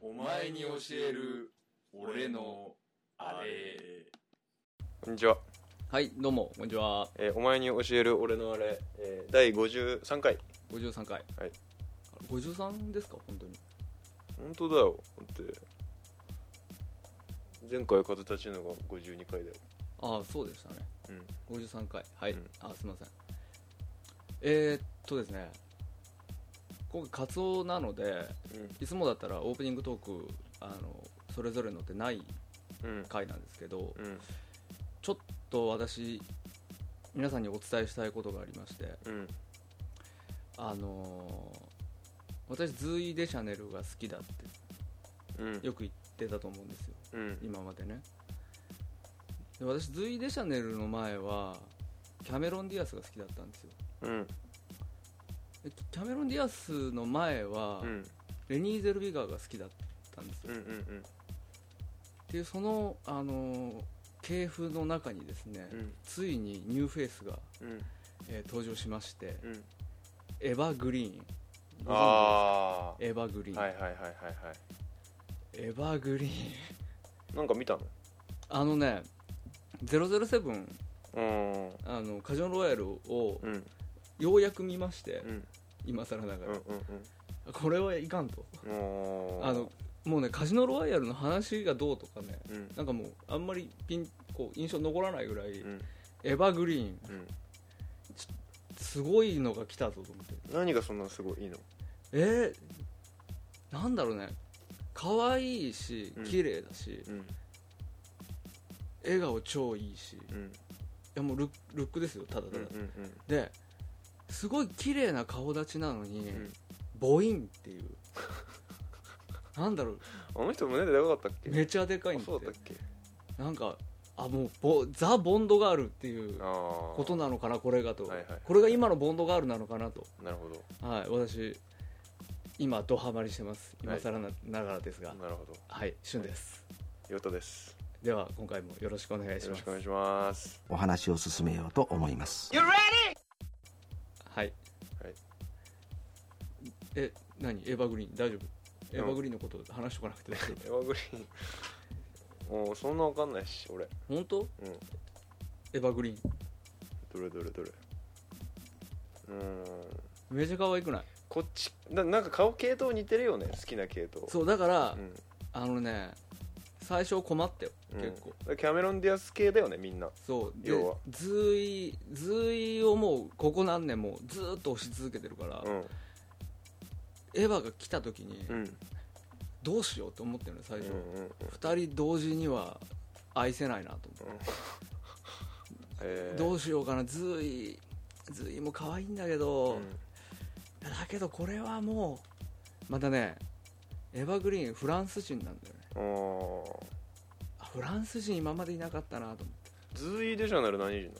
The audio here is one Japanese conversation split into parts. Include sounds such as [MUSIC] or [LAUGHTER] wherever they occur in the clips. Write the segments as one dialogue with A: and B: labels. A: 俺に教える俺のあれ
B: こんにちは、
C: はい、どうも、こんにちは。
B: えーお前に教える俺のあれ、えー第53回
C: 53回。
B: はい。
C: 53ですか、本当に。
B: 本当だよだって前回風立ちのが52回だよ
C: ああ、そうでしたね。
B: うん
C: 53回。はい。
B: うん
C: あすいません。えー、っとですね、今回、カツオなので、いつもだったらオープニングトーク、あの、それぞれのってない
B: うんうん
C: 回なんですけど、
B: うん
C: ちょっと私、皆さんにお伝えしたいことがありまして、
B: うん
C: あのー私、ズーイ・デ・シャネルが好きだって
B: うん
C: よく言ってたと思うんですよ。
B: うん
C: 今までねで私ズイ・デシャネルの前はキャメロン・ディアスが好きだったんですよ
B: うん
C: でキャメロン・ディアスの前は、
B: うん
C: レニー・ゼルビガーが好きだったんですよ、
B: うんうん
C: っていうその、あのー系譜の中にですね、
B: うん
C: ついにニューフェイスが、
B: うん
C: えー登場しまして、
B: うん
C: エヴァ・グリーンご存知です
B: あ
C: エヴァ・グリー
B: あ
C: ン、
B: はいはいはいはいはい
C: エヴァ・グリーン
B: なんか見たの
C: あのね007
B: うん
C: あのカジョン・ロワイヤルを
B: うん
C: ようやく見まして、
B: うん
C: 今更なが
B: う
C: ら、
B: んうん
C: これはいかんと
B: うんおー
C: あのもうねカジノロワイヤルの話がどうとかね
B: うん
C: なんかもうあんまりピンこう印象残らないぐらい、
B: うん
C: エヴァグリーン
B: うん
C: すごいのが来たぞと思って
B: 何がそんなすごいいいの
C: えー、なんだろうね可愛いし
B: うん
C: 綺麗だし、
B: うん
C: 笑顔超いいしい
B: うん
C: やもうルルックですよただ
B: う
C: た
B: ん
C: だ、
B: うんうん
C: ですごい綺麗な顔立ちなのに、
B: ん
C: ボインっていうなんだろう
B: あの人胸でかかったっけ
C: めちゃでかいん
B: あ
C: で
B: そうだったっけ
C: なんかあもうボザ・ボンドガールっていう
B: ああ
C: ことなのかなこれがと、
B: はいはい
C: これが今のボンドガールなのかなと、
B: なるほど
C: はい、私今ドハマりしてます
B: はい
C: 今更な,、がらですが
B: なるほど
C: はい旬です
B: ヨタです
C: では今回もよろしくお願いし
B: よろ
C: ま
B: し
C: す
B: くお願いします
D: お話を進めようと思います
C: はい、
B: はい
C: え何エヴァグリーン大丈夫
B: うん
C: エヴァグリーンのこと話しとかなくて大丈
B: エヴァグリーンもうそんなわかんないし俺
C: 夫本当
B: うん
C: エヴァグリーン
B: どれどれどれうーん
C: めちゃ可愛くない
B: こっちななんか顔系統似てるよね好きな系統
C: そうだから、
B: うん、
C: あのね最初困ったよ
B: うん、
C: 結構、
B: だからキャメロン・ディアス系だよねみんな
C: そうで
B: 要は
C: ずーいずーいをもうここ何年もずーっと推し続けてるから、
B: うん
C: エヴァが来た時に
B: うん
C: どうしようと思ってるの最
B: うん
C: 初、
B: うん
C: 二2人同時には愛せないなと思って、
B: えー
C: どうしようかなずーいずーいも可愛いんだけど、だけどこれはもうまたねエヴァグリーンフランス人なんだよね
B: うんあ
C: あフランス人今までいなかったなと思って
B: あズーイ・デシャネル何人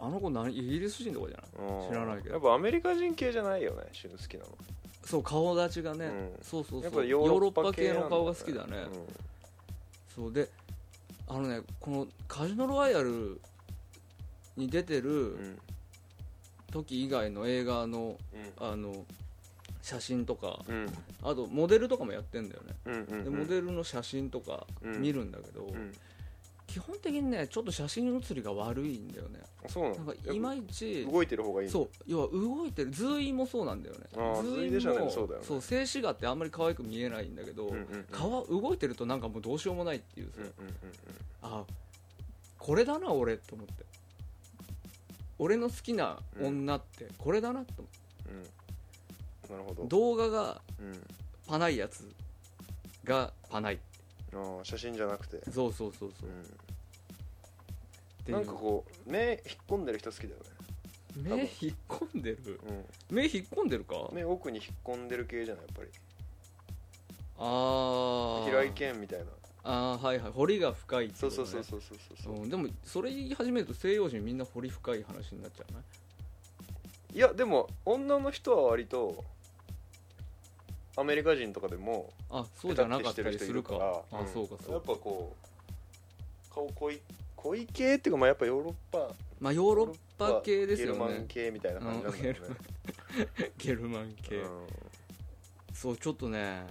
C: あの子何イギリス人とかじゃない
B: なのうん
C: 知らないけど
B: やっぱアメリカ人系じゃないよね旬好きなの
C: そう顔立ちがね、
B: うん
C: そうそうそう
B: やっぱ
C: ヨ
B: ヨ
C: ー
B: ー
C: ロ
B: ロ
C: ッ
B: ッ
C: パ
B: パ
C: 系
B: 系
C: の
B: の
C: 顔
B: 顔
C: が
B: が
C: 好
B: 好
C: き
B: き
C: だ
B: だ
C: ね
B: ね、
C: そうであのねこのカジノロワイヤルに出て
B: う
C: る
B: ん
C: 時以外の映画の
B: うん
C: あの写真とか
B: うん
C: あとモデルとかもやってんだよね
B: うんうん
C: でモデルの写真とか
B: うん
C: 見るんだけど、
B: うん
C: 基本的にねちょっと写真写りが悪いんだよね
B: あそうな
C: なん
B: の
C: かいまいち
B: 動いてる方がいいの
C: そう要は動いてるズーイもそうなんだよね
B: あー
C: ズ
B: ズーイ
C: ー
B: で
C: イ
B: しょうね
C: も
B: そうだよね
C: そう静止画ってあんまり可愛く見えないんだけど、
B: うんうんうん
C: 顔動いてるとなんかもうどうしようもないっていうさ、
B: うんうんうん
C: あこれだな俺と思って俺の好きな女ってこれだなと思って、
B: うんうんなるほど
C: 動画が
B: うん
C: パないやつがパない
B: ああ写真じゃなくて
C: そうそうそうそうう、っ
B: ん
C: てい
B: なん
C: う
B: かこう目引っ込んでる人好きだよ
C: 目引っ込んでる
B: ね
C: 目引っ込んでるか
B: うん目奥に引っ込んでる系じゃないやっ
C: あ
B: ぱ
C: あ
B: り平井堅みたいな
C: ああはいはい彫りが深いってこと
B: そう
C: ね
B: そうそうそうそうそう
C: うん、でもそれ言い始めると西洋人みんな掘り深い話になっちゃうね
B: いやでも女の人は割とアメリカ人とかでも
C: あそうじゃなかった
B: ペタッ
C: り
B: てして
C: す
B: る
C: る
B: 人
C: か
B: いら
C: あ
B: ん
C: そうかそ
B: や
C: う
B: っ
C: か
B: ぱこう顔濃い濃い系っていうかまあやっぱヨーロッパ
C: まあヨーロッパ系ですよ
B: ゲルマン
C: ね
B: 系みたいな感じなんだよね
C: うんゲルマン系、
B: うん
C: そうちょっとね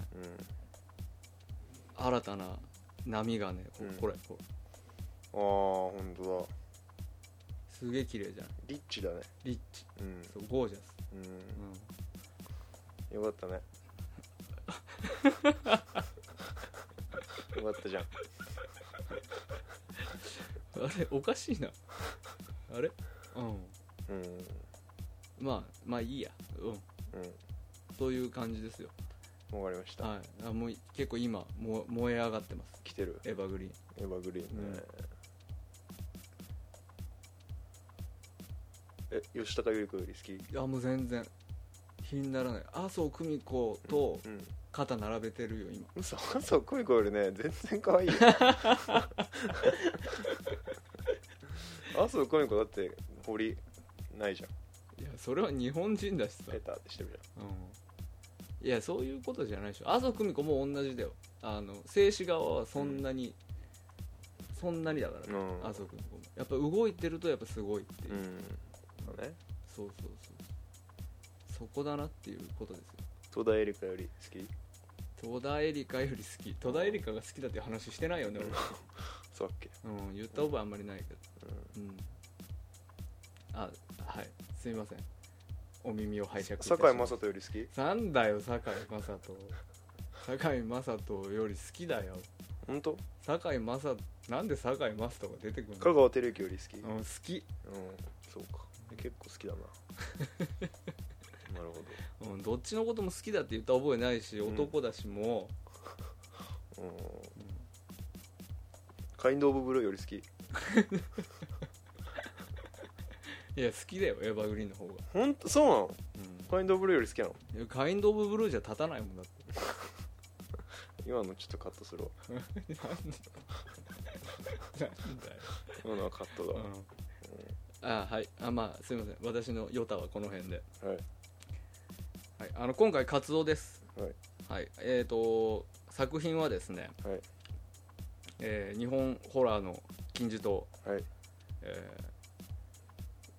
C: 新たな波がねこ
B: うん
C: これこ
B: あ
C: れ
B: あ本当だ
C: すげえ綺麗じゃん
B: リッチだね
C: リッチ
B: うん
C: そうゴージャス、
B: う
C: うん
B: んよかった
C: [LAUGHS]
B: ねよかったじゃん
C: あれおかしいなあれうん
B: うんうん
C: まあまあいいやうんそういう感じですよ
B: わかりました
C: はいあもう結構今もう燃え上がってます
B: 来てる
C: エヴァグリーン
B: エヴァグリーンね、え吉高由里子より好き
C: いやもう全然気にならない麻生久美子と
B: うん
C: 肩並べてるよ今
B: 嘘そう久美子よりね全然可愛 [LAUGHS] いよ麻生久美子だって堀ないじゃん
C: いやそれは日本人だしさ
B: ペ、タってしてるじ
C: うん、いやそういうことじゃないでしょ麻生久美子も同じだよあの静止側はそんなに、そんなにだからね、
B: うん
C: 麻生久美子もやっぱ動いてるとやっぱすごいってい
B: ゃ
C: う、
B: んうんそうね
C: そうそうそうそこだなっていうことですよ
B: 戸田恵梨香より好き
C: 戸田恵梨香より好き戸田恵梨香が好きだっていう話してないよね
B: そうだっけ
C: 俺、うん、言った覚えあんまりないけどうんあはいすいませんお耳を拝借いたしま
B: 堺雅人より好き
C: なんだよ堺雅人堺雅人より好きだよ
B: 本当
C: 堺雅人なんで堺雅人が出てく
B: 香
C: るの、
B: 川照之より好き
C: うん、好き、
B: うんそうか結構好きだ [LAUGHS] ななるほ
C: うん、どっちのことも好きだって言った覚えないし
B: うん
C: 男だしも
B: どうん
C: う、
B: カインド・オブ・ブルーより好き
C: いや好きだよエヴァグリーンの方が、
B: 本当そうなのカインド・オブ・ブルーより好きなの
C: うんいや、カインド・オブ・ブルーじゃ立たないもんだって
B: 今のちょっとカットするわ
C: なんだよ、
B: 今のはカットだわ、
C: うん、あはいあまあすいません私のヨタはこの辺で、
B: はい
C: はい、あの今回活動です
B: はい
C: はいえー、と作品はですね、
B: はい
C: えー日本ホラーの金字塔、
B: はい
C: え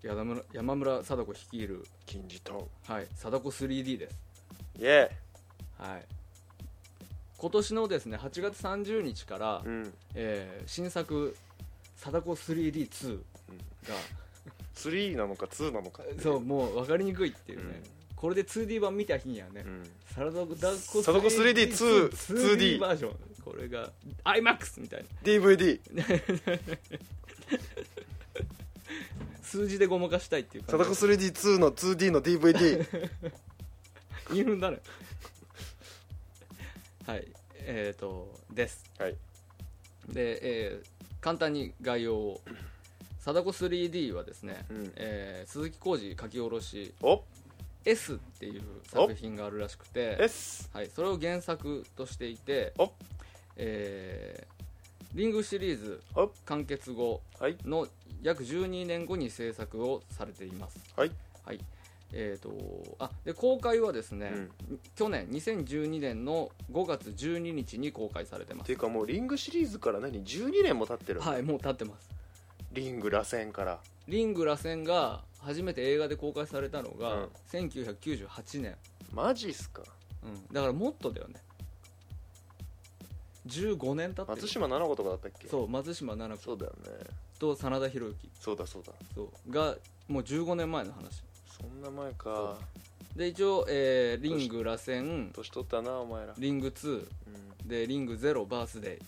C: ー山村山村貞子率いる、
B: 金字塔
C: はい、貞子 3D です
B: イエ
C: はい今年のですね8月30日から
B: ーイ、うん
C: えー新作「貞子 3D2」が、
B: 3なのか2なのか
C: そうもう分かりにくいっていうね、これで 2D 版見た日にはね、
B: うん
C: サラダコダコ
B: 貞子 3D 2
C: 2D
B: 2D
C: バージョンこれが IMAX みたいな
B: DVD
C: 数字でごまかしたいっていう
B: 貞子
C: か
B: 3D2 の 2D の DVD
C: 言うんだねはいえっ、ー、とです
B: はい
C: で、えー簡単に概要を貞子 3D はですね、
B: うん
C: えー鈴木浩二書き下ろし
B: お
C: S っていう作品があるらしくて
B: S
C: はい、それを原作としていて
B: お、
C: えーリングシリーズ
B: お
C: 完結後
B: はい
C: の約12年後に制作をされています
B: はい、
C: はいえー、とあで公開はですね、去年2012年の5月12日に公開されてま
B: っ
C: す
B: ていうかもうリングシリーズから何12年も経ってる、
C: はいもう経ってます
B: リング螺旋から
C: リング螺旋が初めて映画で公開されたの
B: う
C: が
B: ん
C: 1998年、
B: マジっすか
C: うん、だからもっとだよね15年経ってる
B: 松島菜々子とかだったっけ
C: そう松島菜々子
B: そうだよね
C: と真田広之
B: そうだそうだ
C: そうがもう15年前の話
B: そんな前
C: そ
B: か
C: うで一応、えーリング螺旋
B: 年取ったなお前ら、
C: リング2
B: うん
C: でリング0バースデ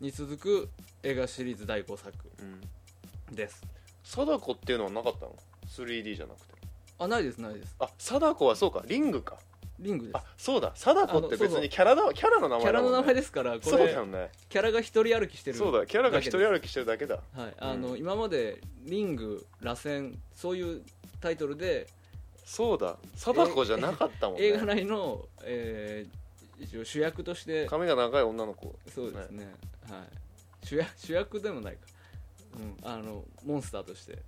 C: ーに続く映画シリーズ第5作
B: うん、
C: です
B: 貞子っていうのはなかったの 3D じゃなくて
C: あないですないです
B: あ貞子はそうかリングか
C: リングです
B: あそうだ貞子って別にキャラだキャラの名
C: キャ
B: 前だ
C: ラ
B: も
C: の
B: ん、ね、
C: 名前ですからこ
B: そうだ
C: れ
B: よね
C: キャラが一人歩きしてる
B: そうだキャラが一人歩きしてるだけだ
C: はいあの、
B: うん
C: 今までリング螺旋そういうタイトルで
B: そうだ貞子じゃなかったもんね
C: 映画内の、えー一応主役として
B: 髪が長い女の子
C: そうですね、はい、主役主役でもないか、うん、あのモンスターとして
B: うん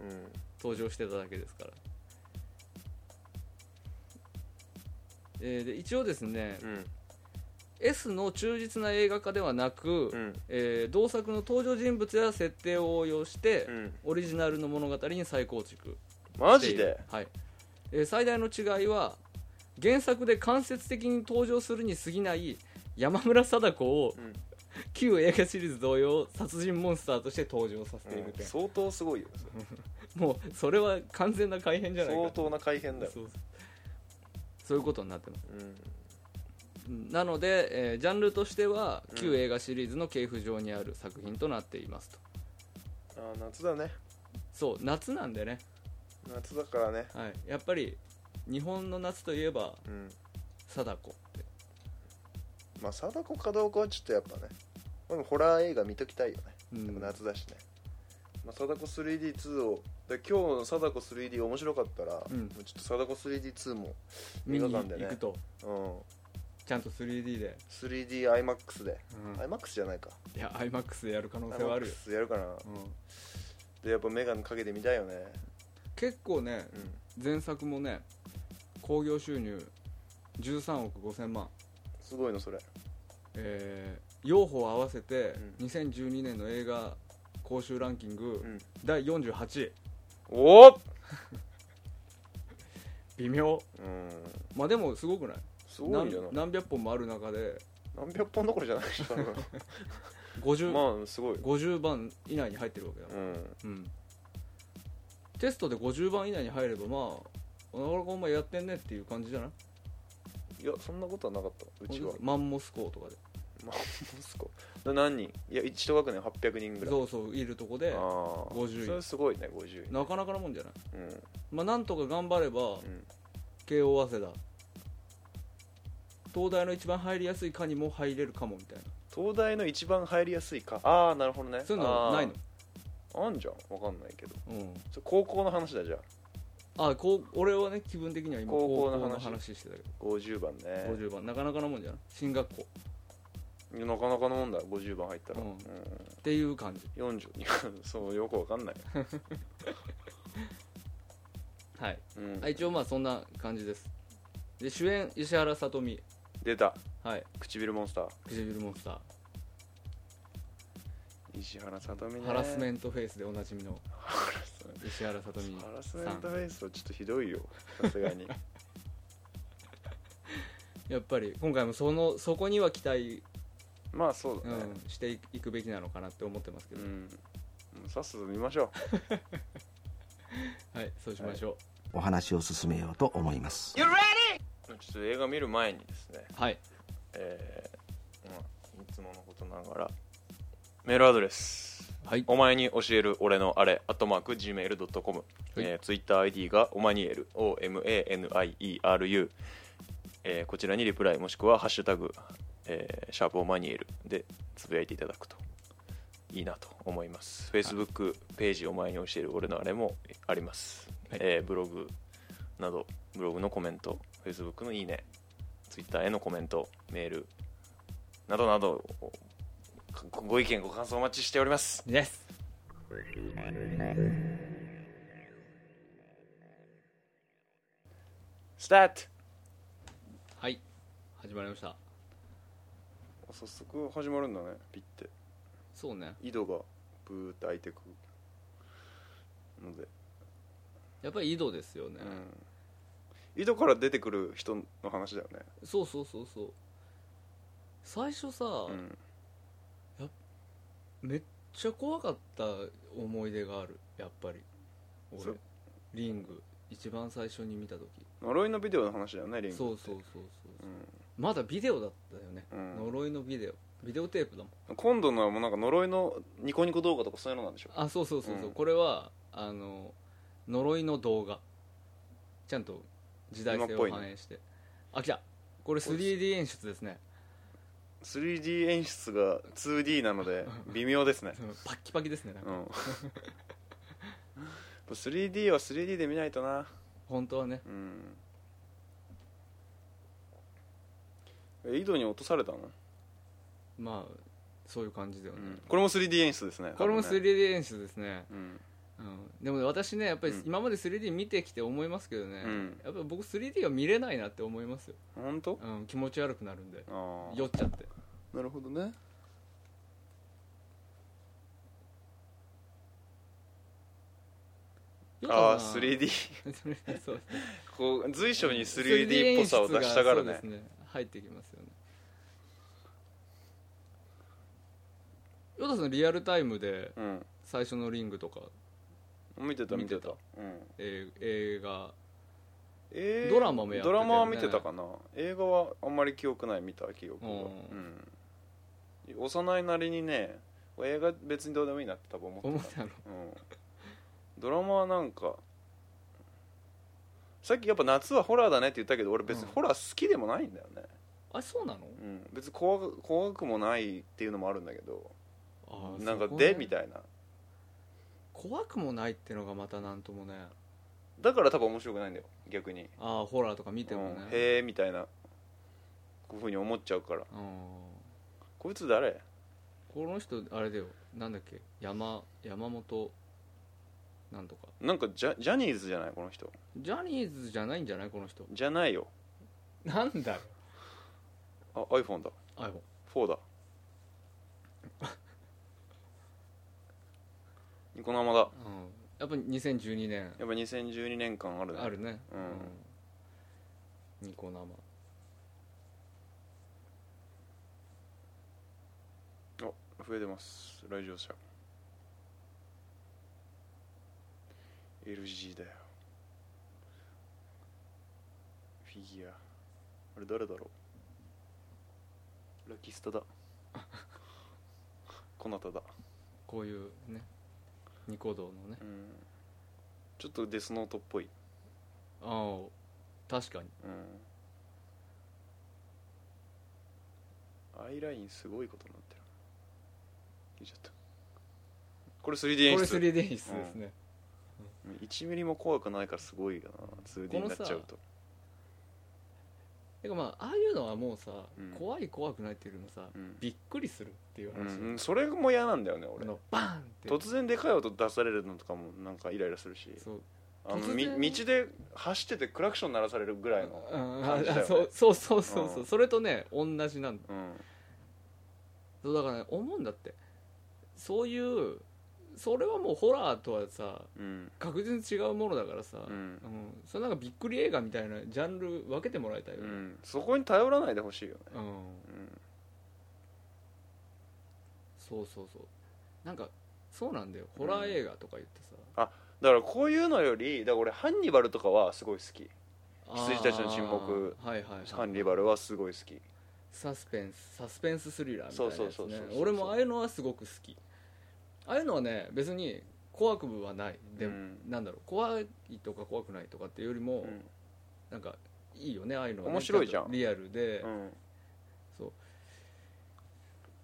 C: 登場してただけですから、えーで一応ですね、
B: うん
C: S の忠実な映画化ではなく、
B: うん
C: えー同作の登場人物や設定を応用して、
B: うん
C: オリジナルの物語に再構築
B: マ
C: して
B: ジ
C: いる
B: で
C: はいえー最大の違いは原作で間接的に登場するに過ぎない山村貞子を
B: うん
C: 旧映画シリーズ同様殺人モンスターとして登場させている点、
B: 相当すごいよそれ
C: もうそれは完全な改変じゃないか
B: 相当な改変だよ
C: そうそういうことになってます
B: うん
C: なので、えージャンルとしては
B: うん
C: 旧映画シリーズの系譜上にある作品となっていますと、
B: あー夏だね
C: そう夏なんでね、
B: 夏だからね
C: はい、やっぱり日本の夏といえば
B: うん
C: 貞子って
B: まあ貞子かどうかはちょっとやっぱねまあでもホラー映画見ときたいよね、
C: うん
B: でも夏だしね、まあ、貞子 3D2 をで今日の貞子 3D 面白かったら、
C: うん
B: もうちょっと貞子 3D2 も
C: 見に
B: 映画
C: 行
B: 館でね
C: くと、
B: う
C: ちゃんと 3D で、
B: ん 3DIMAX で、
C: うん
B: IMAX じゃないか
C: いや IMAX でやる可能性はあるよ、
B: IMAX やるかな
C: うん
B: でやっぱ眼鏡かけてみたいよね
C: 結構ね
B: うん
C: 前作もね興行収入13億5000万
B: すごいのそれ
C: えー、用法合わせて
B: う
C: 2012年の映画公衆ランキング、
B: うん
C: 第48位
B: おお
C: 微妙
B: うん
C: まあでもすごくない
B: すごいんじゃない
C: 何何百本もある中で
B: 何百本どころじゃないし多分
C: [LAUGHS] 50,、
B: まあすごい
C: 50番以内に入ってるわけだ、
B: うん
C: うん、テストで50番以内に入ればまあなかなかお前やってんねっていう感じじゃない
B: いやそんなことはなかったうちは
C: マンモス校とかで
B: 息子な何人いや一学年800人ぐらい
C: そうそういるとこ
B: あ
C: で
B: あ
C: 50位
B: それすごいね50
C: なかなかなもんじゃない
B: うんうん
C: まあなんとか頑張れば、慶応早稲田東大の一番入りやすい科にも入れるかもみたいな
B: 東大の一番入りやすいかああなるほどね
C: そういうのないの
B: あーあんじゃんわかんないけど
C: うん
B: それ高校の話だじゃあ
C: あこう俺はね気分的には今
B: 高
C: 高
B: 校
C: 校
B: の話
C: の話してたけ
B: 50番
C: ど、
B: ね
C: 50番なかなかなもんじゃない進学校
B: なかなかのもんだ50番入ったら、
C: う
B: うんん
C: っていう感じ
B: 42 [LAUGHS] そうよくわかんない、
C: はい、
B: うん
C: あ一応まあそんな感じですで主演石原さとみ
B: 出た
C: はい
B: 唇モンスター
C: 唇モンスタ
B: 石原さとみね
C: ーハラスメ
B: ン
C: ントフェイスでおなじみの石原さとみ
B: ハラス
C: さ
B: メント
C: ん
B: フェイスはちょっとひどいよさすが
C: [LAUGHS]
B: に
C: やっぱり今回もそのそこには期待、
B: まあそう
C: う
B: だね、
C: ん、していいくべきなのかなって思ってますけ
B: う
C: ど、
B: ん、もうさっさと見ましょ
C: はいそうしましょ
D: お話を進めようと思います
B: うちょっと映画見る前にですね
C: うはい
B: えーまあ、いつものことながらメールアドレス
C: はい
B: お前に教える俺のあれアットマーク Gmail.com、えー、ツイッター ID がおまにえる OMANIERU、えーこちらにリプライもしくは「ハッシュタグ、えーシャープおまにえる」でつぶやいていただくといいなと思います Facebook ページ「お前に教える俺のあれ」もあります、
C: はい
B: えーブログなどブログのコメント Facebook のいいね Twitter へのコメントメールなどなどごご意見ご感想お待ちしております
C: です
B: スタート
C: はい始まりました
B: 早速始まるんだねピッて
C: そうね
B: 井戸がブーって開いてくので、
C: やっぱり井戸ですよね、
B: うん、井戸から出てくる人の話だよね、
C: そうそうそうそう最初さ、
B: うん、
C: めっちゃ怖かった思い出があるやっぱり
B: そ
C: 俺
B: う
C: リング一番最初に見た時
B: 呪いのビデオの話だよねリング
C: そうそうそうそう、まだビデオだったよね、
B: うん
C: 呪いのビデオビデオテープだもん
B: うん、今度のはもうなんか呪いのニコニコ動画とかそういうのなんでしょ
C: あそうそうそうそう、
B: うん
C: これはあの呪いの動画ちゃんと時代性を反映して、あ来たこれ 3D 演出ですね
B: 3D 演出が 2D なの
C: [LAUGHS]
B: で微妙ですね
C: パッキパキですねなんか
B: うん [LAUGHS] 3D は 3D で見ないとな
C: 本当はね
B: うんえ井戸に落とされたの、
C: まあそういう感じだよね、
B: これも 3D 演出ですね
C: これも
B: 多分ね
C: 3D 演出ですね、
B: うん
C: うん、でもね私ねやっぱり
B: うん
C: 今まで 3D 見てきて思いますけどね、
B: うん
C: やっぱり僕 3D は見れないなって思いますよ、
B: 本当
C: うん、気持ち悪くなるんで
B: ああ
C: 酔っちゃって
B: なるほどねああ 3D
C: 3D [LAUGHS] そうですね
B: こう随所に 3D っぽさを出したがる
C: 3D 演
B: ね
C: 出がそうですね入ってきますよねヨタさんリアルタイムで
B: うん
C: 最初のリングとか、
B: 見てた見てた
C: 見
B: うん
C: えー映画
B: えー
C: ドラマもやってたよ
B: ドラ
C: ね
B: マは見てたかな映画はあんまり記憶ない見た記憶が
C: う
B: うん幼いなりにね映画別にどうでもいいなって多分思ってた
C: 思ったの
B: うんドラマはなんかさっきやっぱ夏はホラーだねって言ったけど俺別に
C: うん
B: ホラー好きでもないんだよね、
C: あそうなの
B: うん別に怖く怖くもないっていうのもあるんだけど
C: あー
B: なんか
C: そこね
B: でみたいな
C: 怖くもないってのがまたなんともね
B: だから多分面白くないんだよ逆に、
C: ああホラーとか見ても
B: うん
C: ね
B: へえみたいなこういうふうに思っちゃうから
C: うん
B: こいつ誰
C: この人あれだよなんだっけ山山本なんとか
B: なんかジャジャニーズじゃないこの人
C: ジャニーズじゃないんじゃないこの人
B: じゃないよ
C: なんだよ
B: あ iPhone だ
C: あも
B: 4だ
C: [LAUGHS]
B: ニコ生だや
C: う、うん、やっぱ2012年
B: っぱ2012年間あるね
C: あるね
B: うん
C: うん、ニコ生
B: 増えてます来場者 LG だよフィギュアあれ誰だろうラキスタ [LAUGHS] だこなただ
C: こういうねニコ動のね
B: うんちょっとデスノートっぽい
C: ああ確かに
B: うんアイラインすごいことになってる消えちゃったこれ 3D 演
C: これ
B: 出
C: 3D 演出ですね、
B: 1ミリも怖くないからすごいよな 2D になっちゃうと
C: てかまあああいうのはもうさ、
B: うん
C: 怖い怖くないっていうよりもさ、
B: うん
C: びっくりするっていう話、
B: うんそれも嫌なんだよね
C: あ
B: 俺
C: のバーンって
B: 突然でかい音出されるのとかもなんかイライラするし
C: そう
B: あの
C: 突
B: み
C: 然
B: 道で走っててクラクション鳴らされるぐらいの
C: うんあ
B: 感じだよね
C: そうそうそうそうそう
B: うん
C: それとね同じなんだ
B: うん
C: そうだからね思うんだってそういうそれはもうホラーとはさ
B: うん
C: 確実に違うものだからさ、
B: うん
C: うんそれなんかびっくり映画みたいなジャンル分けてもらいたいよ
B: う
C: ね、
B: んそこに頼らないでほしいよね
C: う
B: う
C: ん
B: ん
C: そうそうそうなんかそうなんだよホラー映画とか言ってさ、
B: だからこういうのよりだから俺ハンニバルとかはすごい好き
C: あー
B: 羊たちの沈黙
C: はいはい、はい、
B: ハンニバルはすごい好き
C: サスペンスサスペンススリラーみたいなやつ、
B: そ
C: ね、
B: うそうそうそうそう
C: 俺もああいうのはすごく好きああいうのはね別に怖くはないでも、
B: うん
C: なんだろう怖いとか怖くないとかっていうよりも、
B: うん
C: なんかいいよねああいうのはね、
B: 面白いじゃん
C: ちょっとリアルで、
B: うん
C: そ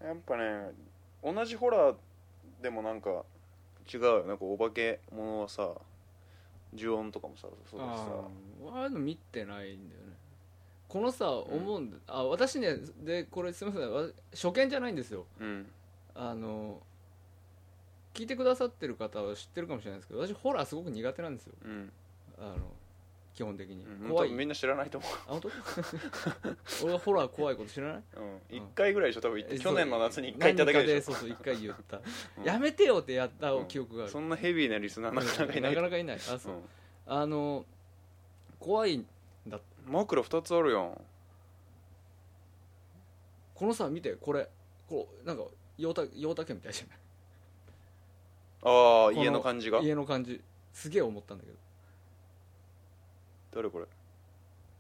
C: う
B: やっぱね同じホラーでもなんか違うよねこうお化けものはさ呪音とかもさそうだしさ
C: あーああいうの見てないんだよねこのさ思うんだ、あ私ねでこれすみませんわ初見じゃないんですよ
B: うん
C: あの聞いてくださってる方は知ってるかもしれないですけど私ホラーすごく苦手なんですよ
B: うん
C: あの基本的に、
B: うん
C: 怖
B: 多
C: い
B: 分みんな知らないと思、
C: あ本当 [LAUGHS] 俺はホラー怖いこと知らないう
B: うん、1回ぐらいでしょ多分行って去年の夏に1回行
C: い
B: っただけでし
C: そうそう一回言った、
B: うん
C: やめてよってやった
B: うん
C: 記憶があ
B: ょ
C: る、
B: そんなヘビーなリスナーなかなかいない
C: なかいないあそう、
B: うん
C: あの怖い
B: 枕2つあるやん
C: このさ見てこれこうなんか陽太陽太家みたいじゃない
B: ああ
C: この
B: 家の感じが
C: 家の感じすげえ思ったんだけど
B: 誰これ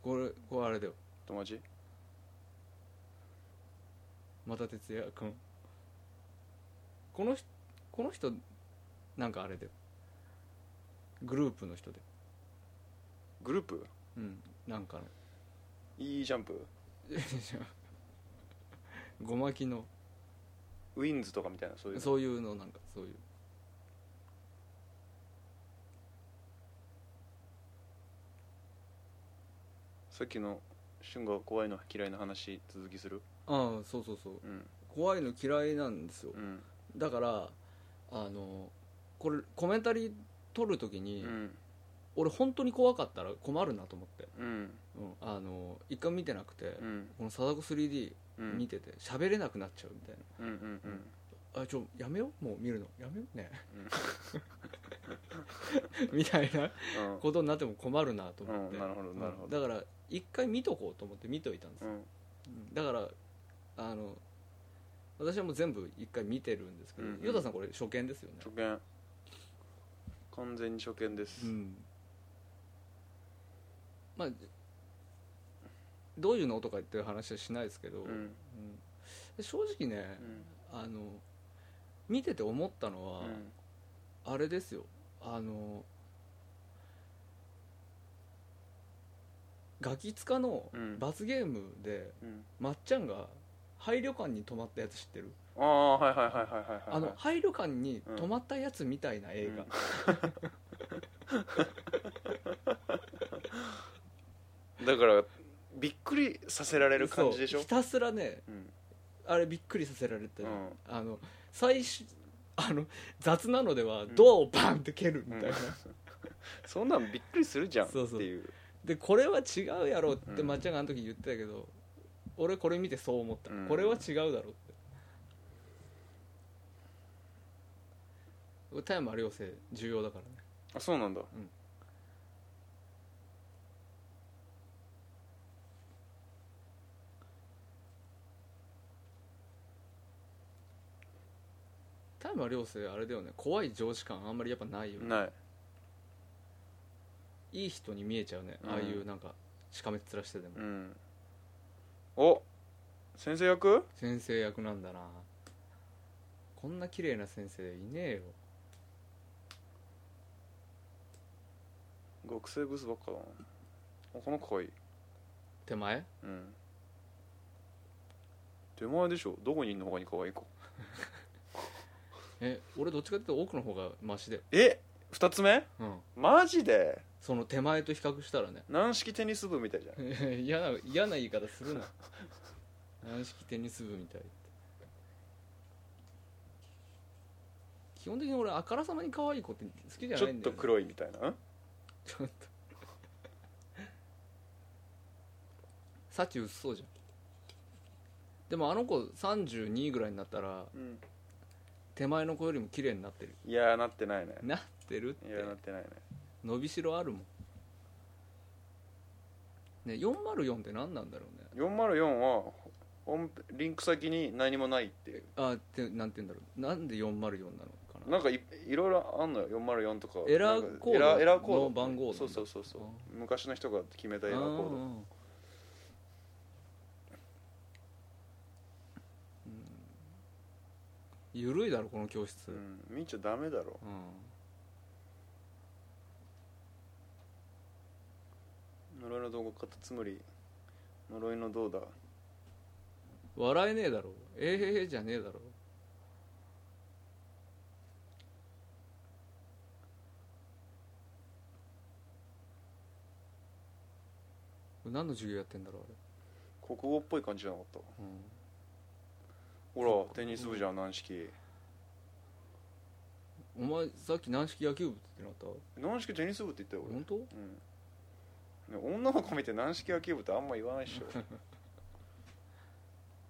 C: これこれあれだよ
B: 友達
C: また哲也君この人この人なんかあれだよグループの人で
B: グループ
C: うんなんかの
B: いいジャンプ
C: [LAUGHS] ごまきの
B: ウィンズとかみたいなそういうの
C: そういうのなんかそういう
B: さっきの俊が怖いの嫌いな話続きする
C: ああそうそうそう
B: うん
C: 怖いの嫌いなんですよ
B: うん
C: だからあのこれコメンタリー撮るとき
B: う
C: に、
B: ん
C: 俺本当に怖かったら困るなと思って、
B: うん
C: うんあの一回見てなくて、
B: うん
C: この「貞子 3D
B: う」ん
C: 見てて喋れなくなっちゃうみたい
B: うんうんうん
C: なあちょやめようもう見るのやめようね
B: うん
C: [LAUGHS] みたいな
B: うん
C: ことになっても困るなと思っ
B: う
C: て、
B: んなるほどなるほど
C: だから一回見とこうと思って見といたんです
B: う
C: よ、
B: ん
C: だからあの私はもう全部一回見てるんですけど、
B: うんうん
C: ヨタさんこれ初見ですよね
B: 初見完全に初見です、
C: うんまあどういうのとか言ってる話はしないですけ
B: う
C: ど、
B: んうん
C: うんで正直ね、あの見てて思ったのは、あれですよあのガキ使の
B: うん
C: 罰ゲームで、
B: うんうん
C: まっちゃんが廃旅館に泊まったやつ知ってる、
B: ああはいはいはいはいはいはい
C: あの廃旅館に泊まったやつみたいな映画、
B: うんだからびっくりさせられる感じでしょ
C: そうひたすらね
B: うん
C: あれびっくりさせられて、
B: うん
C: あの最初あの雑なのではドアをバンって蹴るみたいな、
B: うんそんなんびっくりするじゃんって
C: そうそう
B: いう
C: でこれは違うやろって
B: うん
C: まっちゃんがあの時言ってたけど、俺これ見てそう思った、
B: うん
C: これは違うだろうって田山良生重要だからね
B: あそうなんだ
C: 田山良生あれだよね怖い上司感あんまりやっぱないよね
B: ない
C: いい人に見えちゃうね、
B: うん
C: ああいうなんかしかめっ面してでも、
B: うんお先生役
C: 先生役なんだなこんな綺麗な先生いねえよ
B: 学生ブスばっかだなあこの子かわいい
C: 手前
B: うん手前でしょどこにいんの他に可愛い子
C: え俺どっちかっていうと奥の方がマシだよ、
B: え二つ目
C: うん、
B: マジで
C: その手前と比較したらね [LAUGHS]
B: 軟式テニス部みたいじゃん
C: 嫌な嫌な言い方するな [LAUGHS] 軟式テニス部みたいって基本的に俺あからさまに可愛い子って好きじゃ
B: ち
C: な
B: ょ
C: い
B: っ
C: んだ
B: と
C: よ、ね、
B: 黒いみたいな
C: ちょっと幸薄そうじゃんでもあの子32ぐらいになったら
B: うん
C: 手前の子よりも綺麗になってる
B: いやーなってないね
C: なってるって
B: いやーなってないね
C: 伸びしろあるもんね404って何なんだろうね
B: 404はホームリンク先に何もないっていう
C: あってなんて言うんだろうなんで404なのかな
B: なんかいいろいろあんのよ404とか
C: エラーコード
B: なんかエラエラーコード
C: の番号なんだ
B: そうそうそうそう
C: あ
B: 昔の人が決めたエラーコード
C: あーうんゆるいだろこの教室、
B: うんみーちゃんダメだろ呪いの動画カタツムリ呪いのどうだ
C: うん、笑えねえだろえー、へへじゃねえだろ何の授業やってんだろう
B: 国語っぽい感じじゃなかった
C: あれ、うん
B: ほらテニス部じゃん軟式
C: お前さっき軟式野球部ってなった
B: 軟式テニス部って言ったよ
C: 本当
B: 俺、うんね、女の子見て軟式野球部ってあんま言わないっ
C: [LAUGHS]
B: しょ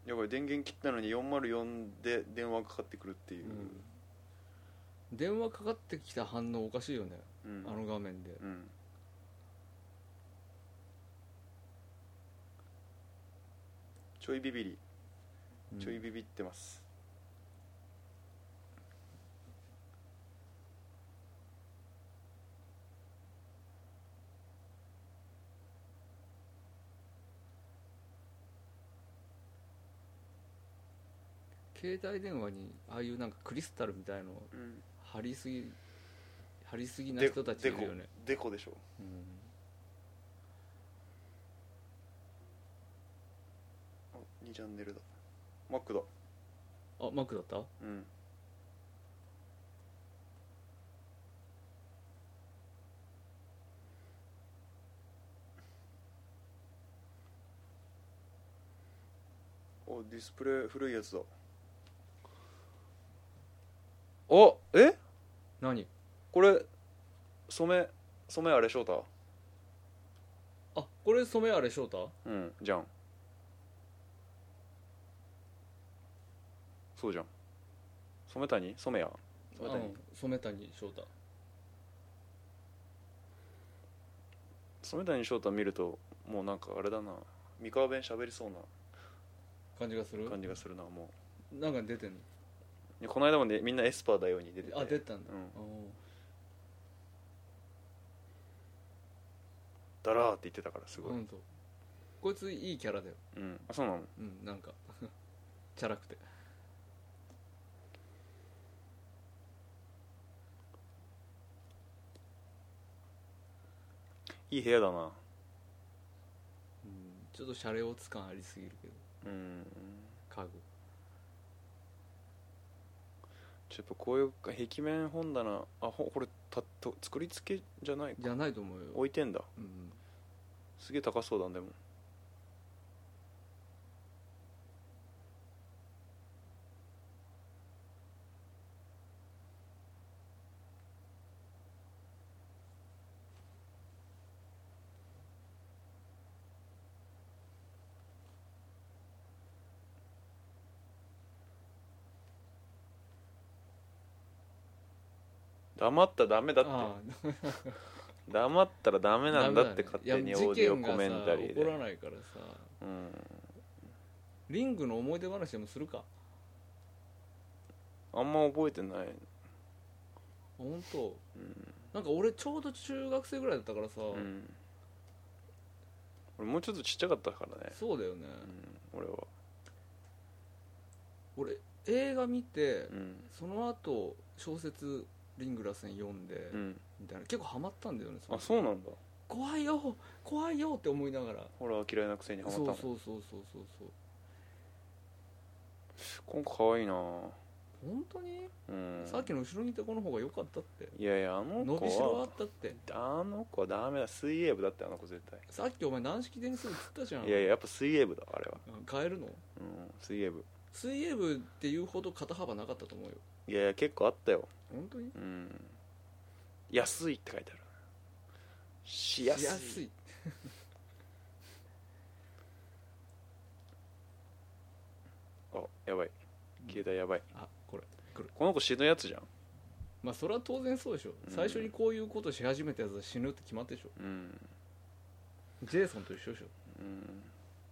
B: やばい電源切ったのに404で電話かかってくるっていう、
C: 電話かかってきた反応おかしいよね、
B: うん
C: あの画面で
B: うんちょいビビりちょいビビってます、
C: 携帯電話にああいうなんかクリスタルみたいのを貼りすぎ貼りすぎな
B: で
C: 人たちいるよね、
B: でこでしょ
C: うん
B: あ2チャンネルだマックだ
C: あマックだった
B: うんおディスプレイ古いやつだおえ
C: 何
B: これ染め染めあれ翔太
C: あこれ染めあれ翔太
B: うんじゃんそうじゃん染谷染谷染
C: う
B: 谷、
C: ん染谷翔太
B: 染谷翔太見るともうなんかあれだな三河弁喋りそうな
C: 感じがする
B: 感じがするなも
C: なんか出てんの
B: でこの間もねみんなエスパーだように出てて
C: あ出てたんだ、
B: うん
C: おー
B: だらーって言ってたからすごい、う
C: ほ
B: ん
C: んとこいついいキャラだよ
B: あそうなの
C: うんなんか [LAUGHS] チャラくて
B: いい部屋だな
C: うんちょっとシャレオツ感ありすぎるけど
B: うん
C: 家具
B: ちょっとこういう壁面本棚あほこれたと作り付けじゃない
C: じゃないと思うよ、
B: 置いてんだ
C: うん、
B: すげえ高そうだねでも黙ったらダメだって
C: ああ
B: 黙ったらダメなんだって
C: ダメ
B: 勝
C: ね
B: 手に
C: い
B: オ
C: や
B: ーディオコメンタリー
C: 事件がさ起こら
B: で
C: ないからさ
B: うん
C: リングの思い出話でもするか
B: あんま覚えてない
C: 本当
B: うん、
C: なんか俺ちょうど中学生ぐらいだったからさ、
B: うん俺もうちょっとちっちゃかったからね、
C: そうだよね、
B: うん、俺は
C: 俺映画見て、
B: うん
C: その後小説「リングラセン」読んで、
B: うん
C: みたいな結構ハマったんだよねその
B: あそうなんだ
C: 怖いよ怖いよって思いながら
B: ホラー嫌いなくせにハマっ
C: そう
B: た
C: そ
B: の
C: うそうそうそうそう
B: 今回かわいいな
C: 本当に、
B: うん
C: さっきの後ろにいた子の方が良かったって
B: いやいやあの
C: 伸びしろ
B: 子
C: あ
B: は
C: ったって
B: あの子はダメだ水泳部だってあの子絶対
C: さっきお前軟式でにするっつったじゃん
B: いやいややっぱ水泳部だあれは、
C: うん変えるの
B: うん、水泳部
C: 水泳部っていうほど肩幅なかったと思うよ
B: いやいや結構あったよ
C: 本当に
B: うん安いって書いてあるしやすい
C: 安い
B: あやばい携帯やばい
C: あこれ来る
B: この子死ぬやつじゃん
C: まあそれは当然そうでしょ、
B: うん
C: 最初にこういうことし始めたやつは死ぬって決まってるでしょ
B: うん
C: ジェイソンと一緒でしょ
B: うん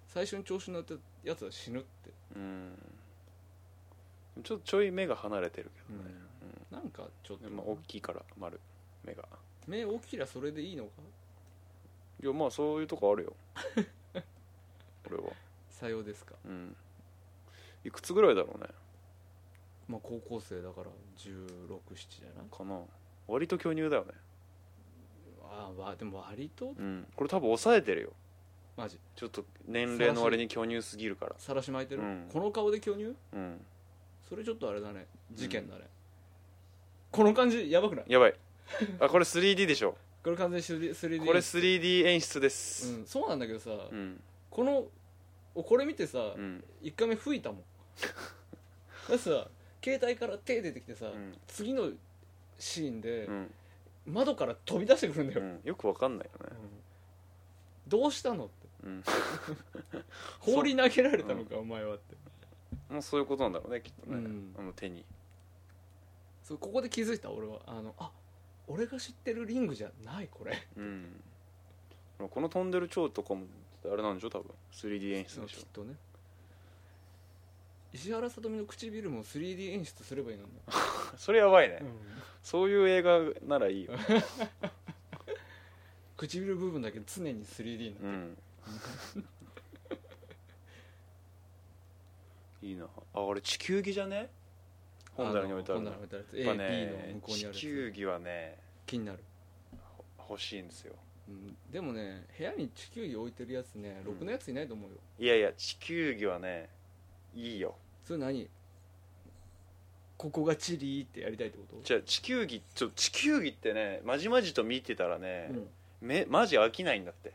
C: 最初に調子乗ったやつは死ぬって
B: うんちょっとちょい目が離れてるけどね、
C: なんかちょっ
B: う
C: と、
B: んまあ、大きいから丸目が
C: 目大きりゃそれでいいのか
B: いやまあそういうとこある [LAUGHS] よこれは
C: さようですか
B: うんいくつぐらいだろうね
C: まあ高校生だから1617じゃない
B: かな割と巨乳だよね
C: ああまあでも割と
B: うんこれ多分抑えてるよ
C: マジ
B: ちょっと年齢の割に巨乳すぎるから
C: さらし巻いてる、
B: うん
C: この顔で巨乳
B: うん
C: それちょっとあれだね事件だね、この感じやばくない
B: やばいあこれ 3D でしょ
C: これ完全に 3D
B: これ 3D 演出です
C: うん、そうなんだけどさ、
B: うん
C: このおこれ見てさ、
B: うん
C: 一1回目吹
B: [LAUGHS]
C: いたもんだってさ携帯から手出てきてさ、
B: うん
C: 次のシーンで、
B: うん
C: 窓から飛び出してくるんだ
B: う
C: よ、
B: んよくわかんないよね
C: どうしたのって
B: うん
C: [LAUGHS] 放り投げられたのか、お前はって
B: もうそういうことなんだろうねきっとね、
C: うん
B: あの手に
C: そうここで気づいた俺はあのあ俺が知ってるリングじゃないこれ
B: うんこの飛んでる蝶とかもあれなんでしょ多分 3D 演出
C: そう
B: でし
C: き
B: ょ
C: っとね石原さとみの唇も 3D 演出すればいいのにな、 [LAUGHS]
B: それやばいね、そういう映画ならいいよ、
C: 唇部分だけ常に 3D な、 [LAUGHS]
B: うん、いいなああれ地球儀じゃね本棚に置いてある
C: 本
B: の
C: 棚に置いてあるやつ
B: やっぱ
C: A B の
B: ね
C: 向こうにあ
B: 地
C: るや
B: 球
C: つ
B: 儀はね
C: 気になる、
B: 欲しいんですよ
C: うん、でもね部屋に地球儀置いてるやつねろくなやついないと思うよ、
B: いやいや地球儀はねいいよ
C: それ何ここがチリーってやりたいってこと
B: じゃあ地球儀ちょ地球儀ってねまじまじと見てたらね、
C: うん、
B: めマジ飽きないんだって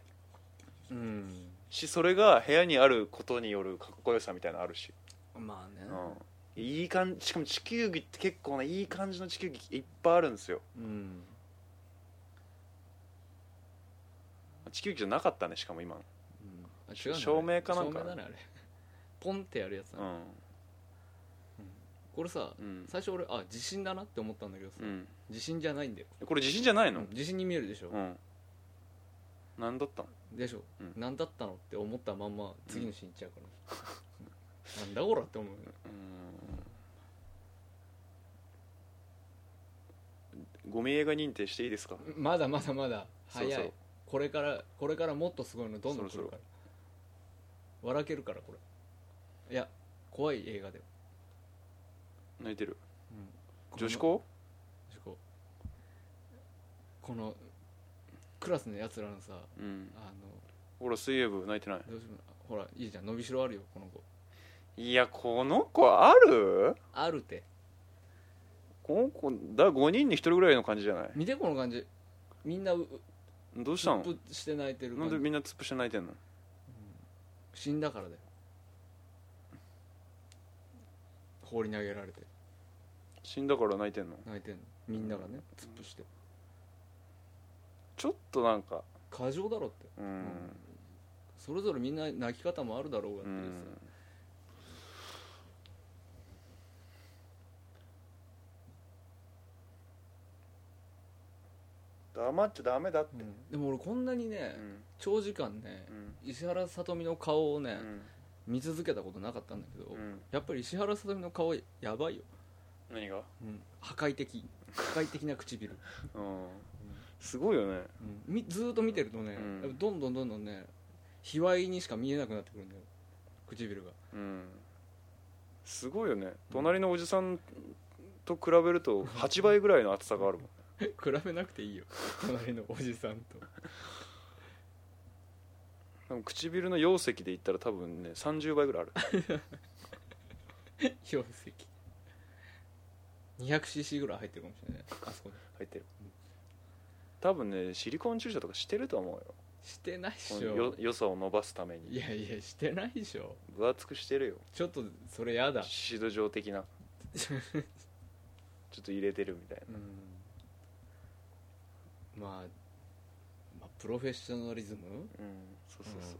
C: うん、
B: しそれが部屋にあることによるかっこよさみたいなのあるし、
C: まあね
B: うん、いい感じしかも地球儀って結構ねいい感じの地球儀いっぱいあるんですよ
C: うん
B: 地球儀じゃなかったねしかも今の
C: うんあ違うの
B: 照明かなんか
C: 照明だねあれポンってやるやつだ
B: う
C: ね、
B: ん
C: これさ
B: うん、
C: 最初俺あ地震だなって思ったんだけどさ、
B: うん、
C: 地震じゃないんだよ、
B: これ地震じゃないの
C: うん地震に見えるでしょ
B: う、ん何だったの
C: でしょ、
B: うん
C: 何だったのって思ったまんま次のシーン行っちゃうから、 [LAUGHS] なんだこらって思うよね
B: ご名映画認定していいですか
C: まだまだまだ早い
B: そうそう
C: これからこれからもっとすごいのどんどん来る
B: そ
C: から
B: ろそ
C: 笑けるからこれいや怖い映画で、
B: 泣いてる
C: うん
B: 女子校
C: 女子校このクラスのやつらのさ
B: うん
C: あ
B: ほら水泳部泣いてない
C: のどうしようほらいいじゃん伸びしろあるよこの子
B: いやこの子ある
C: あるて
B: この子だ5人に1人ぐらいの感じじゃない
C: 見てこの感じみんなうう
B: どうし
C: プ
B: たの
C: ップして泣いてる
B: な
C: 感
B: ん
C: じ
B: でみんな突っ伏して泣いてんの
C: 死んだからだよ放り投げられて
B: 死んだから泣いてんの
C: 泣いてんのみんながね突っ伏して
B: ちょっとなんか
C: 過剰だろって
B: うん
C: それぞれみんな泣き方もあるだろうがっ
B: う
C: ていうん
B: 黙っちゃダメだって
C: さでも俺こんなにね
B: うん
C: 長時間ね
B: うん
C: 石原さとみの顔を
B: う
C: ね
B: ん
C: 見続けたことなかったんだけど
B: うん
C: やっぱり石原さとみの顔やばいよ
B: 何が
C: 破壊的破壊的な唇
B: うんすごいよね
C: みずーっと見てるとね
B: うん
C: やっぱどんどんどんどんね卑猥にしか見えなくなってくるんだよ唇が
B: うんすごいよね隣のおじさんと比べると8倍ぐらいの厚さがあるもん
C: 比べなくていいよ隣のおじさん
B: [LAUGHS]
C: と
B: 多分唇の容積で言ったら多分ね30倍ぐらいある
C: 容積 200cc ぐらい入ってるかもしれないねあそこに
B: 入ってる多分ねシリコン注射とかしてると思うよ
C: してないっし
B: このよ
C: ょ
B: 良さを伸ばすため
C: い
B: に
C: やいやしてないでしょ
B: 分厚くしてるよ
C: ちょっとそれやだ
B: シード状的
C: [LAUGHS]
B: なちょっと入れてるみたいな
C: うんまあまあプロフェッショナリズム
B: うんそうそうそう、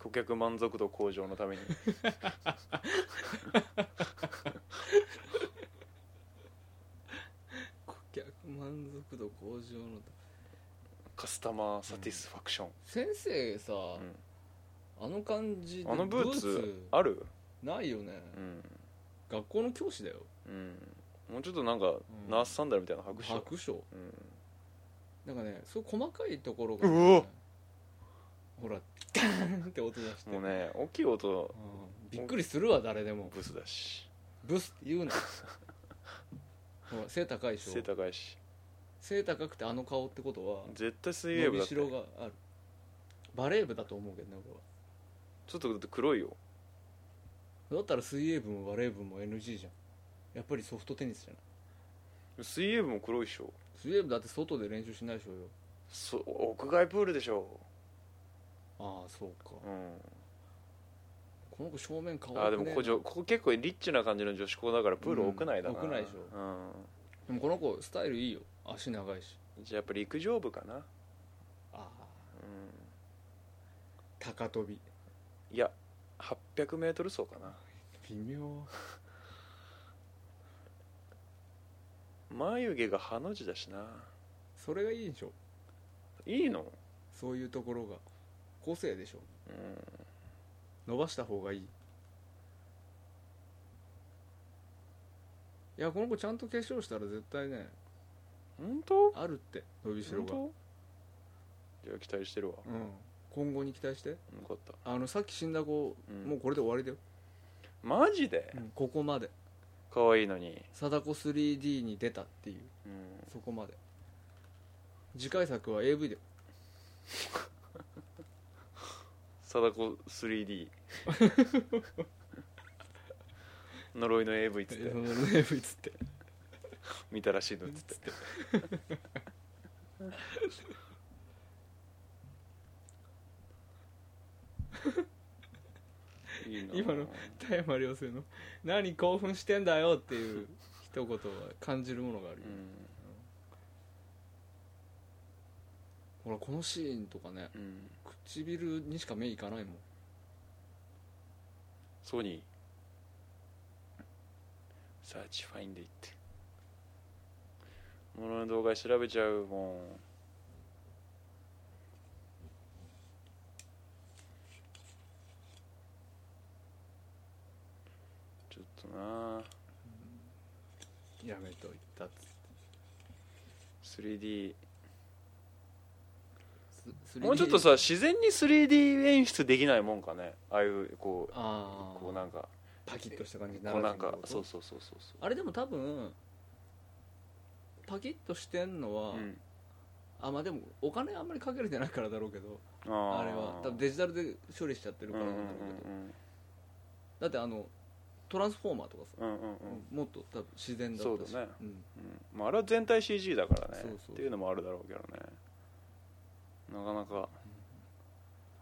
B: 顧客満足度向上のため
C: [LAUGHS]
B: に
C: 顧客満足度向上の
B: カスタマーサティスファクション、
C: 先生さ、
B: う
C: あの感じで
B: んあのブーツある
C: ないよね、
B: うん、
C: 学校の教師だよ
B: うん、もうちょっとなんか、
C: ん
B: ナースサンダルみたいなの履くっしょ
C: 白書
B: う
C: なんかねそういう細かいところが、
B: うお
C: ほらガーンって音出して
B: ん、もうね大きい音
C: うんびっくりするわ誰でも
B: ブスだし
C: ブスって
B: [LAUGHS]
C: 言うなほら背高いでしょ
B: 背高いし
C: 背高くてあの顔ってことは
B: 絶対水泳部だ
C: 伸び
B: って
C: し
B: ち
C: ろ
B: ょ
C: があるバレー部だと思うけどね俺は
B: っとだって黒いよ
C: だったら水泳部もバレー部も NG じゃんやっぱりソフトテニスじゃない
B: 水泳部も黒いでしょ
C: 水泳部だって外で練習しないでしょうよ
B: そ屋外プールでしょ、
C: ああそうか
B: う
C: この子正面顔
B: ん、あでもここ女ここ結構リッチな感じの女子校だからプール屋内だな、
C: うん屋内でしょ
B: う
C: でもこの子スタイルいいよ足長いし
B: ん、じゃあやっぱ陸上部かな、うん、
C: ああ高跳び
B: いや 800m 走かな
C: 微妙
B: 眉毛がハの字だしな
C: それがいいでしょ
B: いいの、
C: そういうところが個性でしょ
B: うん、
C: 伸ばした方がいいいやこの子ちゃんと化粧したら絶対ね
B: 本当
C: あるって伸びしろ
B: 本
C: が
B: 当じゃあ期待してるわ、
C: うん今後に期待して
B: よかった
C: あのさっき死んだ子、
B: うん
C: もうこれで終わりだよ、
B: マジで
C: ここまで
B: 可愛いのに、
C: 貞子 3D に出たっていう
B: うん、
C: そこまで次回作は AV で
B: 貞子 3D
C: [LAUGHS]
B: [LAUGHS] 呪いの AV っつっ
C: え
B: て
C: その [LAUGHS] AV っつって
B: 見たら死ぬっつっていいな
C: 今の田山涼星の「何興奮してんだよ」っていう一言は感じるものがある
B: う
C: よ、
B: ん
C: ほらこのシーンとかね
B: うん
C: 唇にしか目いかないもん
B: ソニーサーチファインでいって物の動画調べちゃうもんょっとな
C: やめといたっつ
B: 3D
C: す 3D
B: もうちょっとさ自然に 3D 演出できないもんかねああいうこう
C: あ
B: こうなんか
C: パキッとした感じにな
B: こう
C: る
B: なんか
C: ってこと
B: そうそうそうそうそ
C: あれでも多分パキッとしてんのは、
B: う、うん、
C: あまあでもお金あんまりかけるんじゃないからだろうけど
B: あ
C: あ
B: ー
C: れは多分デジタルで処理しちゃってる
B: うん
C: か
B: う
C: ら
B: ん
C: なんだろうけど、だってあのトランスフォーマーとか
B: うん
C: さ、
B: うんうんうん
C: もっと多分自然だったし
B: そうだね
C: ん
B: うんまあ、あれは全体 CG だからね
C: そうそう
B: っていうのもあるだろうけどねなかなか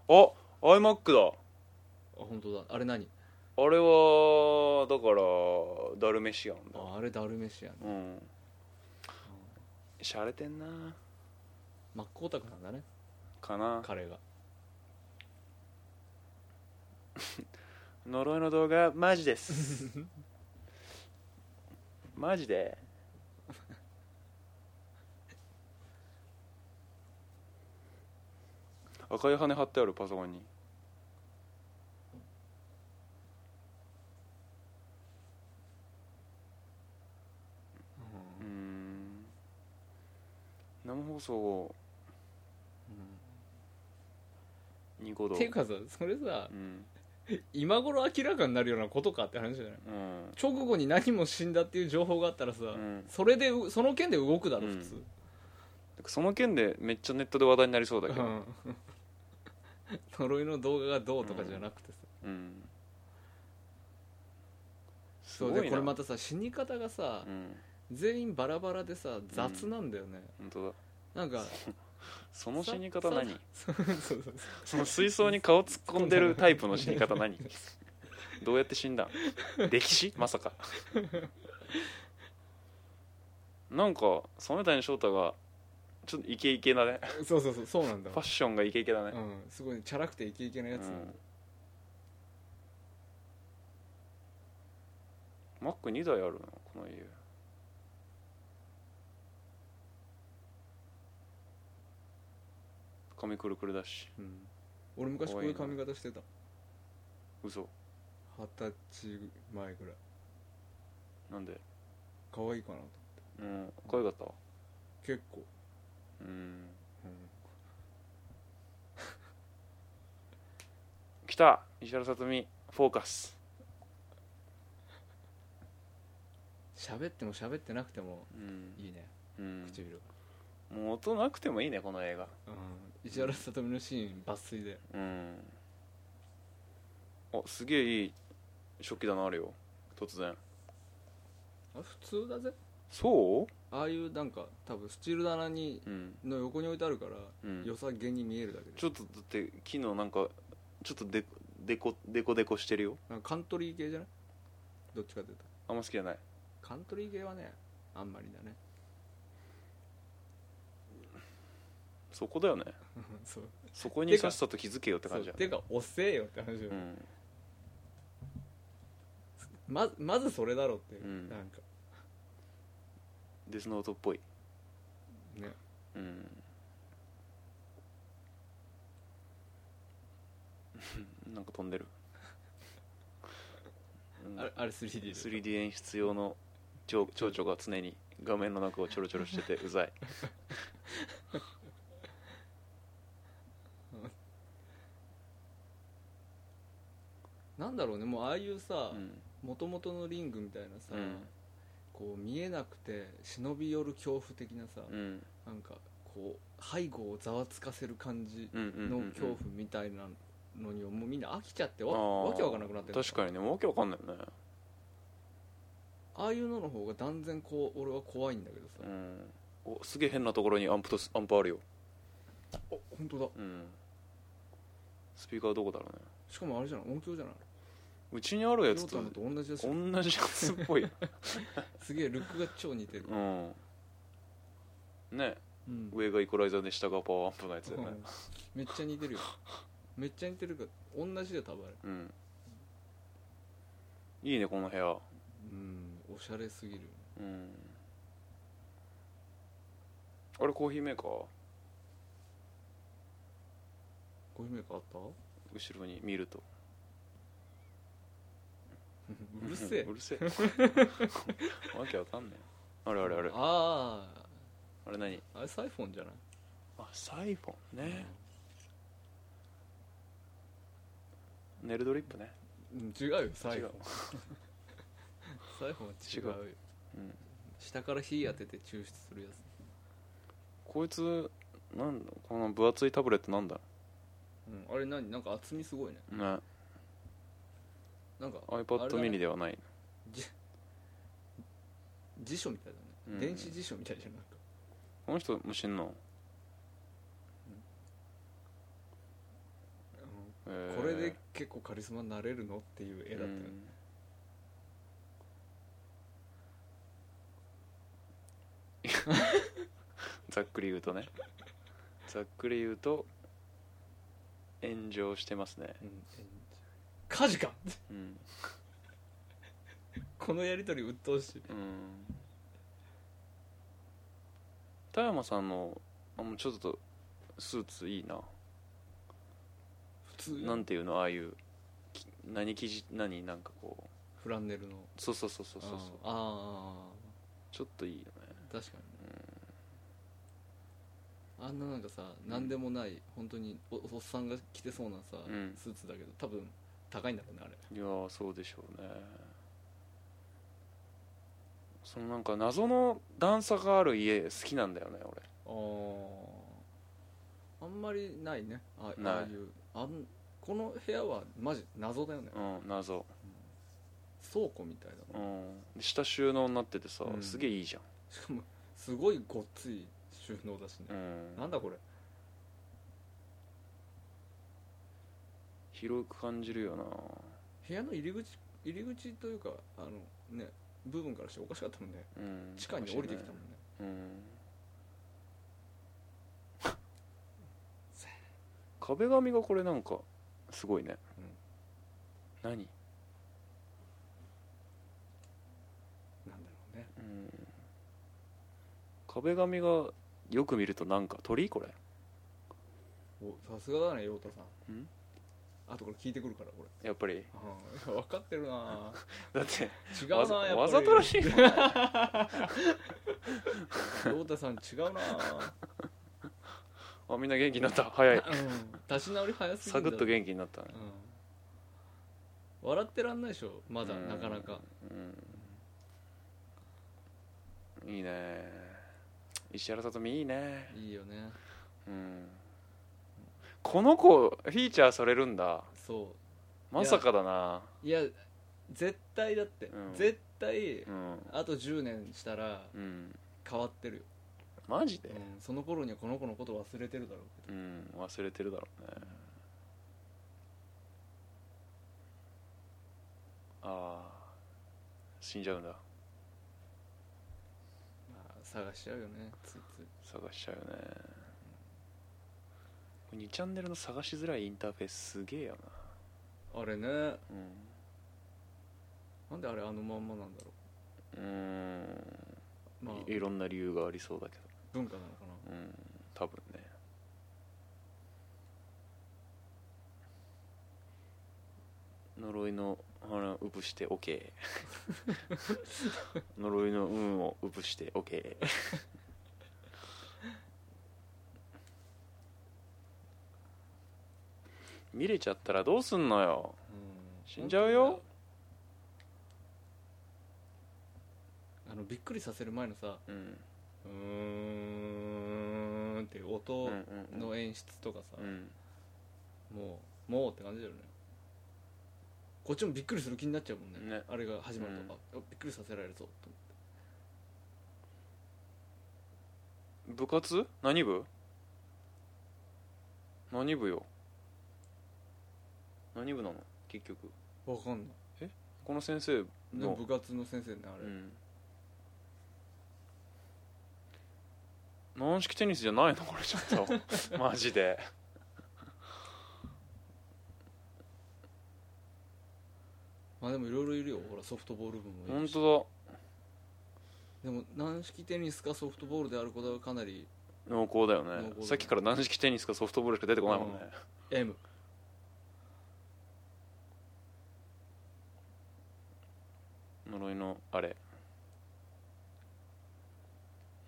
B: あ iMac だ
C: あ本当だあれ何
B: あれはだからダルメシアンだ
C: ああれダルメシアね
B: うんしゃれてんな
C: 真っ向タクなんだね
B: かな
C: 彼が
B: 呪いの動画マジです [LAUGHS] マジで [LAUGHS] 赤い羽貼ってあるパソコンにうーん生放送ニコ動
C: っていうかさそれさ
B: うん
C: 今頃明らかになるようなことかって話じゃない
B: うん
C: 直後に何も死んだっていう情報があったらさ、
B: ん
C: それでうその件で動くだろ
B: うん
C: 普通、
B: その件でめっちゃネットで話題になりそうだけ
C: う
B: ど、
C: ん [LAUGHS] 呪いの動画がどうとかじゃなくてさ、
B: うんす
C: そう
B: ごい
C: で
B: な
C: これまたさ死に方がさ
B: う、ん
C: 全員バラバラでさ雑なんだよね、
B: 本当だ
C: なんか
B: その死に方何
C: そうそうそうそう
B: その水槽に顔突っ込んでるタイプの死に方
C: [LAUGHS]
B: 何どうやって死んだん歴史まさかなんか染谷翔太がちょっとイケイケだね
C: そうそうそうそうなんだ
B: ファッションがイケイケだね、
C: うんすごいチャラくてイケイケなやつ、
B: うんマック2台あるのこの家髪くるくるだし
C: うん俺昔こういう髪型してた
B: 嘘
C: 二十歳前ぐらい
B: なんで
C: 可愛いかなと
B: うん可愛かった
C: 結構、
B: うん
C: うん
B: 来た石原さとみフォーカス
C: 喋っても喋ってなくても
B: うん、
C: いいね、
B: うん、
C: 唇が、
B: もう音なくてもいいねこの映画
C: うん、石原さとみのシーン抜粋で
B: うんあすげえいい食器棚あるよ突然
C: あ普通だぜ
B: そ
C: ああいうなんか多分スチール棚に
B: ううん
C: の横に置いてあるから、
B: うん
C: 良さげに見えるだけで
B: ちょっとだって昨日なんかちょっとデコデコデコデコしてるよ
C: なんかカントリー系じゃないどっちかというと
B: あんま好きじゃない
C: カントリー系はねあんまりだね [LAUGHS]
B: そこだよね
C: そう
B: そこに
C: てか
B: さっさと気づけよって感じ
C: そう
B: だ
C: てか遅えよって話よ、
B: うん
C: まずまずそれだろっていう、
B: うん
C: なんか
B: デスノートっぽい
C: ね
B: うん [LAUGHS] なんか飛んでるうん
C: あれあれ 3D で
B: 3D 演出用の蝶蝶々が常に画面の中をちょろちょろしてて
C: [LAUGHS]
B: うざい
C: なんだろうねもうああいうさ
B: うん
C: もともとのリングみたいなさ、
B: うん
C: こう見えなくて忍び寄る恐怖的なさ、
B: うん
C: なんかこう背後をざわつかせる感じ
B: うんうんうんう
C: の
B: ん
C: 恐怖みたいなのにもうみんな飽きちゃってわ
B: あー
C: わけわかんなくなってる
B: 確かにねわけわかんないよね
C: ああいうのの方が断然こう俺は怖いんだけどさ、
B: うんおすげえ変なところにアンプとアンプあるよ
C: お本当だ
B: うんスピーカーどこだろうね
C: しかもあれじゃない音響じゃないう
B: ちにあるや
C: 亮
B: つ
C: 太
B: と
C: のと同じだし
B: 同じやつっぽい
C: すげえルックが超似てる、
B: うんね
C: うん
B: 上がイコライザーで下がパワーアップのやつだよ
C: う
B: ね
C: んめっちゃ似てるよめっちゃ似てるから同じで多分あれ
B: うんいいねこの部屋
C: うんおしゃれすぎる
B: うんあれコーヒーメーカー [LAUGHS]
C: コーヒーメーカーあった
B: 後ろに見ると
C: ううるせえ
B: うる [LAUGHS] せえわけわかんねえあれあれあれ
C: あ
B: あれ何
C: ああれサイフォンじゃない
B: あサイフォンねネルドリップね
C: うん違うよサイ
B: 違
C: フォ
B: う
C: ンサイフォンは違うよ
B: うん
C: 下から火当てて抽出するやつ
B: こいつなんだこの分厚いタブレットなんだ
C: うんあれ何なんか厚みすごいね
B: ね
C: なんか
B: iPad
C: あれだね
B: mini ではない
C: じ辞書みたいだね、
B: うん
C: 電子辞書みたいじゃんなんか
B: この人も知んの
C: うんこれで結構カリスマになれるのっていう絵だったよね、 [LAUGHS]
B: うんざっくり言うとねざっくり言うと炎上してますね、
C: うんえ火事か [LAUGHS]
B: うん
C: このやり取り鬱陶しい
B: うん田山さんのあもうちょっとスーツいいな
C: 普通よ
B: なんていうのああいうき何生地何なんかこう
C: フランネルの
B: そうそうそうそうそうそう
C: あーあ
B: ちょっといいよね
C: ー確かにね、あんななんかさ何でもない、本当におおっさんが着てそうなさ、
B: うん
C: スーツだけど多分高いんだろうねあれ
B: いやーそうでしょうねそのなんか謎の段差がある家好きなんだよね俺
C: ああんまりないねあ
B: ない
C: ああいうあんこの部屋はマジ謎だよね
B: うん謎
C: 倉庫みたいだ
B: う
C: なん
B: で下収納になっててさ、
C: うん
B: すげえいいじ
C: しかもすごいごっつい収納だし
B: ゃん、
C: ね
B: う、、
C: なんんだこれ
B: 広く感じるよな
C: 部屋の入り口入り口というかあのね部分からしておかしかったもんね
B: うん
C: 地下に降りてきたもんね
B: うん壁紙がこれなんかすごいね、何、
C: なんだろうね
B: うん、壁紙がよく見るとなんか鳥これ
C: おさすがだね陽太さん
B: ん
C: あとこれ聞いてくるからこれ
B: やっぱり
C: ああ分かってる
B: [LAUGHS]
C: な
B: だって
C: 違うな
B: わ
C: や
B: ざ
C: っぱり
B: わざとらしいもんね
C: 陽太さん違うな
B: [LAUGHS] あみんな元気になった早い
C: うん立ち直り早すぎ
B: サ
C: るん
B: ク
C: だ
B: ッと元気になったね
C: うん笑ってらんないでしょまだ
B: うん
C: なかなか
B: いいね石原さとみいいね
C: いいよね
B: うんこの子フィーチャーされるんだ
C: そ
B: まさかだな
C: ういや絶対だって、
B: うん
C: 絶対
B: うん
C: あと10年したら
B: うん
C: 変わってるよ、
B: マジで
C: うんその頃にはこの子のこと忘れてるだろうけど
B: うん忘れてるだろうねああ死んじゃうんだ
C: まあ、探しちゃうよねついつい
B: 探しちゃうよねこれ2チャンネルの探しづらいインターフェースすげえよ
C: あれね
B: な
C: なんであれあのまんまなんだろ
B: うんうん
C: うまあ
B: いいろんな理由がありそうだけ
C: 文化なのかな
B: どうん多分ね呪いの花うぶして OK 呪いの運をうぶして OK 見れちゃったらどうすんのよ
C: うん
B: 死んじゃうよ
C: あのびっくりさせる前のさ
B: うん
C: うーんっていう
B: うん
C: 音
B: うん
C: の演出とかさ、
B: うん
C: もうもうって感じだよねこっちもびっくりする気になっちゃうもんね
B: ね
C: あれが始まるとか、あびっくりさせられるぞと思って
B: 部活何部何部よ何部なの結局
C: わかんない
B: この先生
C: で
B: の
C: も部活の先生ねあれ、
B: うん軟式テニスじゃないのこれちょっ
C: [LAUGHS]
B: とマジで
C: まあでもいろいろいるよほらソフトボール部もい
B: 本
C: るし
B: 当
C: でも軟式テニスかソフトボールであることはかなり
B: だ濃厚だよね
C: 濃厚だね
B: さっきから軟式テニスかソフトボールしか出てこないもんね、
C: M
B: 呪いのあれ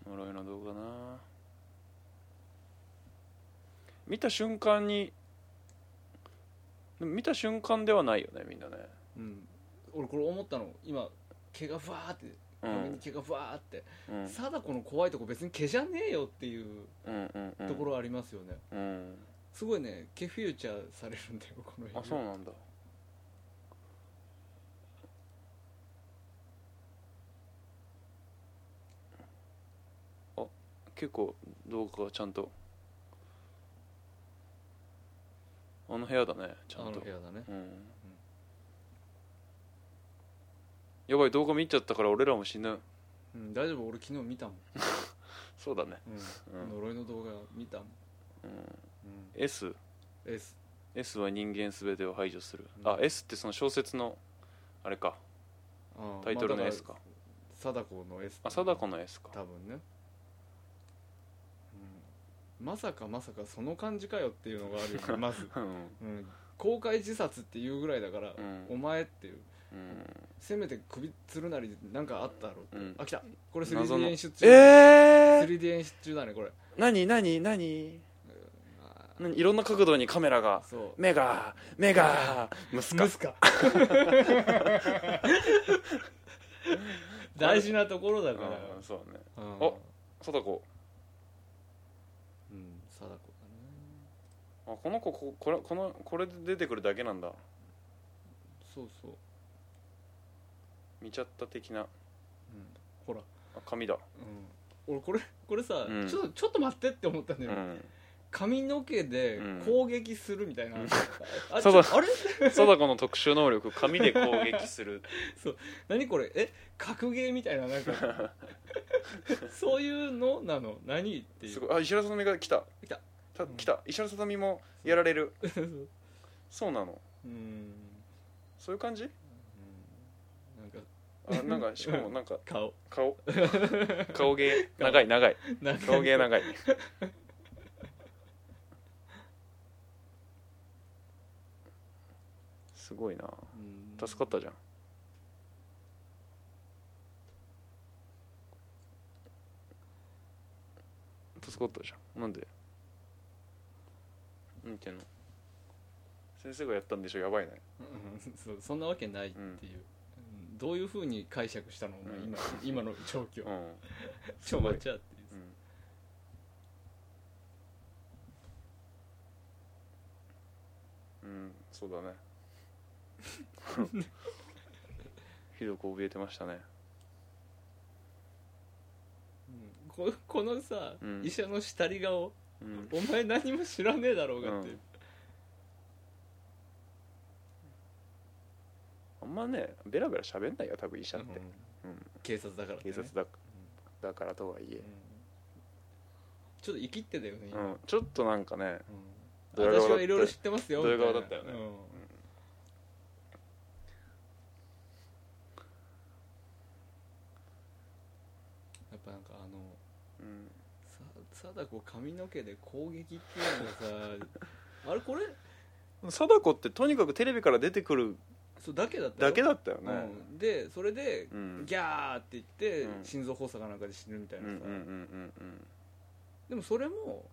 B: 呪いの動画な見た瞬間にでも見た瞬間ではないよねみんなね
C: うん、俺これ思ったの今毛がふわーって
B: うん
C: 髪に毛がふわーって、
B: うん
C: 貞子の怖いとこ別に毛じゃねえよっていう
B: うんうんうん
C: ところありますよね、
B: うん
C: すごいね毛フューチャーされるん
B: [LAUGHS]
C: だよこの映画
B: あそうなんだあ結構動画がちゃんとあの部屋だねちゃ
C: あ
B: ん
C: の
B: と
C: 部屋だね
B: うんやばい動画見ちゃったから俺らも死ぬ
C: うん大丈夫俺昨日見たもん、
B: そうだね
C: うん
B: うん
C: 呪いの動画見たもん、
B: うん
C: うん、
B: S
C: S
B: S は人間すべてを排除する、
C: うん
B: あ S ってその小説のあれか
C: ああ
B: タイトルの
C: まあ
B: S か,、
C: 貞子の S
B: あ、貞子の S か
C: 多分ね、うん、まさかまさかその感じかよっていうのがあるよ
B: [LAUGHS]
C: ねまず、
B: うん、
C: うん、公開自殺っていうぐらいだから、
B: うん
C: お前っていう
B: うん、
C: せめて首つるなりなんかあったろう、
B: うん
C: あ来たこれ
B: 謎
C: 3D
B: の
C: 演出中、
B: え
C: 3D 演出中だねこれ
B: 何何何何いろんな角度にカメラが
C: そう
B: 目が目が息子
C: ムスカ大事なところだから、
B: うんそうね
C: うん
B: お貞子
C: うん貞子だね
B: あこの子ここれこのこれで出てくるだけなんだ
C: そうそう、
B: 見ちゃった的な
C: うん、ほら
B: あ髪だ、
C: うん、俺これこれさ、
B: うん
C: ちょっとちょっと待ってって思ったん
B: う
C: だよ、
B: ん、
C: 髪の毛で
B: うん
C: 攻撃するみたいな、あち
B: そ
C: ょ
B: うだ
C: あれ
B: 貞子の特殊能力髪で攻撃する
C: 何これえ格ゲーみたいなな
B: [LAUGHS]
C: んかそういうのなの何ってい
B: [LAUGHS]
C: う
B: すごいあ石原さとみが来た
C: 来た
B: た
C: うん
B: 来た石原さとみもやられる
C: そう
B: そうなの
C: [LAUGHS] うんうん
B: そういう感じ
C: なんか
B: あなんかしかもなんか
C: 顔
B: [LAUGHS] 顔顔芸長い長い
C: なんか
B: 顔芸長いすごいな
C: うん
B: 助かったじゃん助かったじゃんなんでなんていうの先生がやったんでしょやばいね
C: うんそうそんなわけないっていう、
B: うん
C: うんどういうふうに解釈したのお前
B: うん
C: 今
B: [LAUGHS]
C: 今の状況
B: うん、
C: ちょ待っちゃっていう
B: うん、うん、そうだねひどく怯えてましたね
C: うんここのさ、
B: うん
C: 医者の下り顔
B: うん
C: お前何も知らねえだろうがっていう、
B: あんまねベラベラ喋んないよ多分医者って、うん
C: 警察だからね
B: 警察だだからとはいえ
C: うん、ちょっと生きってたよね、
B: う
C: 今
B: ん、ちょっとなんかねドヤ
C: うん
B: 顔だった
C: 私はいろいろ知ってますよ
B: ドヤ顔
C: みいな
B: だったよね
C: うんやっぱなんかあの
B: うん
C: さ貞子髪の毛で攻撃っていうの
B: [LAUGHS]
C: がさあれこれ
B: 貞子ってとにかくテレビから出てくる
C: そうだけだったよ
B: だけだったよね
C: うん、でそれで、
B: うん
C: ギャーって言って、
B: うん
C: 心臓発作かなんかで死ぬみた
B: う
C: い
B: んう
C: なんさ、
B: うんうんうん
C: でもそれも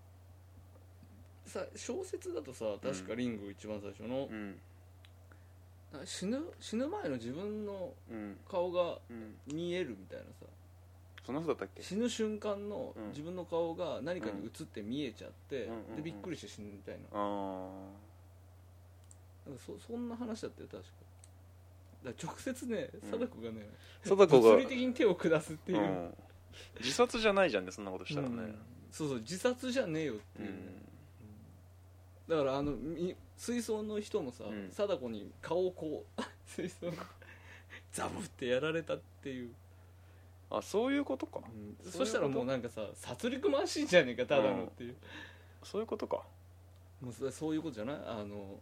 C: さ小説だとさ確かリング一番最初の、
B: うん
C: あ死ぬ死ぬ前の自分の
B: うん
C: 顔が
B: うん
C: 見えるみたいなさ
B: そんなことだったっけ
C: 死ぬ瞬間の
B: うん
C: 自分の顔が何かに映って見えちゃって、
B: うんうんうんうん
C: でびっくりして死ぬみたいな
B: ああ
C: なんかそそんな話だったよ確かだから直接ね
B: うん
C: 貞子がね、
B: 貞子が
C: 物理的に手を下すっていう、
B: うん、自殺じゃないじゃんねそんなことしたらね、
C: うんそうそう自殺じゃねえよって
B: うん
C: いうね、だからあのみ水槽の人もさ、
B: うん
C: 貞子に顔をこう [LAUGHS] 水槽にザブってやられたっていう、
B: あそういうことか
C: そしたらもうなんかさ殺戮マシンじゃねえかただのっていう、
B: そういうことか
C: もうそれそういうことじゃないあの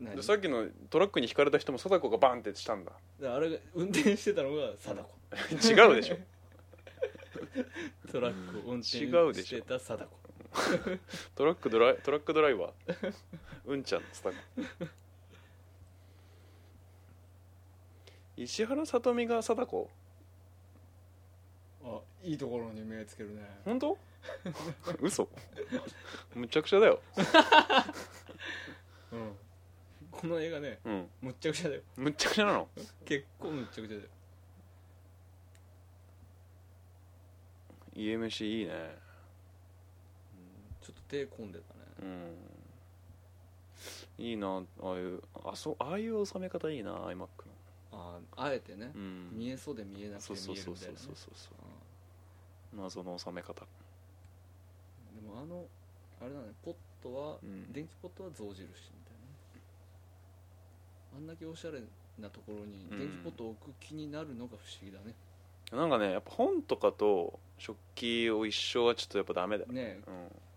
C: 何
B: でさっきのトラックにひかれた人も貞子がバンってしたんだ [LAUGHS]
C: だからあれが運転してたのが貞子、
B: 違うでしょ
C: トラックを運転
B: 違うで
C: し
B: しょ
C: てた貞子
B: トラックドライトラックドライバーうんちゃんの貞子石原さとみが貞子
C: あいいところに目つけるね
B: 本当嘘むちゃくちゃだよ、
C: うんこの映画ね
B: うん、
C: むっちゃくちゃだよ
B: むっちゃくちゃなの
C: 結構むっちゃくちゃだよ
B: 家飯いいね
C: ちょっと手込んでたね
B: うんいいなああいうあそうああいう収め方いいな iMac の
C: ああえてね
B: う、ん
C: 見えそうで見えなくて
B: そうそ
C: 見
B: う
C: え
B: そ
C: る
B: う
C: みた
B: そ
C: いうな
B: そ
C: ね
B: うそう謎の収め方
C: うんでもあのあれだねポットは、
B: うん
C: 電気ポットは象印みたいなあんだけおしゃれなところに電気ポットを置く気になるのが不思議だね、
B: なんかねやっぱ本とかと食器を一生はちょっとやっぱダメだよ
C: ね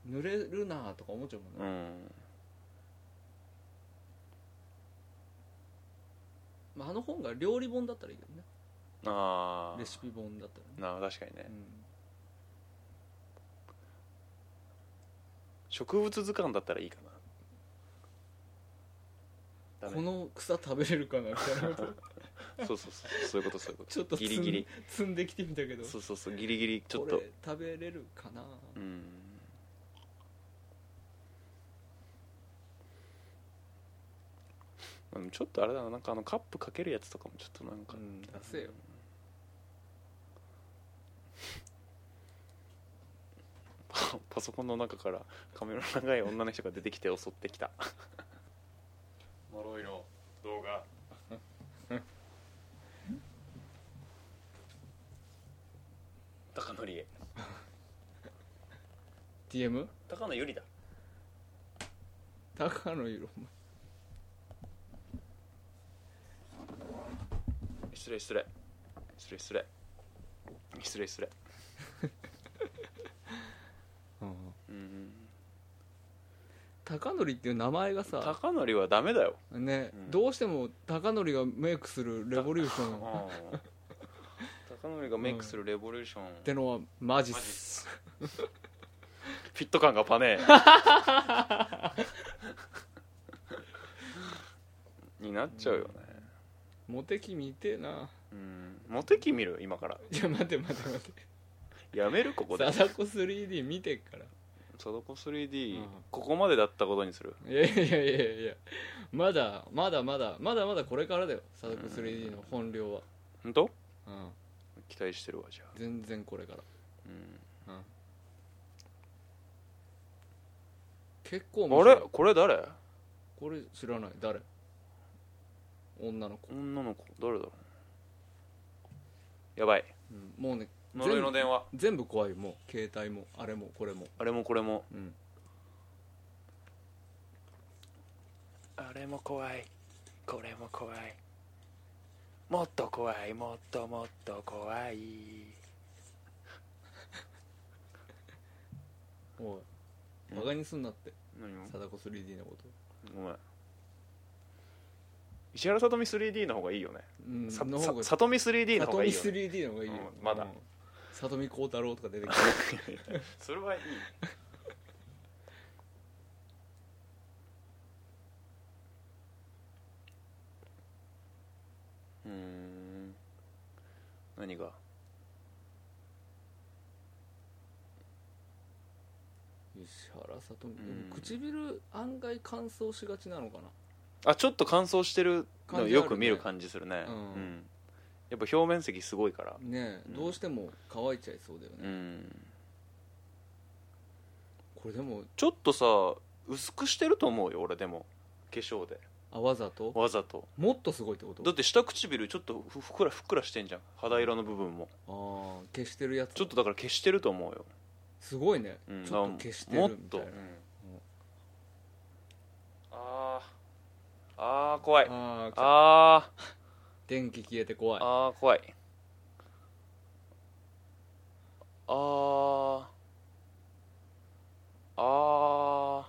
B: うん
C: 濡れるなとか思っちゃうもん
B: う
C: ね、
B: ん
C: まあ、あの本が料理本だったらいいけどね
B: ああ
C: レシピ本だったらね
B: なあ確かにね
C: うん
B: 植物図鑑だったらいいかなダ
C: こ
B: メ
C: の草食べれるかなみたいな
B: [LAUGHS]
C: こと
B: そうそうそうそういうことそういうこと
C: [LAUGHS] ちょっと
B: ギ
C: 積
B: リギ
C: ん
B: リ
C: 積んできてみたけど
B: そうそうそうギリギリちょっと
C: これ食べれるかな、
B: うんうんちょっとあれだななんかあのカップかけるやつとかもちょっとなんか、
C: うん、出せよ
B: パパソコンの中から髪の長い女の人が出てきて襲ってきた
A: 呪いの動画
B: [LAUGHS] 高野理
C: DM?
B: 高野由里だ
C: 高野色
B: 失礼失礼失礼失礼失礼失礼
C: お前
B: うん
C: 高典っていう名前がさ
B: 高野理はダメだよ
C: ね、
B: うん
C: どうしても高典がメイクするレボリューションっ
B: 高野理がメイクするレボリューション、
C: てのはマジっす
B: フィット感がパネになっちゃうよね
C: モテ期見てえな
B: うんモテ期見る今から
C: いや待て待て待て
B: やめるここで
C: 貞子 3D 見てっから
B: 貞子 3D、
C: うん
B: ここまでだったことにする
C: いやいやいやいやいやまだまだまだまだまだこれからだよ貞子 3D の本領は、
B: 本当
C: うん、
B: 期待してるわじゃあ、
C: 全然これから
B: うん
C: 結構面
B: あ
C: 白い
B: れこれ誰
C: これ知らない誰女の子、
B: 女の子誰だろうやばい
C: うんもうね
B: 呪いの電話
C: 全部怖いよもう携帯もあれもこれも
B: あれもこれも
C: うん
B: あれも怖いこれも怖いもっと怖いもっともっと怖い
C: おい
B: うん
C: バカにすんなって
B: 何を
C: 貞子 3D のこと
B: ごめん石原さとみ 3D の方がいいよね
C: うん
B: さ
C: の
B: さ
C: 方が
B: さとみ 3D の方がいいよ、
C: 里
B: ね、
C: 見 3D の方がいいよ
B: うんまだ
C: うん里見光太郎とか出てきて
B: [LAUGHS] それはいい [LAUGHS] うん何が
C: 石原さとみで
B: うん
C: も唇案外乾燥しがちなのかな
B: あちょっと乾燥してるの
C: 感じあるね
B: よく見る感じするね
C: うん
B: うんやっぱ表面積すごいから
C: ねえ
B: うん
C: どうしても乾いちゃいそうだよ
B: う
C: ね
B: ん
C: これでも
B: ちょっとさ薄くしてると思うよ俺でも化粧で
C: あわざと
B: わざと
C: もっとすごいってこと
B: だって下唇ちょっとふふっくらふっくらしてんじゃん肌色の部分も
C: ああ消してるやつ
B: ちょっとだから消してると思うよ、
C: すごいね、
B: うん、
C: ちょっと消してる
B: も
C: み
B: ったと、
C: い
B: うん
C: な、
B: あーあー怖いあ
C: ああ
B: あ
C: 電気消えて怖い
B: ああ怖いあーあー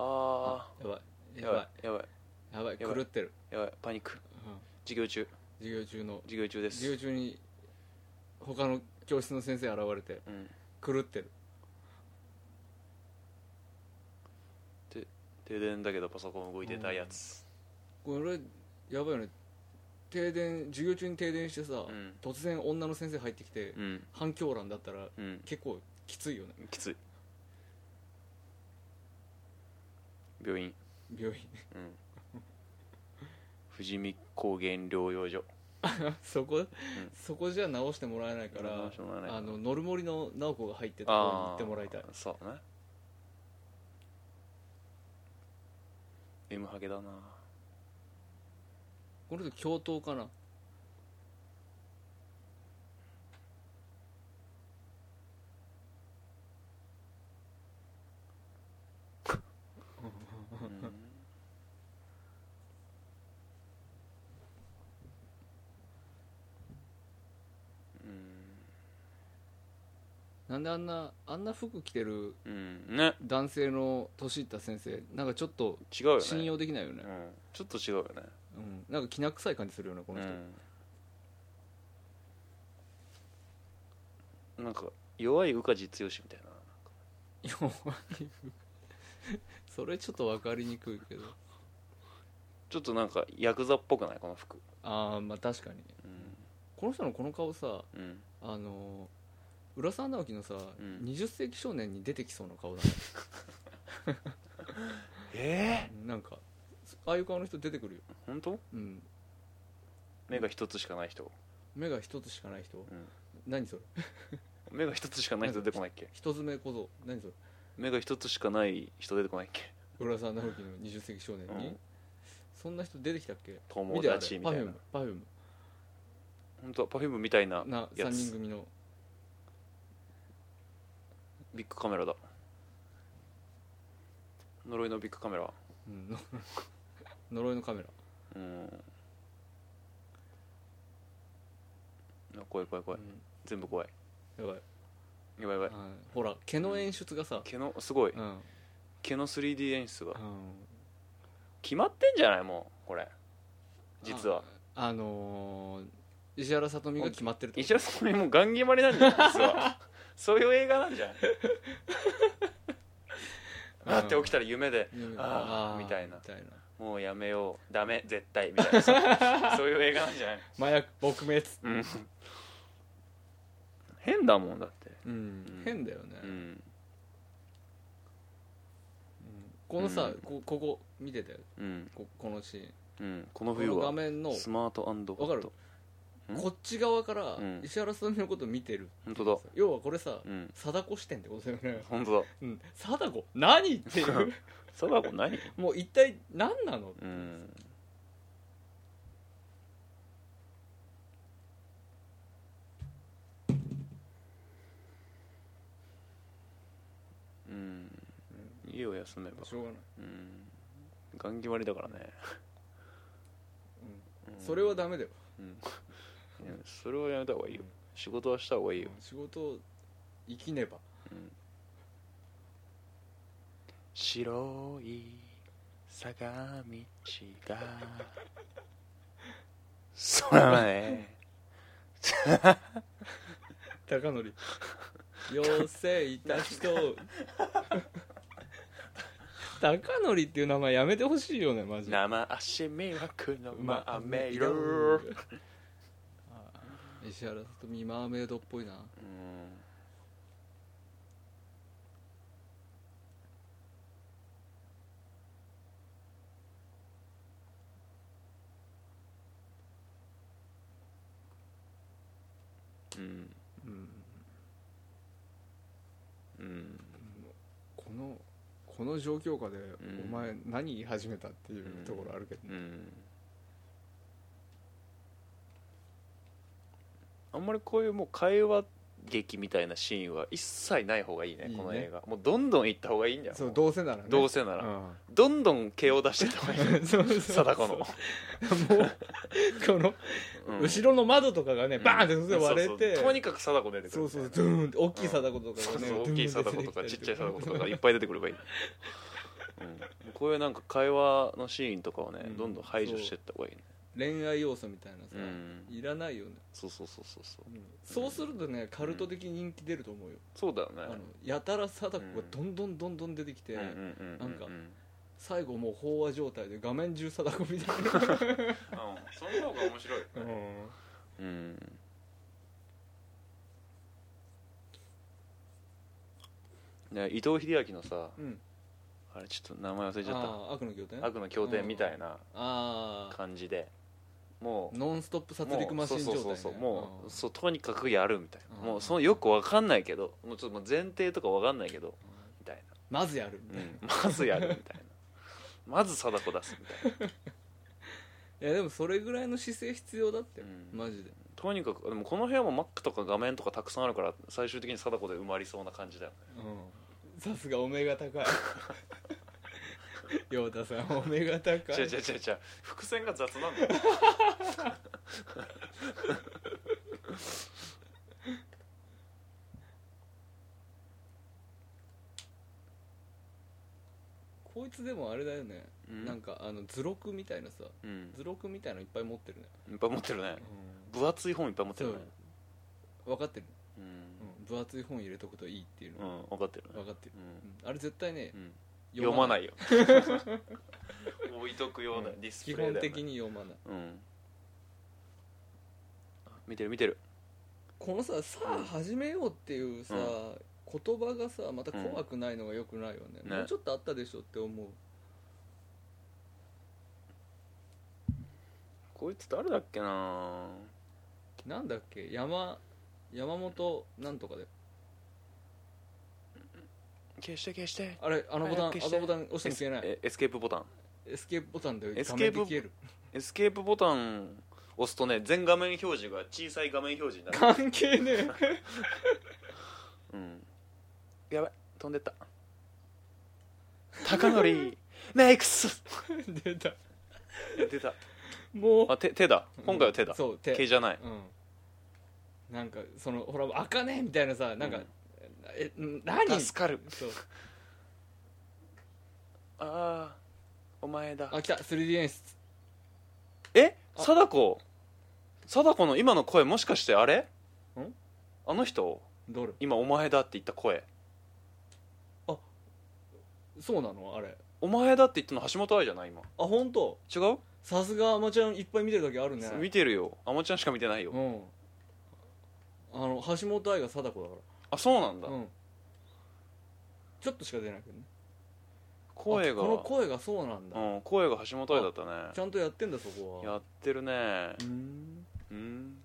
B: あ
C: やばい
B: ー
C: やばい
B: やばい
C: やばい
B: やばい
C: 狂ってる、
B: やばいパニック
C: うん
B: 授業中
C: 授業中の
B: 授業中です
C: 授業中に他の教室の先生現れて
B: うん
C: 狂ってる
B: 停電だけどパソコン動いてたやつ
C: これやばいよね停電授業中に停電してさ、
B: ん
C: 突然女の先生入ってきて、
B: うん
C: 反響欄だったら
B: うん
C: 結構きついよね
B: きつい病院
C: 病院
B: うん
C: [LAUGHS]
B: 富士見高原療養所
C: そこ、そこじゃ直してもらえないから
B: 直してもらえない
C: あのノルモリの直子が入ってたところに行ってもらいたい
B: あーそうね M ハ
C: [LAUGHS]
B: ゲだな
C: この人教頭かななんであんなあんな服着てる
B: うんね
C: 男性の年いった先生なんかちょっと
B: 違うよね
C: 信用できないよね
B: うん、ちょっと違うよね
C: うん、なんかきな臭い感じするよねこの人、
B: うん、なんか弱い宇梶剛みたいな
C: 弱いそれちょっと分かりにくいけど
B: ちょっとなんかヤクザっぽくないこの服
C: ああまあ確かにこの人のこの顔さ
B: うんうん
C: あのー浦沢直樹のさ、
B: ん
C: 20世紀少年に出てきそうな顔だね
B: ええ
C: なんかああいう顔の人出てくるよ、
B: 本当
C: うん、
B: 目が一つしかない人、
C: 目が一つしかない人
B: うん、
C: 何それ
B: 目が一つしかない人出てこないっけ
C: 一つ目小僧何それ
B: 目が一つしかない人出てこないっけ
C: 浦沢直樹の20世紀少年に、
B: うん
C: そんな人出てきたっけ
B: 友達みたいな
C: パフューム
B: 本当はパフュームみたいな
C: な
B: や
C: 3人
B: つ
C: 組の
B: ビッグカメラだ呪いのビッグカメラ
C: うんの [LAUGHS] 呪いのカメラ
B: うんあ怖い怖い怖い、
C: う
B: 全部怖い
C: んやばい、
B: やばいやばい
C: うんほら毛の演出がさ、
B: 毛のすごい
C: うんうん
B: 毛の 3D 演出が決まってんじゃないもうこれ実は
C: あのー石原さとみが決まってるってこ
B: 石
C: と
B: 田さんもうガン決まりなんじゃない実はそういう映画なんじゃないあって起きたら夢で
C: うん
B: ああみたいな
C: みたいな
B: もうやめようダメ絶対みたいなさそういう映画なんじゃない
C: 麻薬撲滅、
B: うん変だもんだって
C: うん変だよね、
B: うん
C: このさ、
B: うん
C: こここ見てたよ
B: うん
C: ここのシーン
B: うんこの
C: こ
B: 冬
C: の画
B: は
C: 面の
B: スマートホッ
C: わかる
B: トん
C: こっち側から
B: うん
C: 石原さとみのこと見てる
B: 本当だ
C: 要はこれさ、
B: うん
C: 貞子視点ってことだよね
B: 本当だ
C: うん貞子何っていう
B: 貞子何
C: もう一体何なの
B: うんうん家を休めば
C: しょうがない、
B: うんガン決まりだからね
C: うん、それはダメだよ、
B: いやそれはやめた方がいいよ仕事はした方がいいよ
C: 仕事生きねば
B: 白い坂道 [LAUGHS] が空へ
C: 高則 [LAUGHS] 妖精いた [LAUGHS] 人高則っていう名前やめてほしいよねマジで
B: 生足迷惑のまあめ色
C: あ石原さとみマーメイドっぽいな
B: うん
C: うん
B: うん
C: このこの状況下で
B: ん
C: お前何言い始めたっていうところあるけど
B: う
C: ね
B: んあんまりこういうもう会話劇みたいなシーンは一切ない方がいいね
C: いいね
B: この映画もうどんどん行った方がいいんじゃん
C: そう
B: もう
C: どうせならね
B: どうせなら、どんどん毛を出してった方がいい [LAUGHS]
C: [LAUGHS] そうそうそう
B: 貞子の
C: もうこの
B: うん
C: 後ろの窓とかがねバーンって突然割れ
B: そう
C: て
B: そうとにかく貞子出てくる
C: そうそう
B: みた
C: ド
B: いな
C: ゥーンって大きい貞子と
B: そ
C: か
B: う
C: がね
B: そう
C: ドゥーン
B: 大きい
C: [LAUGHS] て出て
B: 貞子とかちっ
C: きたり
B: ちゃい貞子とかいっぱい出てくればいい、うん、こういうなんか会話のシーンとかをね、
C: うん
B: どんどん排除してった方がいいね
C: 恋愛要素みたいなさ
B: うん
C: いらないよね
B: そうそうそうそうそう
C: そうするとねカルト的人気出ると思うよ
B: そうだよ
C: あの
B: ね
C: やたら貞子がどんどんどんどん出てきて
B: うんうんうんうん
C: なんか最後もう飽和状態で画面中貞子みたいな、
B: その方が面白い、
C: うん
B: うん、ね伊藤英明のさ
C: うん、
B: あれちょっと名前忘れちゃっ
C: ああ悪の仰天
B: た悪の経典みたいな
C: ああ
B: 感じでもう
C: ノンストップ殺戮マシン状
B: もうそう
C: 態、ね、
B: そうそうそうも
C: ん
B: うそうとにかくやるみたいな
C: うん
B: もうそのよくわかんないけどもうちょっともう前提とかわかんないけどみたい
C: まずやるみた
B: な、
C: [LAUGHS] いな、
B: まずやるみたいなまず貞子出すみたい
C: いやでもそれぐらいの姿勢必要だって、
B: な、
C: マジで
B: とにかくでもこの部屋も Mac とか画面とかたくさんあるから最終的に貞子で埋まりそうな感じだよね
C: うんさすがお目が
B: [LAUGHS]
C: 高い陽太さんお目が高い
B: 違う違う違う違う伏線が雑なんだ [LAUGHS] よ
C: こいつでもあれだよね、
B: うん
C: なんかあの図録みたいなさ
B: うん
C: 図録みたいのいっぱい持ってるね、
B: いっぱい持ってるね分厚い本いっぱい持ってるね
C: 分かってる、
B: う
C: うん分厚い本入れとくといいっていうの、
B: ん、うん、分かってるね
C: 分かってる、
B: うん
C: うんあれ絶対ね
B: うん読まないよ [LAUGHS] 置いとくような
C: うん
B: ディス
C: 基
B: プレイ
C: 本
B: だよね
C: 的に読まない
B: うんあ見てる見てる
C: このさ「さあ始めよう」っていうさ、
B: う
C: 言葉がさまた怖くないのがよくないよね,、
B: うんね
C: もうちょっとあったでしょって思う
B: こいつ誰だっけな
C: なんだっけ山山本なんとかで
B: 消して消して
C: あれあのボタンあ
B: 早くして
C: のボタン押しても消えない
B: エスエスケープボタン
C: エスケープボタンで
B: エス
C: 画
B: ケー
C: 面
B: プ
C: で消える
B: エスケープボタン押すとね全画面表示が小さい画面表示になる
C: 関係ねえ
B: うんやばい飛んでった高 [LAUGHS] 典メイクス
C: [LAUGHS] 出た
B: いや出た
C: もう
B: あ手手だ今回は手だ、
C: そう手
B: 毛じゃない
C: うんなんかそのほら「あかねえ」みたいなさなんか
B: うん
C: 「えん何?」
B: 助かる
C: そう
B: ああお前だ
C: あ来た 3D 演出
B: え
C: あ
B: 貞子貞子の今の声もしかしてあれ
C: ん
B: あの人
C: どれ
B: 今「お前だ」って言った声
C: そうなのあれ
B: 「お前だ」って言ったの橋本愛じゃない今
C: あ本当
B: 違う、
C: さすがアマちゃんいっぱい見てるだけあるね
B: 見てるよあまちゃんしか見てないよ、
C: うんあの橋本愛が貞子だか
B: あそうなんだ、
C: らうんちょっとしか出ないけどね
B: 声が
C: あこの声がそうなんだ、
B: うん、声が橋本愛だったね
C: ちゃんとやってんだそこは
B: やってるね
C: うーん
B: うん、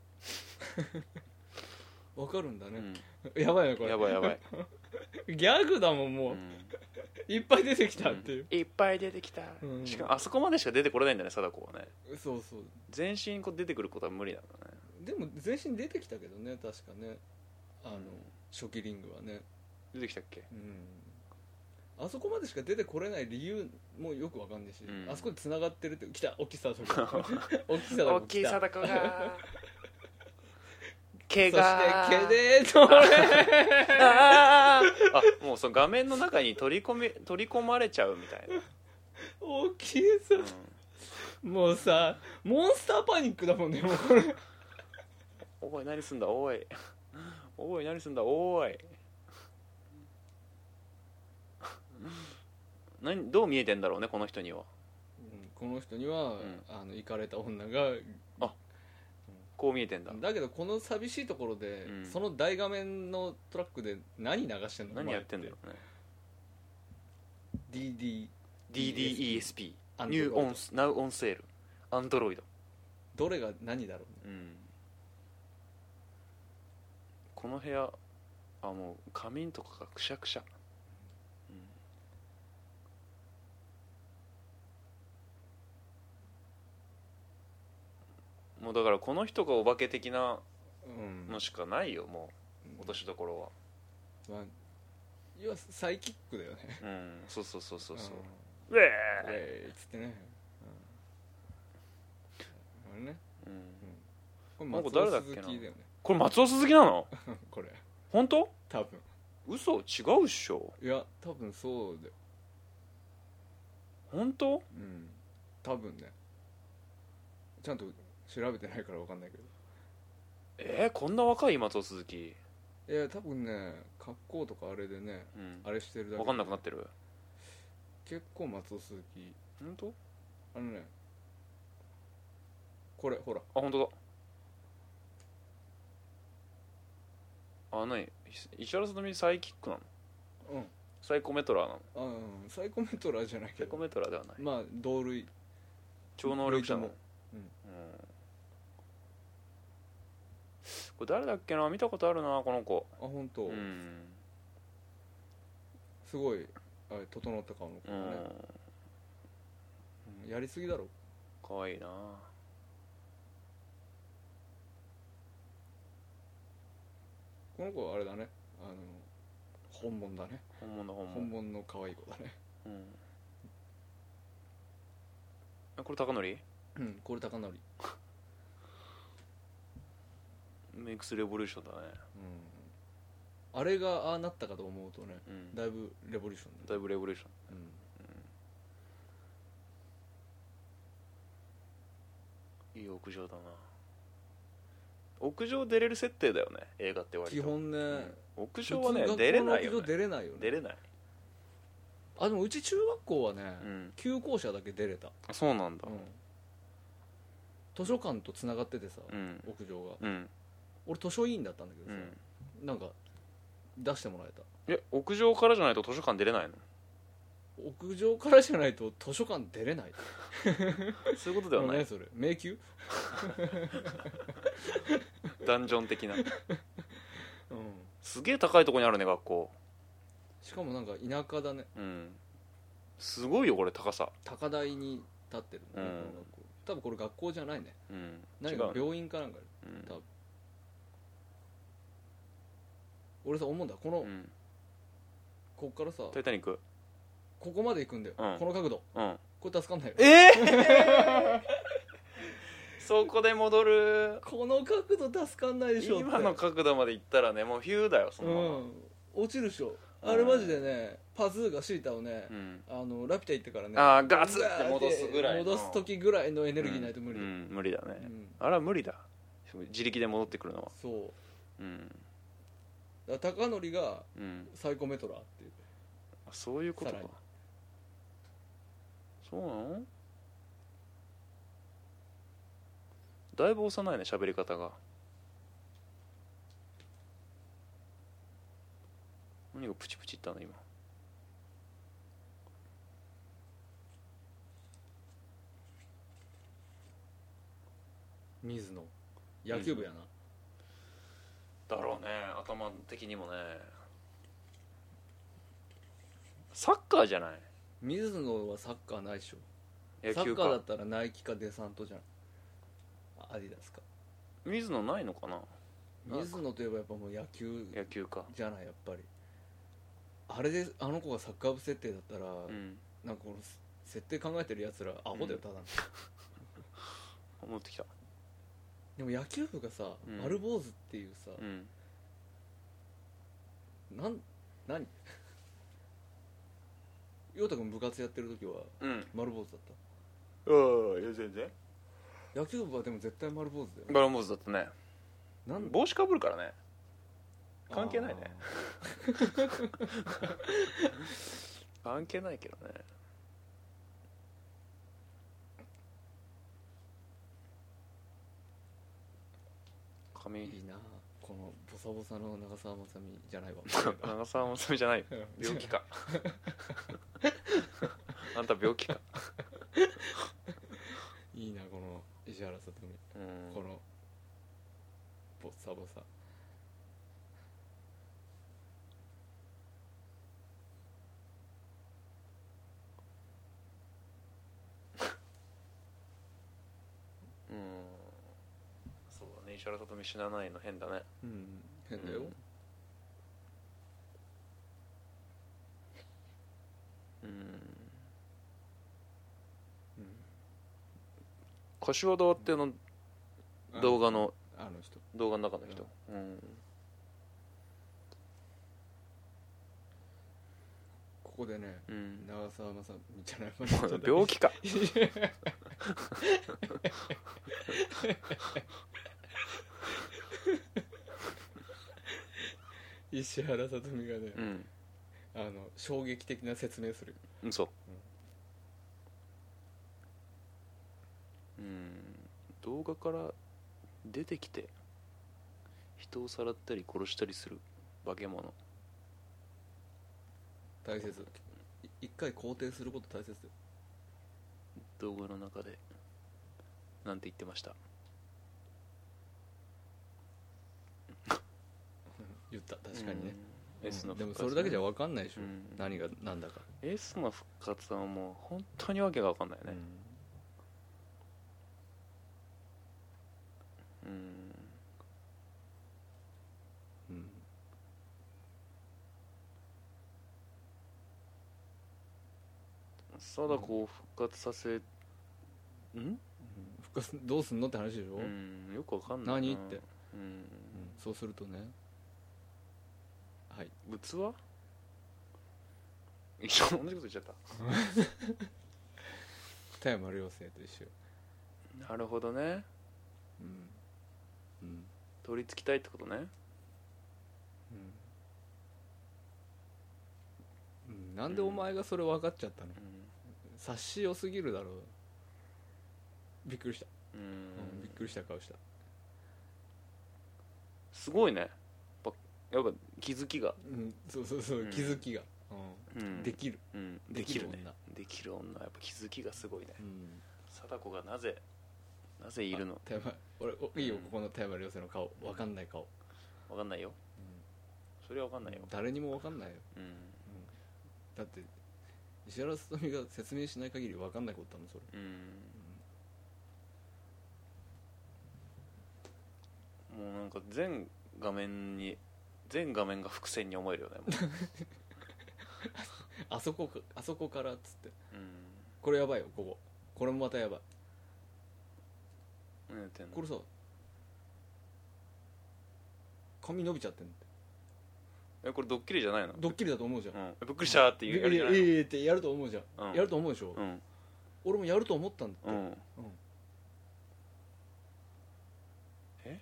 C: わかるんだ
B: う
C: ね、
B: ん、
C: [LAUGHS] やばいねこれ
B: やばいやばい、
C: [LAUGHS] ギャグだもんもう、
B: うん
C: いっぱい出てきたっていう、
B: いっぱい出てきた、
C: うん
B: しかもあそこまでしか出てこれないんだね貞子はね
C: そうそう
B: 全身こう出てくることは無理なんだね
C: でも全身出てきたけどね確かねあの、初期リングはね
B: 出てきたっ
C: [LAUGHS]
B: け
C: うんあそこまでしか出てこれない理由もよくわかんないし、
B: うん
C: あそこで繋がってるって来た大きさとか
B: [LAUGHS]
C: 大きさとか来た
B: 子
C: [LAUGHS]
B: が毛
C: そして毛でーと俺
B: あもうその画面の中に取り込み取り込まれちゃうみたい
C: 大きいさ
B: な、うん、
C: もうさモンスターパニックだもんねもうこれ
B: おい何すんだおい [LAUGHS] おい何すんだおい [LAUGHS] 何どう見えてんだろうねこの人には
C: うんこの人には、
B: ん
C: あの行かれた女が
B: こう見えてんだ
C: だけどこの寂しいところで、
B: うん
C: その大画面のトラックで何流してんの
B: 何やってんだよ、ね、
C: DD
B: DDESP
C: アンドロイ
B: New
C: ド
B: on Now on Sale アンドロイド
C: どれが何だろうね
B: うんこの部屋あもう仮眠とかがくしゃくしゃ、うんもうだからこの人がお化け的な
C: うん
B: のしかないよもう落としどころ
C: まあ要はサイキックだよね
B: はうんそうそうそうそうそう
C: うん
B: うえ
C: ウ
B: ー
C: ェーイっつってね、うん、あれね
B: うん
C: これ
B: なんか
C: 松
B: 誰
C: 尾
B: だっ
C: 鈴
B: けな
C: 木だよね
B: これ松尾鈴木なの
C: これ
B: 本当
C: 多分
B: 嘘違うっしょ
C: いや多分そうだよ
B: 本当
C: うん多分ねちゃんと調べてないから分かんないけど
B: えー、こんな若い松尾鈴木、
C: いや多分ね格好とかあれでね
B: うん
C: あれしてるだけ
B: 分かんなくなってる
C: 結構松尾鈴木
B: 本当あ
C: あのねこれほら
B: 本当だあ何石原さとみサイキックなの
C: うん
B: サイコメトラーなの
C: あうんサイコメトラじゃない
B: サ
C: け
B: イコ
C: ど
B: メトラーではない
C: まあ同類
B: 超能力者
C: 両
B: の
C: 方
B: う
C: うんん、
B: これ誰だっけな見たことあるなこの子
C: あ本当、
B: うん、
C: すごいあれ整った顔の
B: う
C: 子だね、
B: ん、
C: うんやりすぎだろ
B: かわいいな
C: この子はあれだねあの本物だね、
B: 本物だ本物
C: 本物の可愛い子だね
B: うんあこれ高典
C: うんこれ高典うん
B: メイクスレボリューションだね
C: あれがああなったかと思うとね
B: うん
C: だいぶレボリューションだ
B: だ
C: ね
B: いぶレボリューション
C: うん
B: いい屋上だな屋上出れる設定だよね映画って割と
C: 基本ね、
B: ん屋上はね
C: 普通学校の
B: 出れないよ
C: 屋上出
B: ね
C: れないよね
B: 出れない
C: あでもうち中学校はね、
B: うん
C: 旧校舎だけ出れた、
B: あそうなんだ
C: うん図書館とつながっててさ、
B: うん
C: 屋上が
B: うん
C: 俺図書委員だったんだけ
B: う
C: どさ、
B: ん
C: なんか出してもらえた
B: え屋上からじゃないと図書館出れないの
C: 屋上からじゃないと図書館出れない
B: そういうことではな
C: 何
B: い
C: それ迷宮
B: ダンジョン的な
C: うん
B: すげえ高いとこにあるね学校
C: しかもなんか田舎だね
B: うんすごいよこれ高さ
C: 高台に立ってるね、
B: うん
C: この学校多分これ学校じゃないね
B: うん違
C: 何
B: う
C: か
B: ね
C: 病院かなんかで
B: うん
C: 多分俺さ思うんだこの、
B: うん
C: こっからさ
B: タイタニック
C: ここまで行くんだよ、
B: うん
C: この角度
B: うん
C: これ助かんないよ
B: えそこで戻る
C: この角度助かんないでしょって
B: 今の角度まで行ったらねもうヒューだよそのまま
C: うん落ちるでしょあれマジでねパズーがシータをね、
B: うん
C: あのラピュタ行ってからね
B: ああガツって戻すぐらいの
C: 戻す時ぐらいのエネルギーないと無理、
B: うんうん無理だね
C: うん
B: あれは無理だ自力で戻ってくるのは
C: そう
B: うん
C: だから高典が
B: うん
C: サイコメトラーっていう
B: あそういうことか
C: さらに
B: そうなのだいぶ幼いね喋り方が何がプチプチいったの今
C: 水野野球部やな、
B: だろうね頭的にもねサッカーじゃない
C: 水野はサッカーないでしょ
B: 野
C: サ
B: 球
C: ッカーだ
B: か
C: ったらナイキかデサントじゃんアディダスか
B: 水野ないのかななんか
C: 水野といえばやっぱもう野球
B: 野球か
C: じゃないやっぱりあれであの子がサッカー部設定だったら、
B: うん
C: なんかこの設定考えてるやつらアホだよただの、
B: 戻ってきた
C: でも野球部がさ、
B: うん
C: 丸坊主っていうさ、
B: うん
C: なん何陽太君部活やってる時は
B: うん
C: 丸坊主だっ
B: ああいや全然
C: た野球部はでも絶対丸坊主だよ
B: バランボーズだったね
C: なん
B: 帽子かぶるからね関係ないね関係ないけどね
C: あー
B: 髪
C: いいなこのボサボサの長澤まさみじゃないわ
B: 長澤まさみじゃない [LAUGHS] 病気か [LAUGHS] あんた病気か
C: いいなこの石原さとみ、
B: うん
C: このボサボサ
B: うんそうだね石原さとみ死なないの変だね
C: うん変だよ、
B: うん柏田っての動画の
C: あの人
B: 動画の中の人うん
C: ここでね
B: うん
C: 長澤まさみじゃない
B: [LAUGHS]
C: わ
B: 病気か
C: 石原さとみがね、
B: うん
C: あの衝撃的な説明するよ
B: 嘘
C: うん
B: 動画から出てきて人をさらったり殺したりする化け物
C: 大切い一回肯定すること大切だよ
B: 動画の中でなんて言ってました
C: 言った確かにね、
B: うん S の
C: でも
B: 復活
C: それだけじゃ分かんないでしょ、
B: うん
C: 何が何だか、
B: S の復活はもう本当にわけが分かんないねうん
C: うん
B: 貞子を復活させん
C: 復活どうすんのって話でしょ、
B: うんよくわかんないな
C: 何って
B: うん
C: そうするとねはい
B: 器一 [LAUGHS] 緒同じこと言っちゃった
C: 北山涼星と一緒、
B: なるほどね
C: うんうん
B: 取り付きたいってことね
C: うん、なんでお前がそれ分かっちゃったの察しよすぎるだろうびっくりした、
B: うん、う
C: うん
B: ん
C: びっくりした顔した
B: すごいねやっぱやっぱ気づきが、
C: うんそうそうそう、
B: うん
C: 気づきが、
B: うん
C: できる、
B: うん
C: で
B: で
C: き
B: き
C: る
B: るねできる女はやっぱ気づきがすごいね
C: うん、
B: 貞子がなぜなぜいるの
C: あ田山俺おいいよ
B: う
C: こ
B: ん
C: この田山涼星の顔分かんない顔、
B: わかんないよそれはわかんないよ
C: 誰にも分かんないよ、
B: うん
C: だって石原さとみが説明しない限り分かんないことだもんそれ
B: うんもうなんか全画面に全画面が伏線に思えるよねもう
C: あそこかあそこからっつって
B: うん
C: これやばいよこここれもまたやばい
B: 何やってんの
C: これさ髪伸びちゃってんの
B: えこれドッキリじゃないの
C: ドッキリだと思うじゃん、
B: うんえびっくりしたって
C: え
B: いうやるじゃない
C: え
B: の
C: ええってやると思うじゃん、
B: うん
C: やると思うでしょ、
B: うん
C: 俺もやると思ったんだって、
B: うん
C: うん
B: え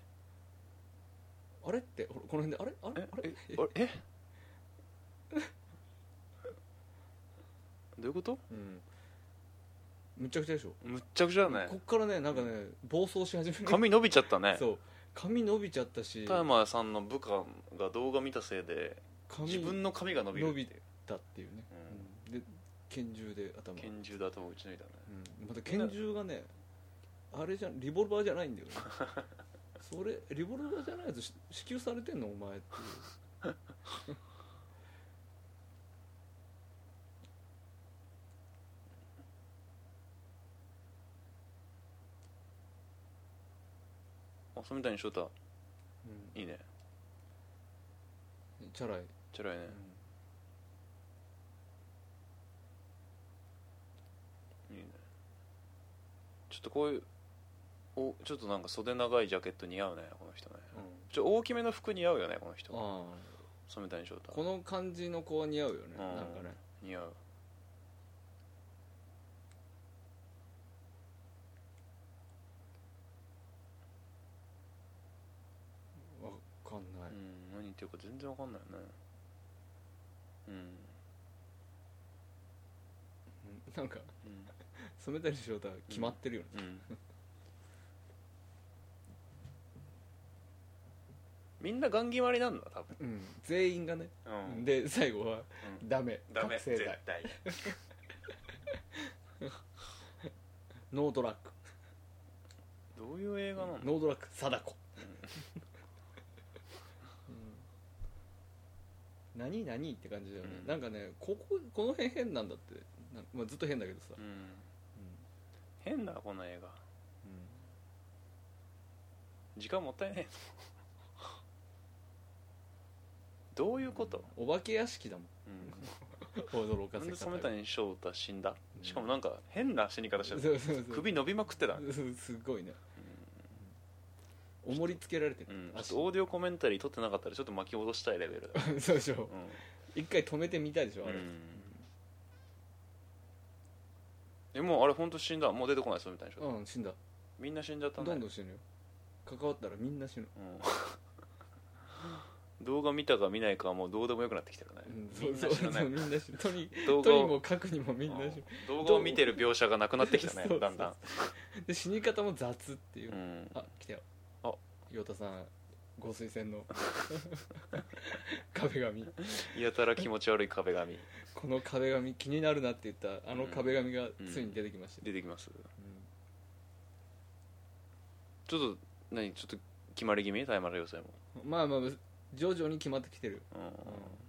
C: あれってほらこの辺であれあれ
B: え
C: あれ
B: えあれえどういうこと
C: うんむちゃくちゃでしょ、
B: むっちゃくちゃだね
C: こっからねなんかね暴走し始める
B: 髪伸びちゃったね
C: そう髪伸びちゃったし
B: タイマーさんの部下が動画見たせいで
C: 髪
B: 自分の髪が伸びるっていう
C: だっていうね、
B: う
C: うんで拳銃で頭が、
B: 拳銃で頭を打ち抜いたね
C: うんまた拳銃がねあれじゃんリボルバーじゃないんだよ
B: [LAUGHS]
C: ねそれリボルバーじゃないやつし支給されてんのお前っていう
B: あそうみたいにしとった
C: う
B: いいね
C: ん、チャラい、
B: チャラいねいいねちょっとこういうおちょっとなんか袖長いジャケット似合うねこの人ねちょ大きめの服似合うよねこの人
C: あ
B: 染谷翔
C: あこ
B: 太
C: の感じの子は似合うよね
B: うん
C: なんかね
B: 似合う
C: わかんな
B: う
C: い、
B: ん何言ってるか全然わかんないよねうん
C: なんか染谷翔太は決まってるよね、
B: うん、 [LAUGHS] うん、みんなガン決まりなんだ多分
C: うん全員がね、
B: うん
C: で最後は
B: う
C: ダメ
B: ダメ
C: 覚醒
B: 絶
C: 剤
B: 対
C: ノードラック
B: どういう映画なの
C: ノードラック貞子、うん、何何って感じだよね、
B: うん
C: なんかねこここの辺変なんだってなんまあ、ずっと変だけどさ、
B: うん変だこの映画時間もったいねえどういうこと、
C: お化け屋敷だもん驚か
B: [LAUGHS] なん
C: せ
B: で染
C: 方が
B: 谷翔太死んだ、
C: うん
B: しかもなんか変な死に方し
C: [LAUGHS] そ
B: て
C: う
B: る
C: そうそう
B: [LAUGHS] 首伸びまくってたね、
C: そう [LAUGHS] すごいねおもりつけられて
B: う
C: る、
B: ん、ちょっ
C: 足
B: とオーディオコメンタリー撮ってなかったらちょっと巻き戻したいレベ
C: [LAUGHS]
B: ルだ、
C: そうでしょ
B: う
C: 一回止めてみたいでしょ
B: ん
C: あれ、
B: うんえもうあれ本当死んだもう出てこない染谷翔太、
C: うん、死んだ
B: みんな死んじゃったね
C: どんどん死ぬよ関わったらみんな死ぬ
B: うん [LAUGHS] 動画見たか見ないかはもうどうでもよくなってきてるね
C: うん、そ
B: み
C: うんそ
B: な
C: う
B: 知らない
C: そうみんな知らない
B: 動画
C: とに
B: を
C: もかくにもみんな知ら
B: うん動画を見てる描写がなくなってきたね
C: そうそう [LAUGHS]
B: だんだん、
C: ないで死に方も雑っていう、
B: うん、
C: あ来たよ
B: あ
C: 陽太さんご推薦の [LAUGHS] 壁紙
B: やたら気持ち悪い壁紙
C: この壁紙気になるなって言ったあの壁紙がついに出てきました、
B: 出てきますちょっと何ちょっと決まり気味大麻の要塞も、
C: うんまあまあ徐々に決まってきてる、
B: うん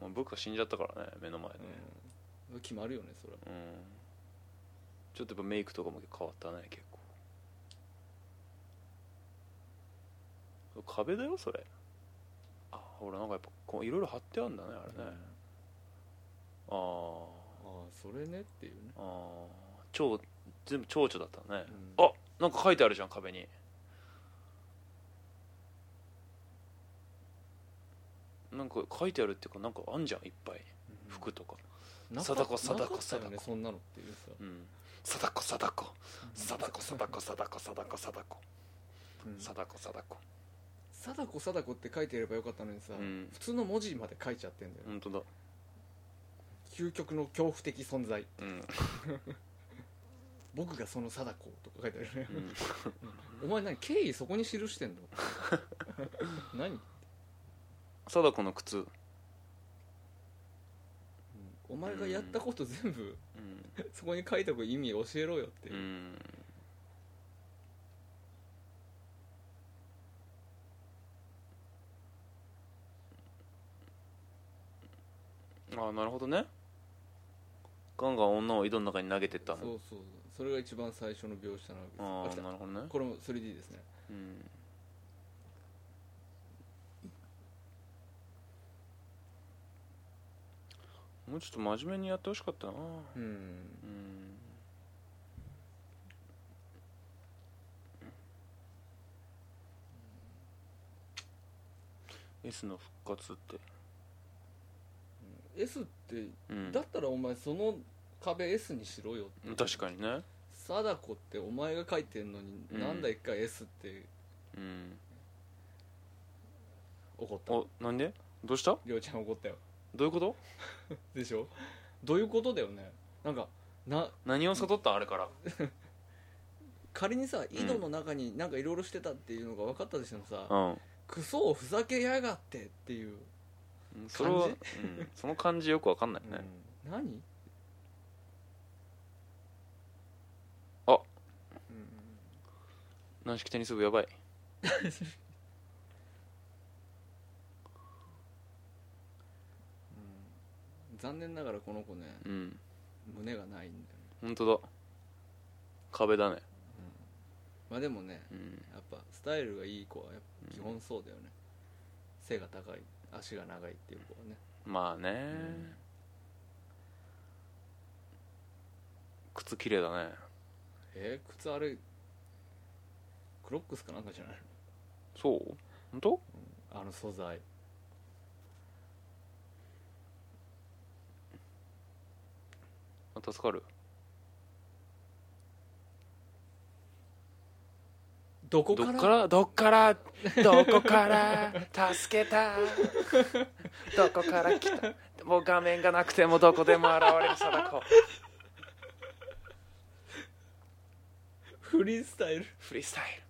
B: もう僕が死んじゃったからね目の前で、
C: うん、決まるよねそれは
B: うんちょっとやっぱメイクとかも変わったね結構壁だよそれあほらなんかやっぱこういろいろ貼ってあるんだねあれね、あー
C: ああそれねっていうね
B: あー蝶全部蝶々だったね、
C: うん
B: あなんか書いてあるじゃん壁になんか書いてあるっていうかなんかあんじゃんいっぱい服とか
C: なか
B: 貞子貞子
C: なかったよ
B: 貞
C: ね
B: 子
C: そんなのっていうさ
B: うん貞子貞子貞子貞子貞子貞子貞子
C: うん
B: 貞子貞子
C: 貞子貞子って書いてればよかったのにさ、
B: うん
C: 普通の文字まで書いちゃってんだよ、
B: 本当だ
C: 究極の恐怖的存在
B: うん
C: 僕がその貞子とか書いてあるね
B: う、ん
C: お前何敬意そこに記してん
B: [LAUGHS]
C: の何、うん
B: 貞子の靴うん
C: お前がやったこと全部、そこに書いておく意味教えろよっていうう、
B: んああなるほどねガンガン女を井戸の中に投げてった
C: そう
B: の
C: そうそうそれが一番最初の描写な
B: あ
C: わけ
B: あ
C: ですあ
B: な
C: 来
B: るほどね
C: たこれも 3D ですね
B: うんもうちょっと真面目にやってほしかったなう
C: うん
B: ん「S の復活」って、
C: S って
B: うん
C: だ、ったらお前その壁 S にしろよって
B: 確かにね、
C: 貞子ってお前が書いてんのに、
B: うん
C: なんだ一回 S って
B: うん、
C: 怒った
B: おなんでどうした
C: りょうちゃん怒ったよ
B: どういうこと
C: でしょどういうことだよねなんかな
B: 何を悟ったあれから
C: 仮にさ井戸の中になんかいろいろしてたっていうのが分かったとしてもさ、
B: うん
C: クソをふざけやがってっていう、
B: うんそれは、う
C: 感
B: ん、その感じよくわかんないね、
C: 何
B: あ
C: うん
B: 軟式テニス部やばい
C: 残念ながらこの子ね
B: うん
C: 胸がないんだよね
B: 本当だ壁だね
C: まあでもね
B: うん
C: やっぱスタイルがいい子はやっぱ基本そうだよね、背が高い足が長いっていう子はね
B: まあね、靴綺麗だね
C: えー靴あれクロックスかなんかじゃない
B: そう本当
C: のあの素材
B: あ助かる
C: どこ
B: ど
C: か
B: っ
C: ら
B: からどっからどこから助けたどこから来たもう画面がなくてもどこでも現れる貞子
C: フリースタイル
B: フリースタイル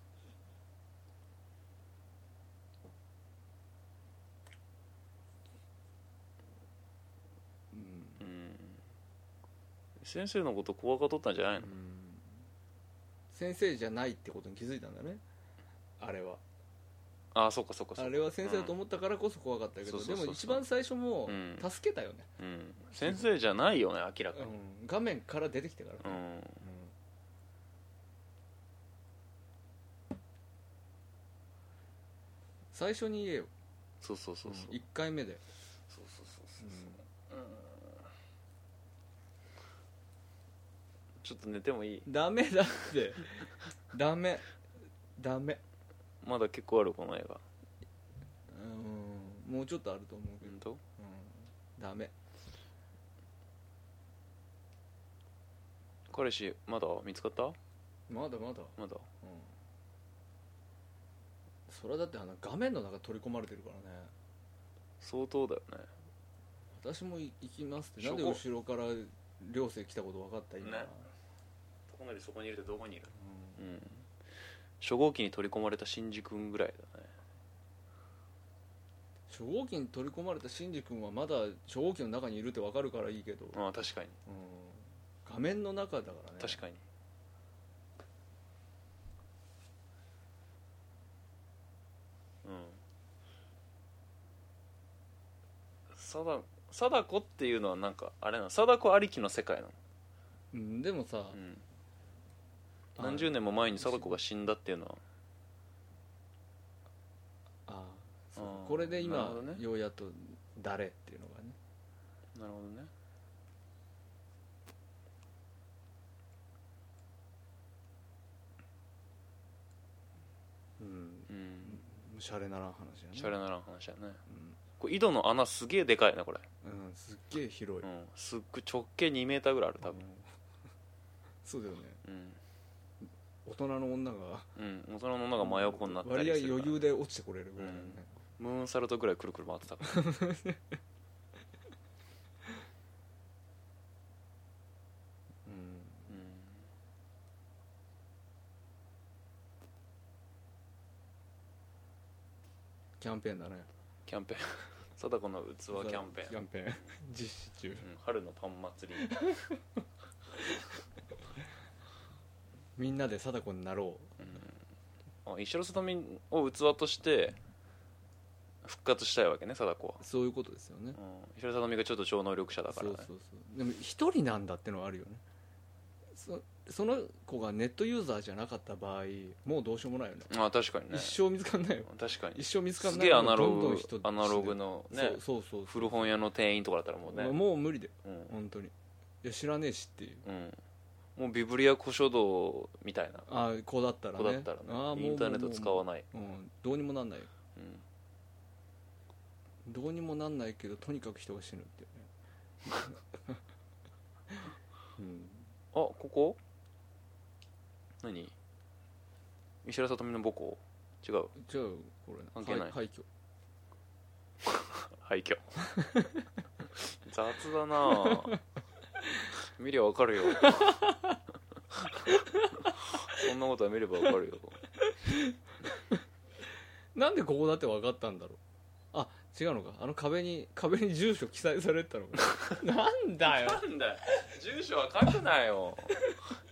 B: うん先生のこと怖がっとったんじゃないの
C: 先生じゃないってことに気づいたんだねあれは
B: ああそうかそうかそう
C: あ
B: か
C: れは先生だと思ったからこそ怖かったけど、
B: うんそ
C: で
B: うそうそうそ
C: も
B: う
C: 一番最初も
B: うん
C: 助けたよね、
B: うん、先生じゃないよね明らか
C: う
B: に
C: ん画面から出てきてから、
B: うん、
C: 最初に言えよ
B: そうそうそうそう、
C: 1回目で、
B: そうそうそうそうちょっと寝てもいい
C: ダメ
B: [LAUGHS]
C: だってダメダメ
B: まだ結構あるこの映画
C: うんもうちょっとあると思うけど、
B: 本当
C: うん、ダメ
B: 彼氏まだ見つかった
C: まだまだ
B: まだ
C: うんそれはだってあの画面の中取り込まれてるからね
B: 相当だよね
C: 私もい行きますって
B: そ
C: な
B: こ
C: んで後ろから寮生来たこと分かった今、
B: ねかなりそこにいるってどこにいるうん初号機に取り込まれた新次君ぐらいだね
C: 初号機に取り込まれたシンジ君はまだ初号機の中にいるって分かるからいいけど、
B: ああ確かに
C: うん画面の中だからね
B: 確かにうん貞貞子っていうのはなんかあれなの貞子ありきの世界なの、
C: うんでもさ、
B: うん、
C: あの
B: 何十年も前に貞子が死んだっていうのは
C: あーそう
B: あー
C: これで
B: なる
C: 今
B: ほど、ね
C: ようやっと誰っていうのがね
B: なるほどね
C: うん
B: うん
C: シャレならん話やね
B: シャレならん話やねこれ井戸の穴すげえでかいなこれ、
C: うん、うん、すっげえ広い、
B: うん、すっごい直径2メーターぐらいある多分
C: うんそうだよね
B: うん、
C: 大人の女が
B: うん、大人の女が真横になったり
C: 割合
B: するから
C: 余裕で落ちてこれるぐらいのね、
B: ムーンサルトぐらいくるくる回ってたからうん
C: キャンペーンだね
B: キャンペーン [LAUGHS] 貞子の器キャンペ
C: キ
B: ーン、
C: ャンペーン [LAUGHS] 実施中
B: うん、春のパン祭り
C: みんなで貞子になろ
B: あ石原さとみを器として復活したいわけね貞子は
C: う、そういうことですよね
B: うん、石原さとみがちょっと超能力者だからね
C: そうそうそうでも一人なんだってのはあるよねそその子がネットユーザーじゃなかった場合もうどうしようもないよね
B: あ確かにね
C: 一生見つかんないよ
B: 確かに
C: 一生見つかん
B: す
C: ない
B: げえ
C: よ
B: アナロ
C: どんどん
B: グ
C: 人
B: アナログのね
C: そうそうそう
B: 古本屋の店員とかだったらもうね、
C: もう無理だよ
B: うん
C: 本当にいや知らねえしっていう
B: うん、もうビブリア古書道みたいな
C: ああこうだったらね
B: 子だったらね
C: ああもう
B: インターネット使わ
C: も
B: ないう
C: もううんどうにもなんないよ
B: うん
C: どうにもなんないけどとにかく人が死ぬっていうね、
B: あここ何石原さとみの母校違う
C: うん、じゃあこれ
B: 関係ない
C: はい廃墟
B: 廃墟 [LAUGHS] 雑だなぁ見りゃわかるよ [LAUGHS] そんなことは見ればわかるよ
C: なんでここだって分かったんだろうあ違うのかあの壁に壁に住所記載されてた
B: [LAUGHS]
C: のかなんだよ
B: なんだよ住所は書くなよ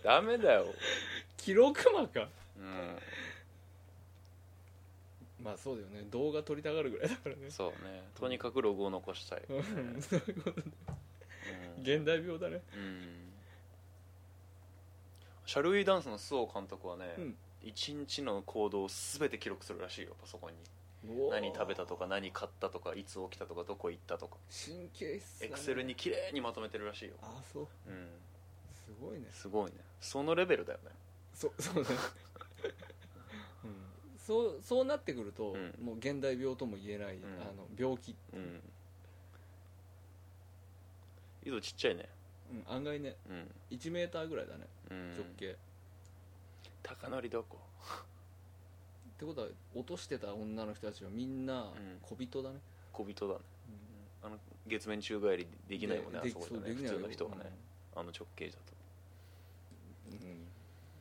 B: ダメだよ
C: 記録魔か
B: う
C: まあそうだよね動画撮りたがるぐらいだからね
B: んそうねとにかくログを残したい、う
C: うんそういうこと
B: ん
C: [LAUGHS] 現代病だね
B: うんシャルウィーダンスの周防監督はね、
C: うん
B: 一日の行動を全て記録するらしいよパソコンに何食べたとか何買ったとかいつ起きたとかどこ行ったとか
C: 神経質だ
B: エ
C: ね
B: クセルに綺麗にまとめてるらしいよ、
C: あそう
B: うん、
C: すごいね
B: すごいねそのレベルだよね
C: そそうね、
B: [LAUGHS]
C: うん、そうそうなってくると、
B: うん
C: もう現代病とも言えない、
B: ん
C: あの病気、
B: うん井戸ちっちゃいね
C: うん、案外ね
B: うん、
C: 1メーターぐらいだね
B: うん
C: 直、径、っ
B: 高典どこ
C: てことは落としてた女の人たちはみんな
B: うん
C: 小人だね、
B: 小人だね
C: うん
B: あの月面宙返りできないもんねあ
C: で
B: そこで
C: そう
B: ね
C: で
B: 普
C: きない
B: 通
C: よ
B: の人はね、あの直径だと
C: うん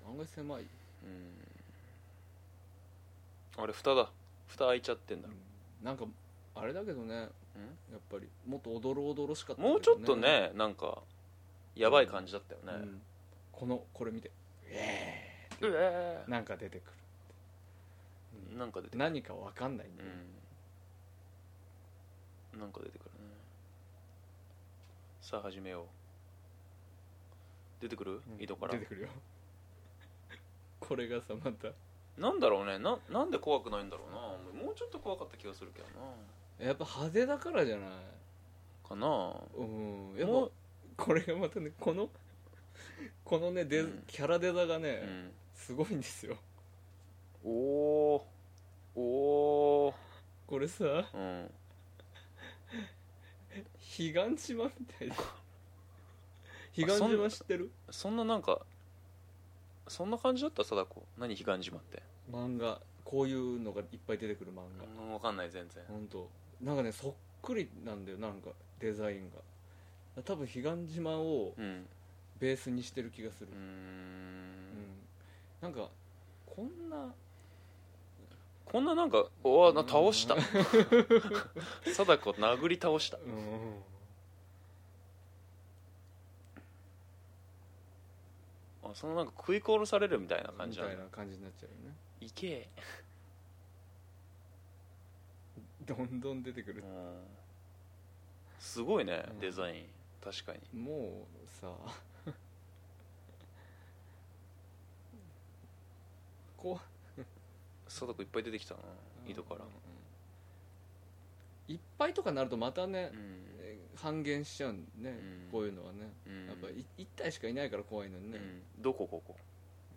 C: うん案外狭い、
B: うんあれ蓋だ蓋開いちゃってんだ、
C: なんかあれだけどね
B: うん
C: やっぱりもっとおどろおどろしかったけど、
B: もうちょっとねなんかやばい感じだったよ
C: う
B: ね、
C: んこのこれ見て
B: うえ
C: なんか出てくる
B: ーなんか出てくる
C: 何かわかんないんだよ、
B: うんなんか出てくるねさあ始めよう出てくる、井戸から
C: 出てくるよ [LAUGHS] これがさまた
B: なんだろうねななんで怖くないんだろうなもうちょっと怖かった気がするけどな
C: やっぱ派手だからじゃない
B: かな
C: うんやっ
B: も
C: ぱ
B: う
C: これがまたねこのこのねデ、
B: うん
C: キャラデザがね、
B: うん
C: すごいんですよ
B: おおお
C: これさ
B: ーうん
C: 彼岸島みたい [LAUGHS] な彼岸島知ってる
B: そんななんかそんな感じだった貞子何彼岸島って
C: 漫画こういうのがいっぱい出てくる漫画、
B: 分かんない全然
C: ほんとなんかね速くりなんだよなんかデザインが多分彼岸島を
B: うん
C: ベースにしてる気がする
B: うー、
C: うん
B: ん
C: なんかこんな
B: こんななんかうわな倒した貞子殴り倒した
C: う
B: あそのなんか食い殺されるみたいな感
C: んみ
B: じな
C: た
B: んだ
C: いな感じになっちゃうよね
B: いけ
C: どんどん出てくる
B: すごいね、
C: うん
B: デザイン確かに
C: もうさこう
B: 貞子いっぱい出てきたな井戸から
C: いっぱいとかなるとまたね
B: う、ん
C: えー半減しちゃうんね、
B: うん
C: こういうのはね
B: うん
C: やっぱり1体しかいないから怖いのに
B: う
C: ね、
B: んどこここ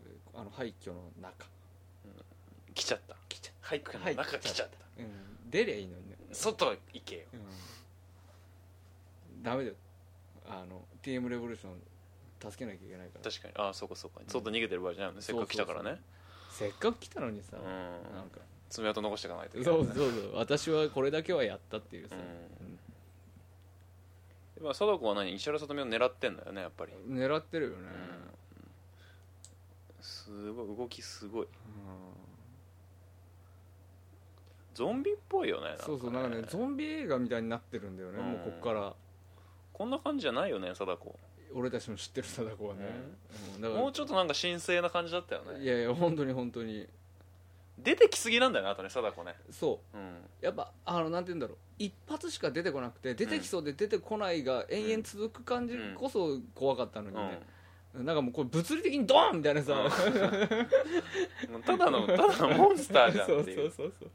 C: えーあの廃墟の中、
B: 来ちゃった来ちゃった俳句の中来ちゃった
C: うん、出りゃいいのにね、
B: 外行けよ
C: うん、ダメだよあの TM レボリューション助けなきゃいけないから
B: 確かにああそうかそうか外逃げてる場合じゃないせっかく来たからね
C: せっかく来たのにさ、
B: うん
C: なんか
B: 爪痕残していかないと
C: そ
B: いうけない
C: そうそう私はこれだけはやったっていうさ、
B: うんでまあ貞子は何石原さとみを狙ってんだよねやっぱり
C: 狙ってるよね、
B: すごい動きすごいゾンビっぽいよねなんかね
C: そうそうなんかねゾンビ映画みたいになってるんだよね、
B: うん
C: もうこっから
B: こんな感じじゃないよね貞子
C: 俺たちの知ってる貞子はね、うんだから
B: もうちょっとなんか神聖な感じだったよね
C: いやいや本当に本当に
B: 出てきすぎなんだよねあとね貞子ね
C: そ
B: うん
C: うやっぱあのなんて言うんだろう一発しか出てこなくて出てきそうで出てこないが延々続く感じこそ怖かったのにね、なんかもうこれ物理的にドーンみたいなさ、
B: うんもうただのただのモンスターじゃんっていう
C: [LAUGHS] そうそうそうそう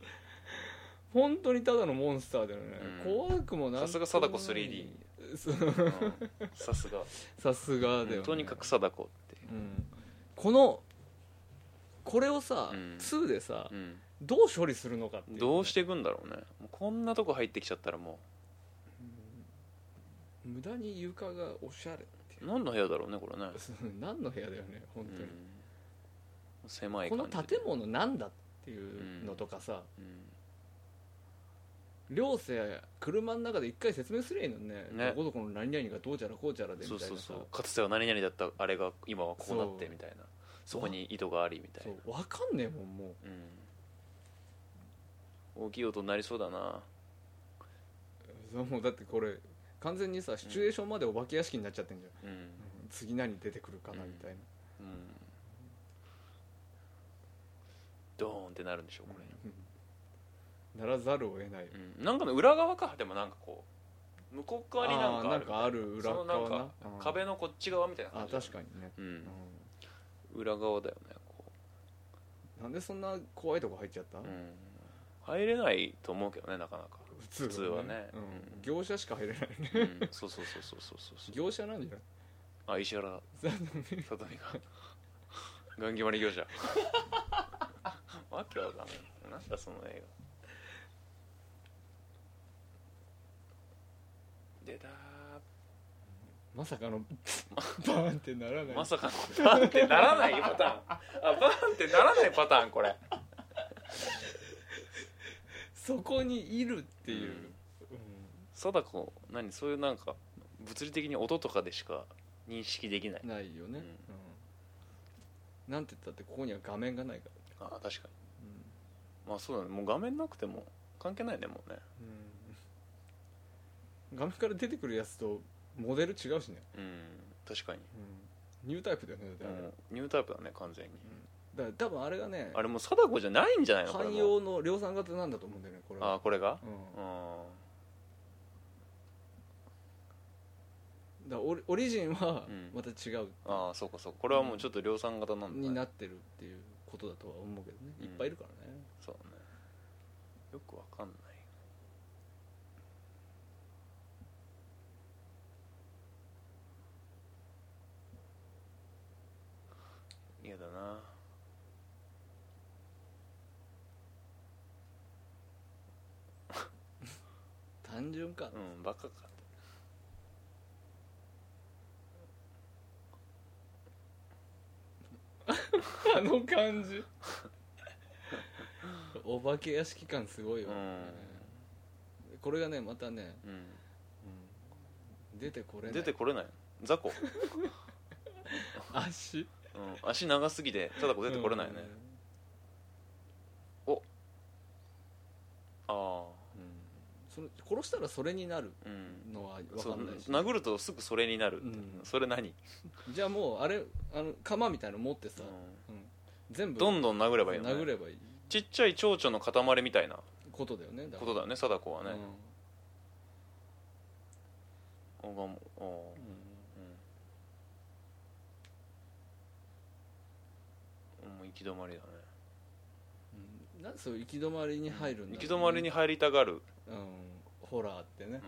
C: 本当にただのモンスターだよね、
B: うん
C: 怖くもなんともない
B: さすが貞子 3D
C: そう
B: うんさすが
C: さすがだよ、ね、
B: とにかく、貞子って
C: うん、このこれをさ、
B: うん
C: 2でさ
B: うん
C: どう処理するのかっていうね
B: どうしていくんだろうねもうこんなとこ入ってきちゃったらも
C: 無駄に床がおしゃれっていうう
B: 何の部屋だろうねこれね
C: [LAUGHS] 何の部屋だよね本当に、
B: うん狭い
C: こ
B: 感
C: の
B: じ
C: 建物なんだっていうのとかさ、
B: うん
C: 両生車の中で一回説明すりゃいいのにね
B: ね
C: どこどこの何々がどうちゃらこうちゃらでみ
B: そ
C: たいうなさ
B: そうそうかつては何々だったあれが今はこうなってみたいなそこに井戸がありみたい
C: そ
B: な
C: う分かんねえもんも
B: うん大きい音になりそうだな
C: うそうもうだってこれ完全にさシチュエーションまでお化け屋敷になっちゃってんじゃん、
B: うん、
C: 次何出てくるかなみたいな、
B: うんドーンってなるんでしょこれ、
C: ならざるを得ない
B: うんなんかの裏側かでもなんかこう向こう側になんかある
C: あーなんかある裏側な
B: そのなん
C: うん
B: か壁のこっち側みたいな感
C: あ
B: じ
C: 確
B: に、
C: かにね、
B: う
C: うんん、
B: 裏側だよねこ
C: なんでそんな怖いとこ入っちゃった、
B: う、うん、入れないと思うけどねなかなか、
C: 普
B: 普通はね
C: うん
B: うん
C: 業者しか入れないね
B: うん、 [LAUGHS] そうそうそうそうそうそうそう
C: [LAUGHS] 業者なんじゃない
B: あ石原さとみがガンギマリ業者わけわかんないなんだその映画出た
C: [LAUGHS] ま
B: [LAUGHS]
C: さかのバーンってならない
B: ーまさかのバーンってならないパターンあバーンってならないパターンこれっ
C: そこにいるっていう、
B: 貞子何そういうなんか物理的に音とかでしか認識できない
C: うんないよね、
B: うん
C: うんなんて言ったってここには画面がないから、
B: あ確かに
C: うん
B: まあそうだねもう画面なくても関係ないねもうね
C: うん画面から出てくるやつとモデル違うしね、
B: うん確かに
C: ニュータイプだよねだってあれ
B: もうニュータイプだね完全に
C: だから多分あれがね
B: あれもう貞子じゃないんじゃないのこれ
C: 汎
B: も
C: 用の量産型なんだと思うんだよねこれ
B: あ
C: は
B: ーこれがう
C: うんだか
B: ん
C: らオリオリジンは
B: うん
C: また違う、
B: ああそうかそうかこれはもうちょっと量産型なんだ、ね、
C: になってるっていうことだとは思うけどね、
B: うん
C: いっぱいいるからね
B: そうねよくわかんない嫌だな
C: 単純か、
B: うんバカか
C: あの
B: [LAUGHS]
C: 感じお化け屋敷感すごいよ、
B: うん
C: これがねまたね、
B: うん
C: うん出てこれない
B: 出てこれない雑魚、
C: 足
B: うん、足長すぎて貞子出てこれないね、あ
C: うん、その殺したらそれになる
B: あうん
C: のは分
B: そ
C: か
B: うん
C: ないし、
B: 殴るとすぐそれになる、
C: うん
B: それ何、
C: じゃあもうあれあの鎌みたいなの持ってさ、うん全部
B: どん
C: ん
B: どん殴ればいいの、ね、
C: 殴ればいい
B: ちっちゃい蝶々の塊みたいな
C: ことだよねだ
B: ことだよね貞子はね、おがもお
C: うん
B: うんもう行き止まりだね
C: うんなんでそういう行き止まりに入るんだろうね、
B: 行き止まりに入りたがる、
C: うん、ホラーってね、
B: う
C: うん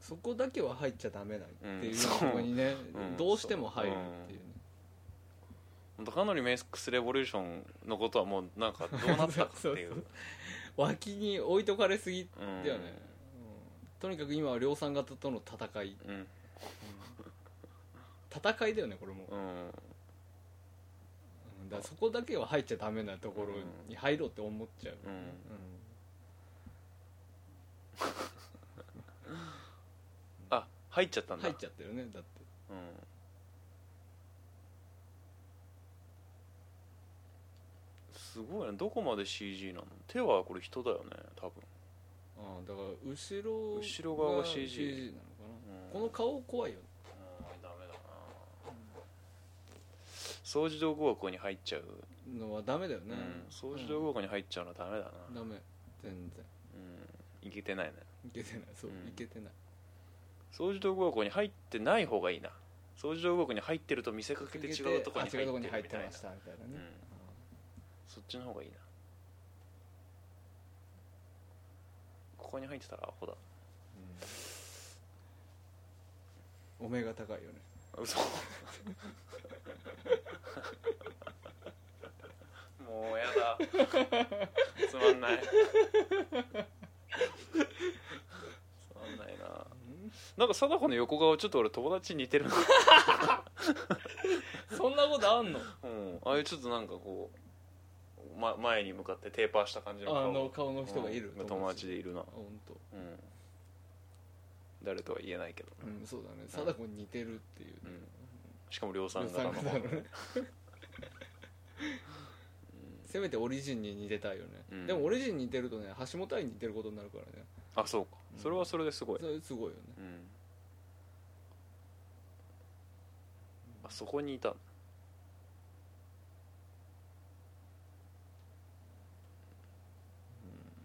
C: そこだけは入っちゃダメだっていううんと
B: そう
C: こにね、
B: うん
C: どうしても入るっていうね、
B: ん、かなりメイクスレボリューションのことはもうなんかどうなったかっていう
C: [LAUGHS] そう脇に置いとかれすぎ
B: うん
C: だよね、うんとにかく今は量産型との戦い
B: うん
C: 戦いだよねこれも、
B: うん
C: うんだからそこだけは入っちゃダメなところに入ろうって思っちゃう、
B: うんあ入っちゃった
C: うんん
B: だ
C: 入っちゃってるねだって
B: うんすごいねどこまで CG なの手はこれ人だよね多分、
C: あだから後ろ
B: 後ろ側が CG
C: なのかな、
B: うん
C: この顔怖いよ
B: うんダメだな掃除道具箱に入っちゃう、
C: のはダメだよ
B: うん
C: ね、
B: 掃除道具箱に入っちゃうのはダメだな
C: ダメ全然
B: うんいけてないね
C: いけてないそう、
B: うん
C: いけてない
B: 掃除道具箱に入ってない方がいいな掃除道具箱に入ってると見せかけて違うとこに入
C: あ違うとこに
B: って
C: 入
B: る
C: っ
B: みた
C: て
B: い
C: ま
B: な
C: したみたいな
B: うん
C: ね、
B: そっちの方がいいなここに入ってたらアホだ
C: うんお目が高いよね
B: 嘘もうや [LAUGHS] だつまんないつまんないななんか貞子の横顔ちょっと俺友達に似てるな
C: そんなことあんの
B: うんああいうちょっとなんかこう、ま、前に向かってテーパーした感じの
C: あ
B: 顔
C: の顔の人がいる、
B: うん友達でいるな
C: あ本当。
B: うん誰とは言えないけど、
C: うんそうだね貞子に似てるっていうね、
B: うんしかも量産型の
C: 量産型のねせめてオリジンに似てたいよね、
B: うん
C: でもオリジンに似てるとね橋本愛に似てることになるからね
B: あそうか
C: うん
B: それはそれですごい、
C: それすごいよね
B: うんあそこにいた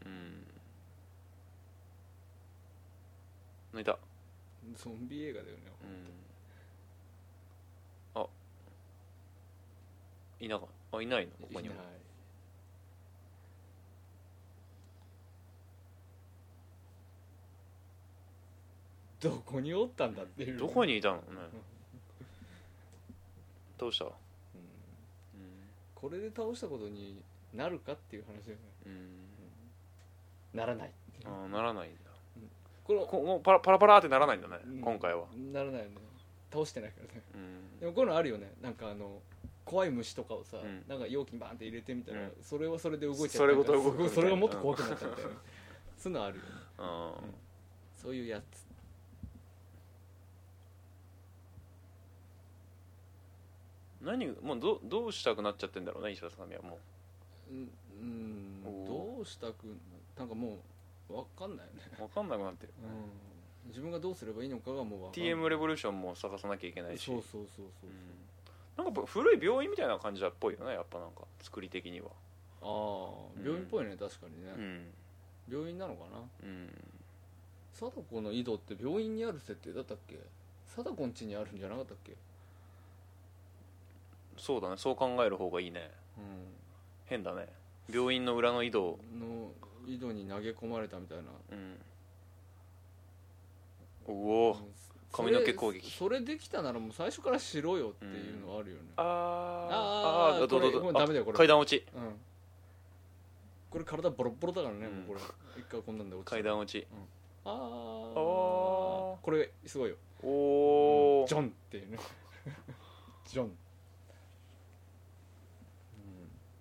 B: うん泣いた
C: ゾンビ映画だよね
B: うんあいなかあいないのここに
C: い
B: も
C: ないどこにおったんだっていう
B: どこにいたのねどうした
C: うん
B: う
C: これで倒したことになるかっていう話だよね
B: ん、
C: ならない
B: あーならないんだ
C: これ
B: こもうパラパラパラってならないんだね、
C: うん
B: 今回は
C: ならないよね倒してないからね [LAUGHS]
B: うん
C: でもこういうのあるよねなんかあの怖い虫とかをさ、
B: うん
C: なんか容器にバンって入れてみたら、
B: うん
C: それはそれで動いちゃった
B: それごと動く
C: すごい
B: みたいな
C: それがもっと怖くなっちゃったよねそういうのあるよね
B: あ
C: そういうやつ
B: ー何もうどどうしたくなっちゃってんだろうね石田さんはも
C: うんうん
B: おー
C: どうしたくなんかもう分かんないよね、
B: う分かんなくなってる、
C: うん、自分がどうすればいいのかがもう分かんない
B: TM レボリューションも探さなきゃいけないし
C: そうそうそう
B: う
C: そう、
B: んなんか古い病院みたいな感じだっぽいよねやっぱなんか作り的には
C: ああ病院っぽいね確かにね、
B: うん
C: 病院なのかな
B: うん
C: 貞子の井戸って病院にある設定だったっけ貞子ん家にあるんじゃなかったっけ
B: そうだねそう考える方がいいね
C: う
B: 変だね病院の裏の井戸を
C: んの井戸に投げ込まれたみたいな
B: うんおお
C: うん
B: 髪の毛攻撃
C: それそれできたならもう最初からしろよっていうのあるよね、
B: あー
C: あー
B: ーどうぞどう
C: これも
B: ぞ
C: うダメだよ
B: あ
C: これ
B: 階段落ち
C: うんこれ体ボロッボロだからね、
B: うん
C: もうこれ一回こんなんで落ちた
B: 階段落ち
C: あー
B: あー
C: これすごいよ
B: おお
C: ジョン [LAUGHS] っていうねジョン、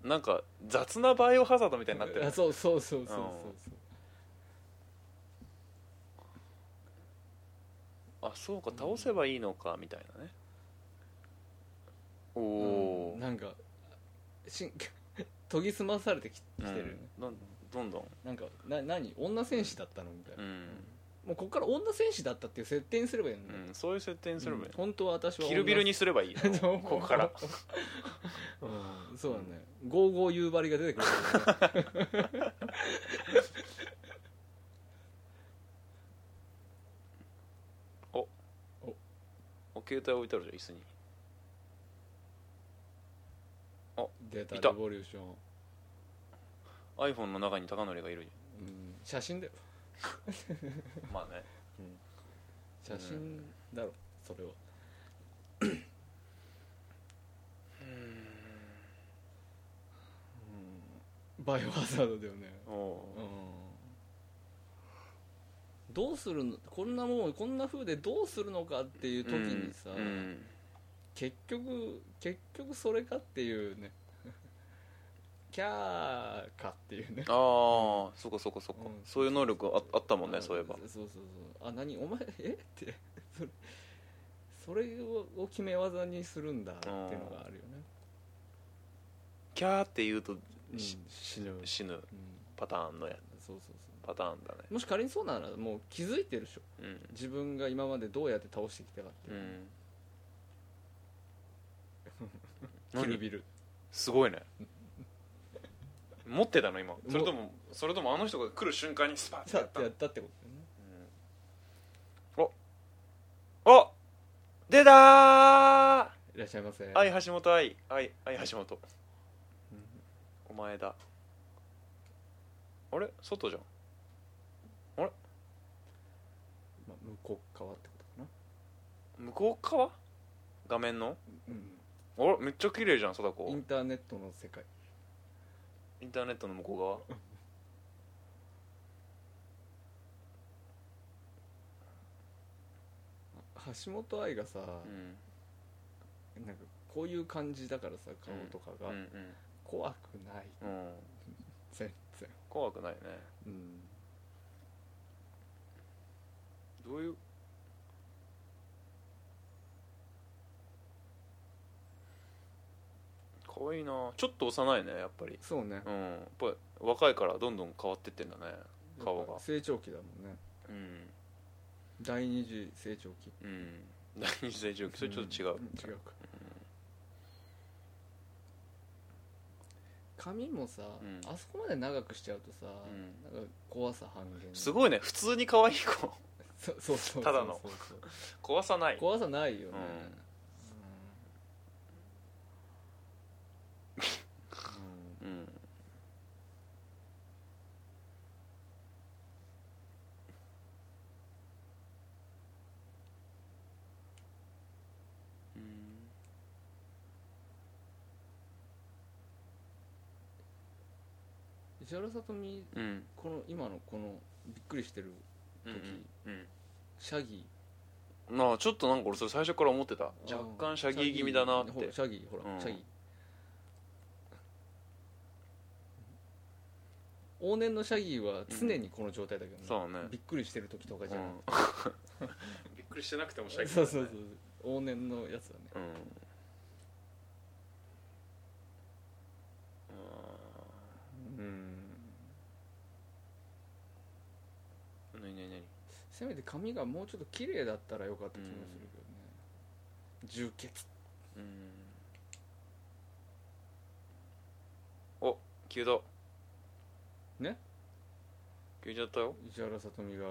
B: なんか雑なバイオハザードみたいになってる
C: あそうそうそうそうそうそう
B: あそうか倒せばいいのかみたいなねおお、
C: なんかし [LAUGHS] 研ぎ澄まされてききてるよね、
B: うんどんどんどん
C: なんかな何女戦士だったのみたいな、
B: うん、
C: もうここから女戦士だったっていう設定にすればいいのね、
B: うん、そういう設定にすればいい、
C: 本当は私は
B: キルビル
C: [LAUGHS]
B: に
C: す
B: すればいいよここから、
C: うん、そうだねゴーゴー夕張が出てくるからね
B: お携帯置いてあるじゃん椅子に
C: 出た
B: いた
C: レボリューション、
B: iPhone の中に高則がいるじ
C: うん、写真だよ
B: ゃんまあね
C: 写真だろ、それはうんバイオハザードだよね
B: おお
C: うんどうするのこんなもんこんな風でどうするのかっていう時にさ、
B: うん
C: 結局結局それかっていうね [LAUGHS] キャーかっていうね
B: ああそこそこそこ、
C: うん
B: そういう能力ああったもんねそういえば
C: あそうそうそうあ何お [LAUGHS] 前えってそれそれを決め技にするんだっていうのがあるよね、
B: キャーって言うと
C: うん、
B: し
C: 死ぬ、うん、
B: 死ぬパターンのや
C: そうそうそ
B: パターンだね
C: うもし仮にそうならもう気づいてるでしょ
B: うん
C: 自分が今までどうやって倒してきたかって
B: う
C: いうんキル
B: 何
C: ビル
B: [LAUGHS] すごいね持ってたの今それともそれともあの人が来る瞬間にスパッて
C: さ
B: や
C: っ
B: った
C: てやったってことだよね
B: おお出たー
C: いらっしゃいませ
B: 愛橋本愛愛愛橋本お前だあれ外じゃん
C: まあ、向こう側ってことか
B: 向こう側画面の
C: な、
B: あれめっちゃ綺麗じゃん貞
C: イ
B: 子
C: ンターネットの世界
B: インターネットの向こう側
C: 橋本愛がさ、
B: うん
C: なんかこういう感じだからさ顔とか
B: う
C: が
B: ん
C: 怖くない、
B: うんうん
C: 全然
B: 怖くないね
C: うん
B: どういう可愛いなちょっと幼いねやっぱり
C: そうね
B: うんやっぱり若いからどんどん変わってってんだね顔
C: やっ
B: が
C: ぱ成長期だもんね
B: うん
C: 第二次成長期
B: うん第二次大丈夫それちょっと違う、
C: ん違うか、髪もさ、
B: ん
C: あそこまで長くしちゃうとさ、
B: ん
C: なんか怖さ半減
B: す
C: い
B: ごいね普通に可愛い子 [LAUGHS]
C: そうそうそう
B: ただの
C: そうそうそう
B: 怖さない
C: [LAUGHS] 怖さないよね、うんうん
B: うん
C: 石原さとみ
B: うん
C: この今のこのびっくりしてる
B: うんうん
C: シャギ
B: うんなあちょっとなんか俺それ最初から思ってた
C: ー
B: 若干シャギー気味だなっ
C: ほら
B: て
C: シャギーほら、
B: うん
C: シャギー往年のシャギーは常にこの状態だけどね、
B: そうね
C: びっくりしてる時とかじゃなく
B: うんびっくりしてなくてもシ
C: て、 [LAUGHS] そうそうそう往年のやつだね
B: うん
C: うん
B: なになになに
C: せめて髪がもうちょっと綺麗だったらよかった気もするけどね、充血
B: うんお急だ
C: ね
B: 急ちゃったよ
C: 石原さとみが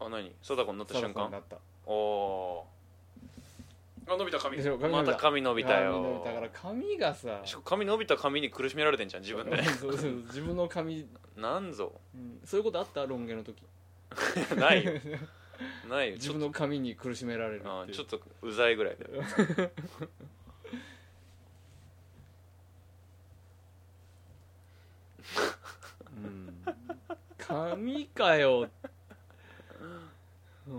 B: あ何貞子になった
C: サラ
B: 瞬
C: さんに
B: 間
C: なった
B: おおーあ伸びた
C: [LAUGHS]
B: 髪
C: でしょ髪伸
B: ま
C: びた
B: た髪伸びたよ
C: 髪伸びたから髪がさ
B: しかも髪伸びた髪に苦しめられてんじゃん自分
C: [LAUGHS]
B: で
C: そうそう自分の髪、
B: なんぞ [LAUGHS]
C: うんそういうことあったロン毛の時
B: ない
C: [LAUGHS]
B: よないよち
C: 自
B: ょっ
C: 分
B: と
C: の髪に苦しめられる [LAUGHS] って
B: あ
C: いう
B: ちょっとうざいぐらいで
C: うん髪かようんう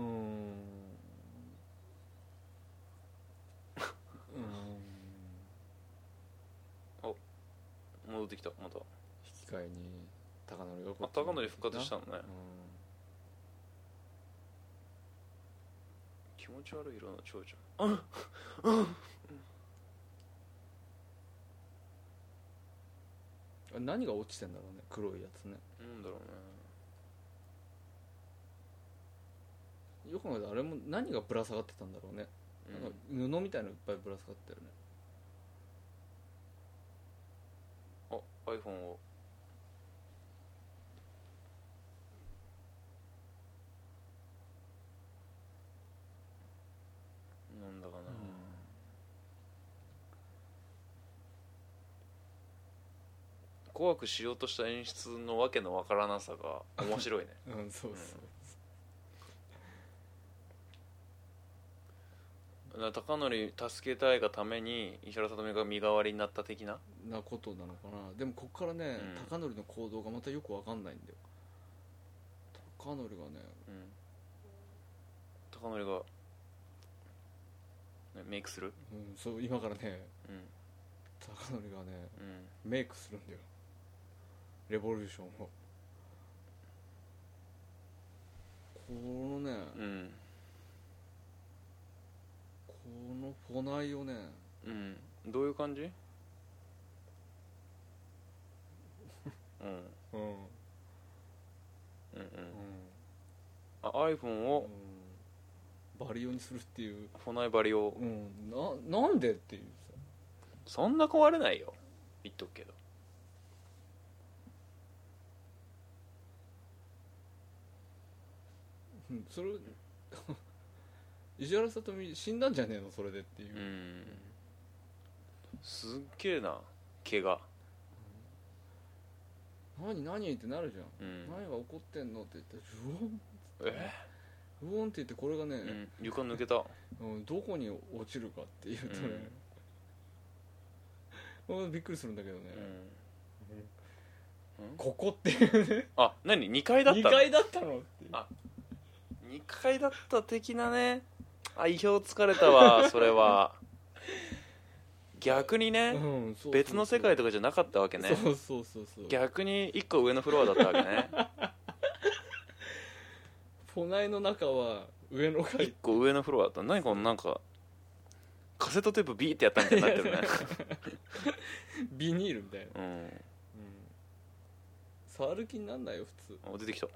C: ん
B: 戻ってきたまた
C: 引き換えに高典が
B: あ高典復活したのね
C: うん
B: 気持ち悪い色の蝶々
C: あれ何が落ちてんだろうね黒いやつね
B: なんだろうね
C: よく考えたらあれも何がぶら下がってたんだろうね、
B: うん
C: なんか布みたいのいっぱいぶら下がってるね
B: あ iPhone をなんだかな、怖くしようとした演出のわけのわからなさが面白 [LAUGHS] いね
C: うん、そうそ
B: だ
C: う、
B: から高典助けたいがために石原さとみが身代わりになった的な
C: なことなのかなでもここからね、
B: うん
C: 高典の行動がまたよくわかんないんだよ高典がね
B: うん高典が、ね、メイクする
C: うん、そう今からね
B: うん
C: 高典がね
B: うん
C: メイクするんだよレボリューションをこのね、
B: うん
C: このフォナイをね
B: うんどういう感じ [LAUGHS] うんうん
C: うんうん
B: うんあ iPhone を
C: バリオにするっていう、
B: フォナイバリを
C: うん、ななんでっていうさ
B: そんな壊れないよ言っとくけど
C: うんそれ [LAUGHS] 石原さとみ死んだんじゃねえのそれでっていうう、
B: んすっげえな怪我
C: 何何ってなるじゃん、
B: うん
C: 何が怒ってんのって言ってウォン
B: え
C: ウォンって言ってこれがね、
B: うん床抜けた
C: うん、どこに落ちるかっていうとね、うん、 [LAUGHS] びっくりするんだけどね、ここっていう
B: [LAUGHS] あ何2階だった
C: 2
B: の
C: 階だったのっていう
B: あ二階だった的なねあ意表疲れた
C: [LAUGHS]
B: わそれは逆にね、
C: うんそうそうそう
B: 別の世界とかじゃなかったわけね
C: そうそうそうそう
B: 逆に1個上のフロアだったわけね
C: フォナイの中は上の階
B: 1 [LAUGHS] 個上のフロアだった何このなんかカセットテープビーってやったみたいになっ
C: [LAUGHS]
B: てるね
C: ビニールみたいな、
B: うん
C: 触る気になんないよ普通
B: あ出てきた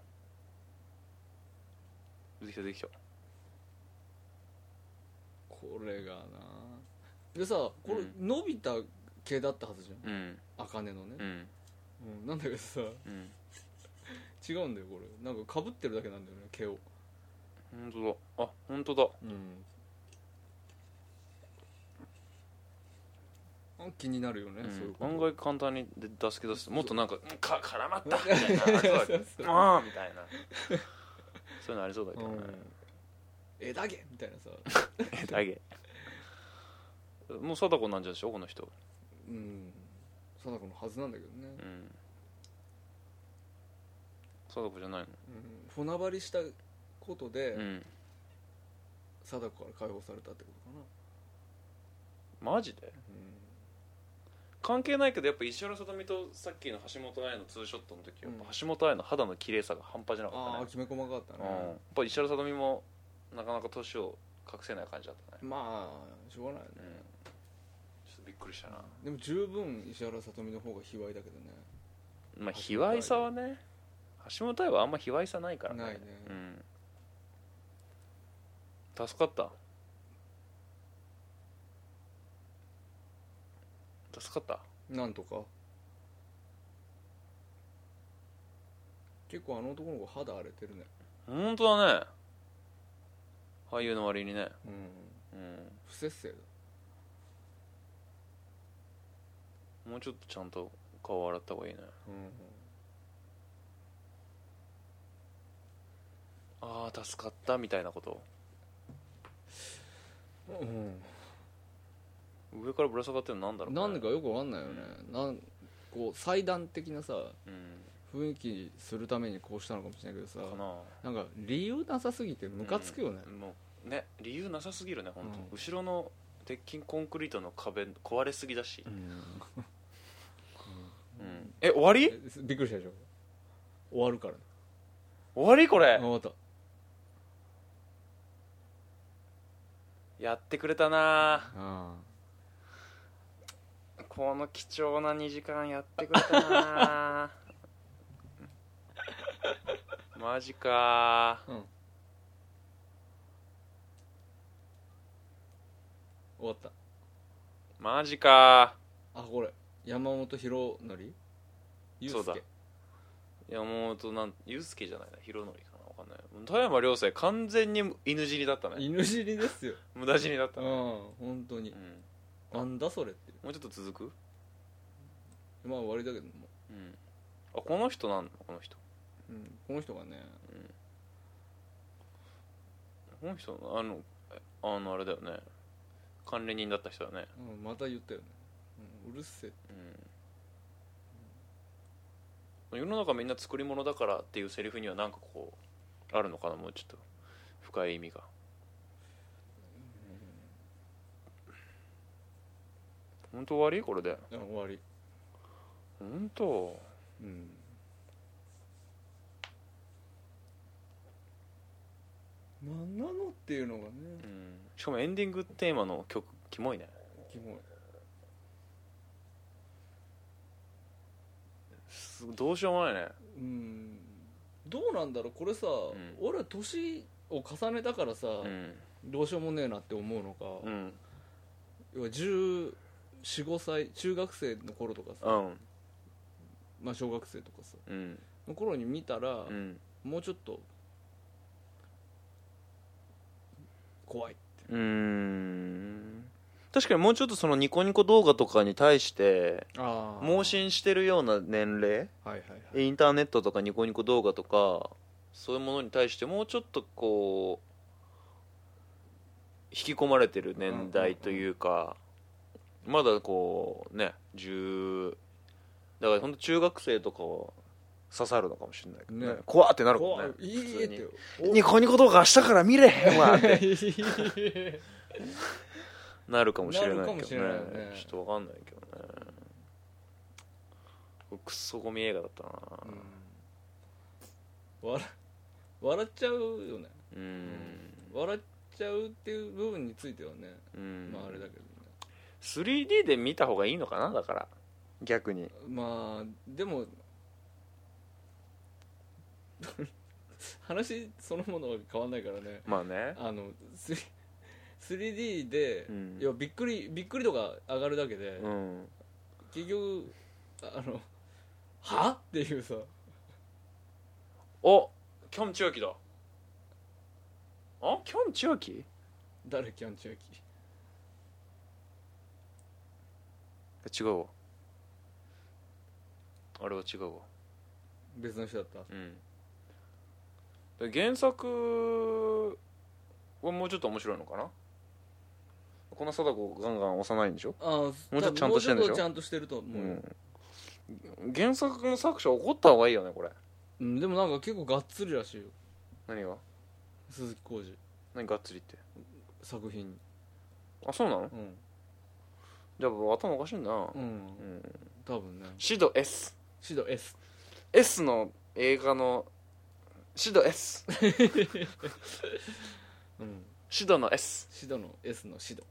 B: 出てきた出てきた
C: これがなでさこれ
B: うん
C: 伸びた毛だったはずじゃ
B: う
C: ん
B: ん
C: 茜のね
B: う、ん
C: うんなんだけどさ
B: うん
C: 違うんだよこれなんかかぶってるだけなんだよね毛を
B: 本当だあ本当だ
C: うん気になるよね、
B: うん
C: そういうこと [LAUGHS]
B: 案外簡単にで助け出すもっとなんか「か絡まった」みたいな
C: そう
B: あ
C: そうそう
B: あーみたいなそういうのありそうだけ
C: う
B: ど
C: ん
B: ね、
C: 枝毛みたいなさ、
B: えだけもう貞子なんじゃでしょこの人
C: うん、貞子のはずなんだけどね
B: う、ん貞子じゃないの
C: うん、フォナバリしたことで、
B: うん
C: 貞子から解放されたってことかな、
B: マジで関係ないけどやっぱ石原さとみとさっきの橋本愛のツーショットの時やっぱ橋本愛の肌の綺麗さが半端じゃなか
C: ああ
B: っ
C: きめ細かった
B: たね、うん、や
C: ね
B: っ、ぱ石原さとみもなかなか年を隠せない感じだったね
C: まあしょうがないよ
B: うん
C: ね、
B: ちょっとびっくりしたな
C: でも十分石原さとみの方が卑猥だけどね
B: まあ卑
C: 橋本愛
B: 猥さはね橋本愛はあんま卑猥さないからね
C: ないね
B: うん助かった助かった
C: なんとか結構あの男の子肌荒れてるね
B: 本当だね俳優の割にね
C: うん
B: うん
C: 不摂生だ
B: もうちょっとちゃんと顔洗った方がいいね
C: うん
B: ああ助かったみたいなこと上からぶら下がってるのなんだろう
C: なんで
B: か
C: かよくわかんないよね、なんこう祭壇的なさ
B: うん
C: 雰囲気にするためにこうしたのかもしれないけどさ
B: かな
C: なんか理由なさすぎてムカつくよね、
B: うんもうね理由なさすぎるね本当、
C: うん
B: 後ろの鉄筋コンクリートの壁壊れすぎだし、
C: うん
B: うんえ終わり
C: [LAUGHS] えびっくりしたでしょ終わるからね
B: 終わりこ
C: あ
B: れ
C: 終わった
B: やってくれたな
C: あ
B: この貴重な2時間やってくれたなマジか
C: あうん終わった
B: マジか
C: あこれ山本博則ゆ
B: そうだ
C: 介
B: 山本なん祐介じゃないな弘則かなわかんない富山良生完全に犬死にだったね
C: 犬尻ですよ
B: 無駄死にだった
C: [LAUGHS] うん
B: ね、
C: 本当に
B: う、ん、
C: なんだそれって
B: もうちょっと続く、
C: まあ終わりだけども、
B: うん、あこの人なんのこの人
C: うん、この人がね
B: この人あのあのあれだよね関連人だった人だね
C: うんまた言ったよね、うん、うるせえ
B: うん、世の中みんな作り物だからっていうセリフには何かこうあるのかなもうちょっと深い意味が本当終わりこれで
C: あ終わり
B: 本当
C: うんなんなのっていうのがね
B: うんしかもエンディングテーマの曲キモいね
C: キモい
B: すどうしようもないね
C: うんどうなんだろうこれさ、
B: ん
C: 俺は年を重ねたからさ、
B: うん
C: どうしようもねえなって思うのか、
B: うん
C: 要は1415歳中学生の頃とかさ、
B: うん
C: まあ、小学生とかさ
B: うん
C: の頃に見たら、
B: うん
C: もうちょっと怖いって
B: うん確かにもうちょっとそのニコニコ動画とかに対して
C: あ
B: 盲信してるような年齢
C: はいはいはい
B: インターネットとかニコニコ動画とかそういうものに対してもうちょっとこう引き込まれてる年代というか、まだこうね10だから本当中学生とかは刺さるのかもしれないけどね
C: ね
B: 怖ってなるも
C: 怖
B: んね
C: いいいえってよ
B: 普通にニコニコ動画明日から見れへんわって
C: [LAUGHS]
B: なるかもしれ
C: な
B: な
C: るか
B: い
C: も
B: け
C: し
B: ど
C: れない
B: ね
C: よね
B: ちょっとわかんないけどねこれクソゴミ映画だったな
C: うん笑笑っちゃうよね
B: うん
C: 笑っちゃうっていう部分についてはね、
B: うん
C: まああれだけどね
B: 3D で見た方がいいのかなだから逆に
C: まあでも [LAUGHS] 話そのものは変わんないからね
B: まあね
C: あのスリ 3D で、
B: うん
C: いやびっくりびっくりとか上がるだけで、
B: うん
C: 結局あのはっていうさ
B: おキョン千秋だあキョン千秋
C: 誰キャンチュアキ
B: 違うわあれは違うわ
C: 別の人だった
B: うんで原作はもうちょっと面白いのかなこんな貞子ガンガン押さないんでしょ
C: ああもう
B: うちょっとちゃんとしてんでしょ
C: もうちょっとちゃんとしてると思うよ、
B: うん原作の作者怒った方がいいよねこれ
C: うん、でもなんか結構がっつりらしいよ
B: 何が
C: 鈴木浩二
B: 何がっつりって
C: 作品に
B: あそうなの
C: うん、
B: じゃあ頭おかしいんだな
C: う、
B: うんん
C: 多分ね
B: シド S
C: シド S [LAUGHS]
B: S の映画のシド S
C: うん
B: シドの S
C: シドの S のシド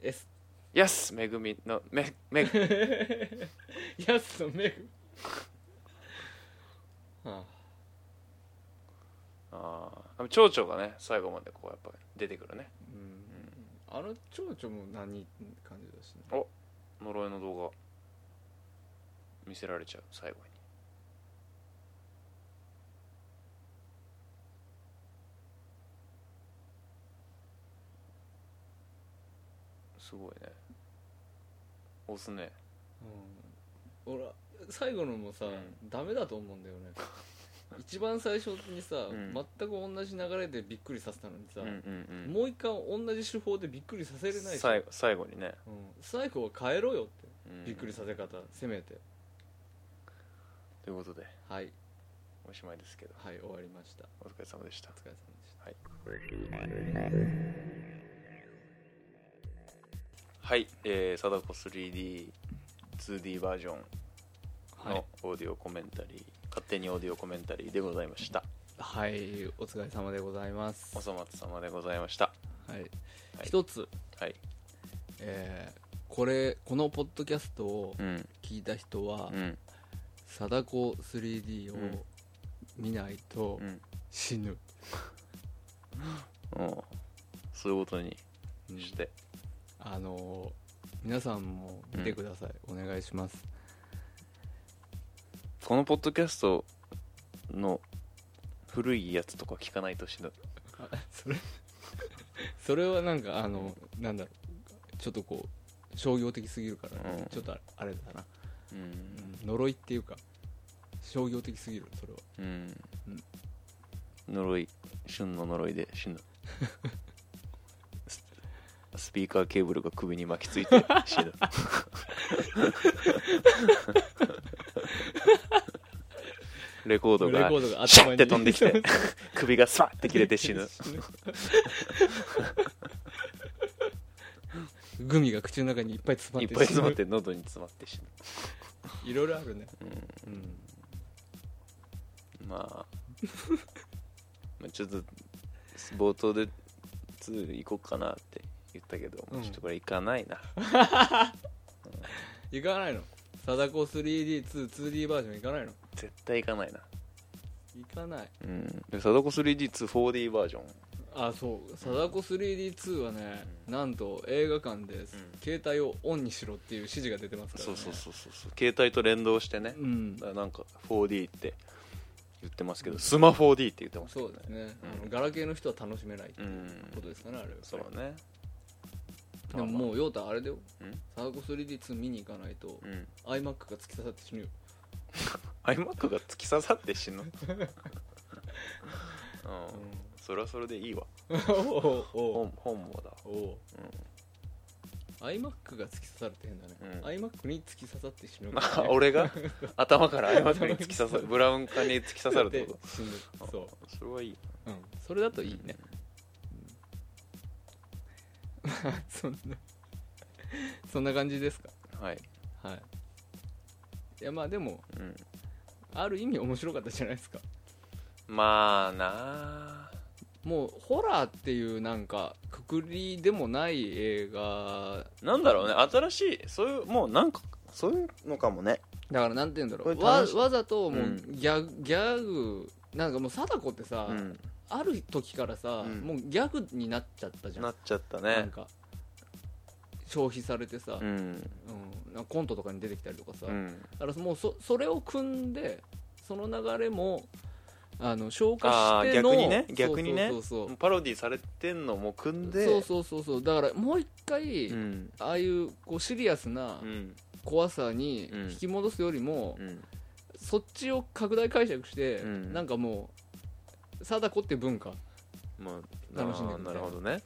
C: S
B: ヤスめぐみのめめ
C: [LAUGHS]
B: ぐ
C: やつのメ [LAUGHS] グあ
B: ああ蝶々がね最後までこうやっぱり出てくるね
C: あうんあの蝶々も何って感じだしね
B: 呪いの動画見せられちゃう最後にすごいね押すね
C: うん、俺最後のもさ、
B: うん
C: ダメだと思うんだ [LAUGHS] よね一番最初にさ、
B: うん
C: 全く同じ流れでびっくりさせたのにさ、
B: うんうんうん
C: もう一回同じ手法でびっくりさせれないし、う
B: 最
C: ん
B: 後最後にね、
C: 最後は変えろよって、
B: うん
C: びっくりさせ方せめて
B: ということで
C: はい
B: おしまいですけど
C: はい終わりました
B: お疲れ様でした
C: お疲れ様でした
B: はい、えー、貞子 3D 2D バージョン
C: はい
B: のオーディオコメンタリー、勝手にオーディオコメンタリーでございました
C: はいお疲れ様でございます
B: おそ松様でございました
C: はい一つ、
B: はい
C: えーこれこのポッドキャストを
B: うん
C: 聞いた人は
B: うん
C: 「貞子 3D」
B: うん
C: を見ないと
B: うん
C: 死ぬ、
B: うんそういうことに
C: うん
B: して、
C: あのー皆さんも見てください、お願いします
B: このポッドキャストの古いやつとか聞かないと死ぬ
C: あ [LAUGHS] それそれはなんかあのなんだろうちょっとこう商業的すぎるから、
B: うん
C: ちょっとああれだな、
B: う
C: 呪いっていうか商業的すぎるそれは
B: うん
C: うん
B: 呪い旬の [LAUGHS] 呪いで死ぬススピーカーケーブルが首に巻きついて死
C: [LAUGHS]
B: ぬレコード
C: レ
B: が
C: コードが頭に
B: シャッて飛んできて首がスワッて切
C: [LAUGHS]
B: れて死ぬ
C: グミが口の中にいっぱい詰
B: いっ
C: まって
B: ぱい詰まって喉に詰まって死ぬ、
C: 死ぬいろいろあるね
B: うん
C: うん
B: まあまあちょっと冒頭で2行こうかなって言ったけど、
C: うん
B: ちょっとこれ行かないな
C: 行かないの貞子 3D22D バージョン行かないの
B: 絶対行かないな
C: 行かない
B: うんで貞子 3D24D バージョン
C: あそう貞子 3D2 はね、なんと映画館で携帯をオンにしろっていう指示が出てますから、
B: そ
C: ね、
B: うそうそうそうそう携帯と連動してね、
C: うん
B: だからなんか 4D って言ってますけどスマ 4D って言ってますけ
C: そ
B: ど
C: う
B: ね
C: ですね、
B: うん
C: あのガラケーの人は楽しめないって
B: う
C: いうんことですかね、あれは
B: そうね
C: でももうヨータあれだよ
B: うん
C: サーコ 3D2 見に行かないと、
B: うん
C: iMac が突き刺さって
B: [LAUGHS]
C: 死ぬよ
B: iMac が突き刺さって死 [LAUGHS] ぬうん、それはそれでいいわ
C: おお
B: 本本望だわ
C: おお iMac が突き刺さるって変だね、
B: うん
C: iMac に突き刺さって死ぬか
B: [LAUGHS] あ
C: らね、
B: 俺が頭から誤りに突き刺さるブラウン管に突き刺さるってこ
C: で死ぬ
B: と
C: そう
B: あそれはいい
C: うん、それだといいね、そん [LAUGHS] なそんな感じですか
B: はい
C: はいいやまあでも
B: うん
C: ある意味面白かったじゃないですか
B: まあなあ
C: もうホラーっていうなんかくくりでもない映画
B: なんだろうね新しいそういうもうなんかそういうのかもね
C: だからなんて言うんだろう
B: これ
C: わ
B: 楽しい
C: わざともううんギャ,、ギャグなんかもう貞子ってさ、
B: うん
C: ある時からさ、
B: うん
C: もうギャグになっちゃったじゃん
B: なっちゃった
C: なん
B: ね
C: か消費されてさ、
B: うん
C: うんなんかコントとかに出てきたりとかさ、
B: うん
C: だからもうそそれを組んでその流れもあの消
B: あ
C: 化
B: あ
C: しての
B: 逆にね逆にね
C: そうそう
B: パロディされてんのも組ん
C: そう
B: で
C: そうそうそうそうだからもう一回、
B: うん
C: ああいうこうシリアスな
B: うん
C: 怖さに
B: うん
C: 引き戻すよりも、
B: うん
C: そっちを拡大解釈して、
B: うん
C: なんかもう貞子って文化、
B: まあ
C: 楽しんでくれ
B: なるほどね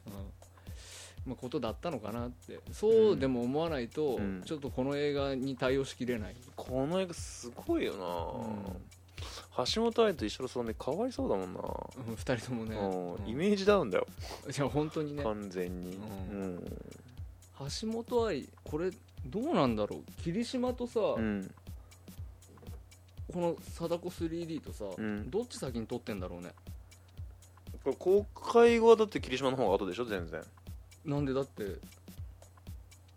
C: まあ、ことだったのかなってそうでも思わないと、
B: うん
C: ちょっとこの映画に対応しきれない、
B: この映画すごいよな
C: うん
B: 橋本愛と一緒に遊んでかわいそうだもんな
C: うん、2人ともね、
B: う、
C: うん
B: イ
C: ん
B: メージダウンだよ、
C: いや本当にね
B: 完全に、
C: うん
B: うん
C: 橋本愛これどうなんだろう霧島とさ、
B: うん
C: この貞子 3D とさ、
B: うん
C: どっち先に撮ってんだろうね
B: これ公開後はだって霧島の方が後でしょ全然
C: なんでだって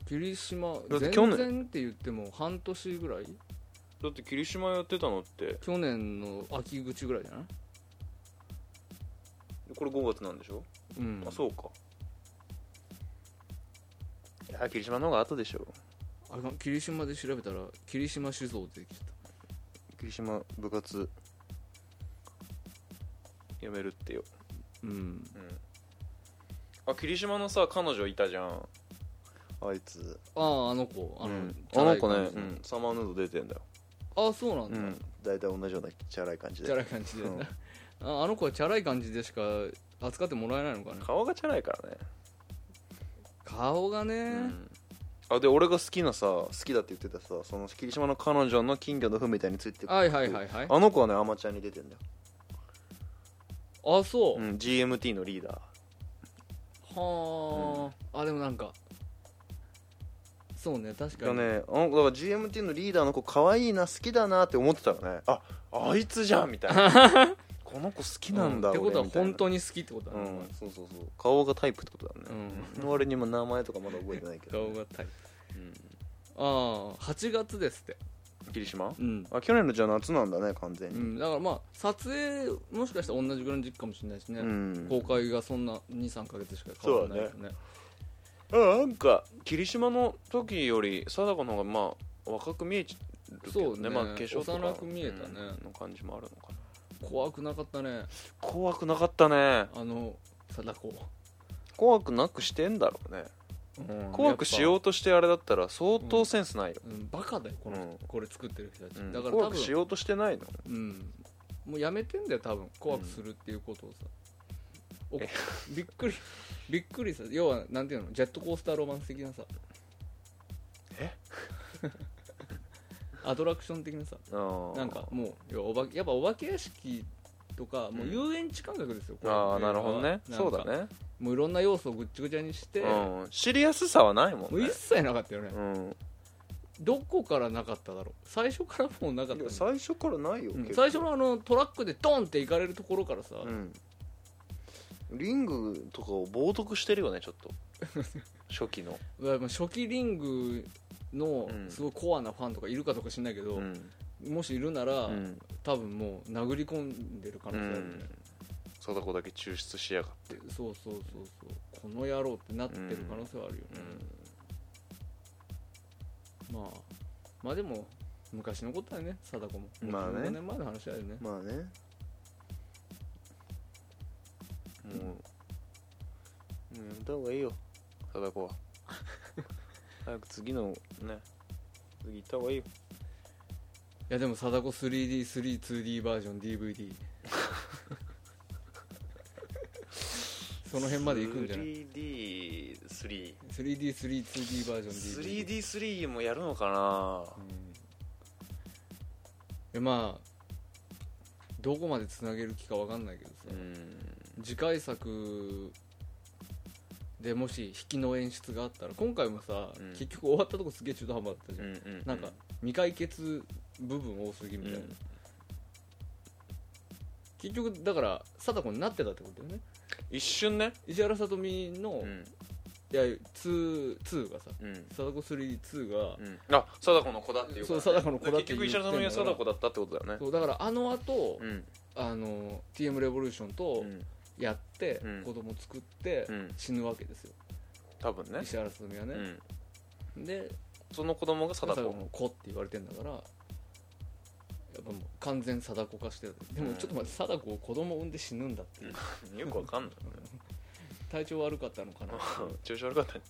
C: 霧島
B: だって
C: 全
B: 去年
C: 然って言っても半年ぐらい
B: だって霧島やってたのって
C: 去年の秋口ぐらいじゃない
B: これ5月なんでしょ、
C: うん
B: あそうかいや霧島の方が後でしょ
C: あかん霧島で調べたら霧島酒造出てきちゃっ
B: 霧島部活やめるってよ、
C: たうん
B: うん、あ霧島のさ彼女いたじゃんあいつ
C: あああの子あ
B: う
C: の、
B: ん
C: チ
B: あ
C: ャラ
B: の
C: い
B: 子ね、
C: 感じ
B: う
C: の
B: ん、サマーヌード出てんだよ、
C: ああそうなん
B: う
C: だ、
B: ん、大体同じようなチャラい感じ
C: チャラい感じで、
B: うん
C: ああの子はチャラい感じでしか扱ってもらえないのかね
B: 顔がチャラいからね
C: 顔がね、
B: あで俺が好きなさ好きだって言ってたさその霧島の彼女の金魚の糞みたいについてくる
C: はいはいはいはい
B: あの子はねアマチュアに出てんだよ、
C: あそうう、
B: ん、GMT のリーダー
C: はあ、あでもなんかそうね確か
B: だ
C: に、
B: ねあのだから GMT のリーダーの子可愛いな好きだなって思ってたのねああいつじゃんみたいな
C: [LAUGHS]
B: この子好きなんだ
C: ってことは
B: 俺みたいな
C: 本当に好きってことだ
B: う
C: ね、
B: んそうそうそう顔がタイプってことだ
C: う
B: ね、
C: ん
B: の割にも名前とかまだ覚えてないけど
C: 顔がタイプ、うん、ああ8月ですって
B: 霧島
C: うん、
B: あ去年のじゃあ夏なんだね完全
C: う
B: に
C: ん、だからまあ撮影もしかしたら同じぐらいの時期かもしれないしね、
B: うん
C: 公開がそんな23か月しか変わらないよね
B: あなんか霧島の時より貞子の方がまあ若く見えちゃうけど
C: そうね
B: まあ、化粧とか
C: 幼く見えたね
B: うんの感じもあるのかな
C: 怖くなかったね
B: 怖くなかったね
C: あの貞子、
B: 怖くなくしてんだろうね怖くしよ
C: う
B: うとしてあれだったら相当センスないよ、
C: ん、バカだよこの人、
B: うん
C: これ作ってる人たち、
B: うん
C: だから多
B: 怖くし
C: 分
B: ようとしてないの
C: う、ん、もうやめてんだよ多分怖くするっていうことをさ、お
B: え
C: びっくりびっくりさ要はなんていうのジェットコースターロマンス的なさ
B: え
C: [LAUGHS] アトラクション的なさ
B: あー
C: なんかもう要はおばやっぱお化け屋敷とかもううん遊園地感覚ですよ、これ
B: あーなるほどね
C: なんか
B: そうだね、
C: もういろんな要素をぐっちゃぐちゃにして、
B: う
C: も
B: ん、知りやすさはないもん
C: う
B: ね
C: 一切なかったよね、
B: うん
C: どこからなかっただろう最初からもうなかっ
B: い
C: た
B: や
C: ね
B: 最初からないよ、
C: うん
B: 結構
C: 最初のあのトラックでドンって行かれるところからさ、
B: うんリングとかを冒涜してるよねちょっと
C: [LAUGHS]
B: 初期の、
C: だからまあ初期リングの
B: うん
C: すごいコアなファンとかいるかとか知んないけど、
B: うん
C: もしいるなら、
B: うん、
C: 多分もう殴り込んでる可能性あるよね、
B: 貞子だけ抽出しやがって、
C: そうそうそうそうこの野郎ってなってる可能性はあるよね、まあまあでも昔のことだよね貞子ももう
B: まあね
C: 15年前の話だよね、
B: まあねもうもうやめた方がいいよ貞 [LAUGHS] 子は早く次のね次行った方がいいよ
C: いやでも貞子 3D3D2D バージョン
B: [LAUGHS]
C: DVD その辺まで行くんじゃない
B: 3D3
C: 3D3D2D バージョン DVD
B: 3D3 もやるのかな
C: えまあどこまでつなげる気かわかんないけどさ、
B: うん
C: 次回作でもし引きの演出があったら今回もさ、
B: うん
C: 結局終わったとこすげえ中途半端だったじゃん、
B: う
C: なんか未解決部分多すぎみたいな、
B: うん
C: 結局だから貞子になってたってことだよね
B: 一瞬ね
C: 石原さとみの、
B: ん
C: いや 2, 2がさ
B: うん
C: 貞子32が、
B: あ貞子の子だっていう
C: そう貞子の子だって
B: 結局石
C: 言
B: 原
C: っ
B: さ
C: てんだ
B: んの家
C: から
B: 貞子だったってことだよね
C: そうだからあの後、
B: ん
C: あの TM レボリューションと
B: うん
C: やって、
B: うん
C: 子供作って、
B: うん
C: 死ぬわけですよ
B: 多分ね
C: 石原さとみは
B: う
C: ね、
B: ん
C: で
B: その子供が
C: 貞
B: 貞
C: 子
B: 子
C: の子って言われてんだからやっぱもう完全貞子化してるで
B: う
C: も
B: ん
C: ちょっと待って貞子を子供産んで死ぬんだっていう
B: よくわかんないよね
C: 体調悪かったのかな
B: 調子悪かったね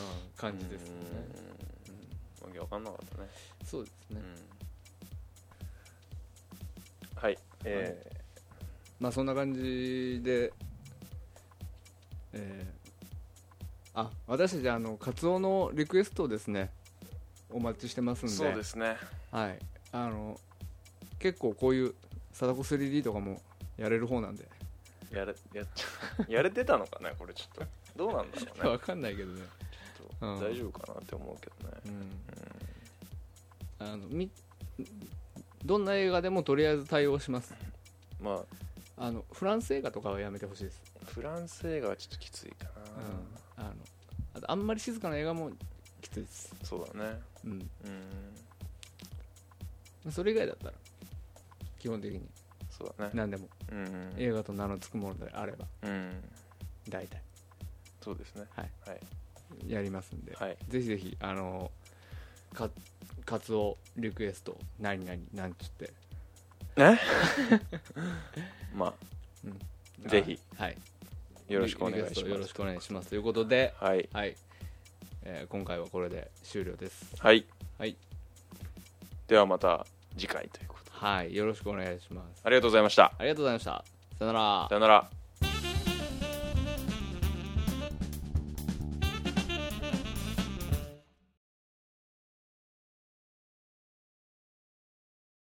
C: うん感じですよね
B: うんわけわかんなかったね
C: そうです
B: う
C: ね
B: んはいえ
C: まあそんな感じでえーあ私たちあのカツオのリクエストをですねお待ちしてますん
B: ー
C: で
B: そうですね
C: はいあの結構こういう貞子 3D とかもやれる方なんで
B: やれやっちゃやれてたのかねこれちょっとどうなんだろうね
C: 分かんないけどね
B: ちょっ
C: [LAUGHS] うん
B: と大丈夫かなって思うけどね
C: あのみどんな映画でもとりあえず対応します
B: ま
C: あのフランス映画とかはやめてほしいです、
B: あフランス映画はちょっときついか
C: う、
B: なん
C: あのあとあんまり静かな映画もきついです、
B: そうだね
C: うん、
B: うん
C: それ以外だったら基本的に
B: そうだね
C: 何でも
B: うん
C: 映画と名の付くものであれば
B: うん
C: 大体
B: そうですね
C: はい
B: はい
C: やりますんで、
B: はい
C: ぜひぜひあのかカツオリクエスト何々なんつって
B: えまあぜひ
C: はい
B: よろしくお願い
C: リクエス
B: し
C: トよ
B: ま
C: ろ
B: す
C: しくお願いしますということで
B: はい
C: はい、えー今回はこれで終了です
B: はい
C: はい、
B: ではまた次回ということで
C: はい、よろしくお願いします
B: ありがとうございました
C: ありがとうございましたさよなら
B: さよなら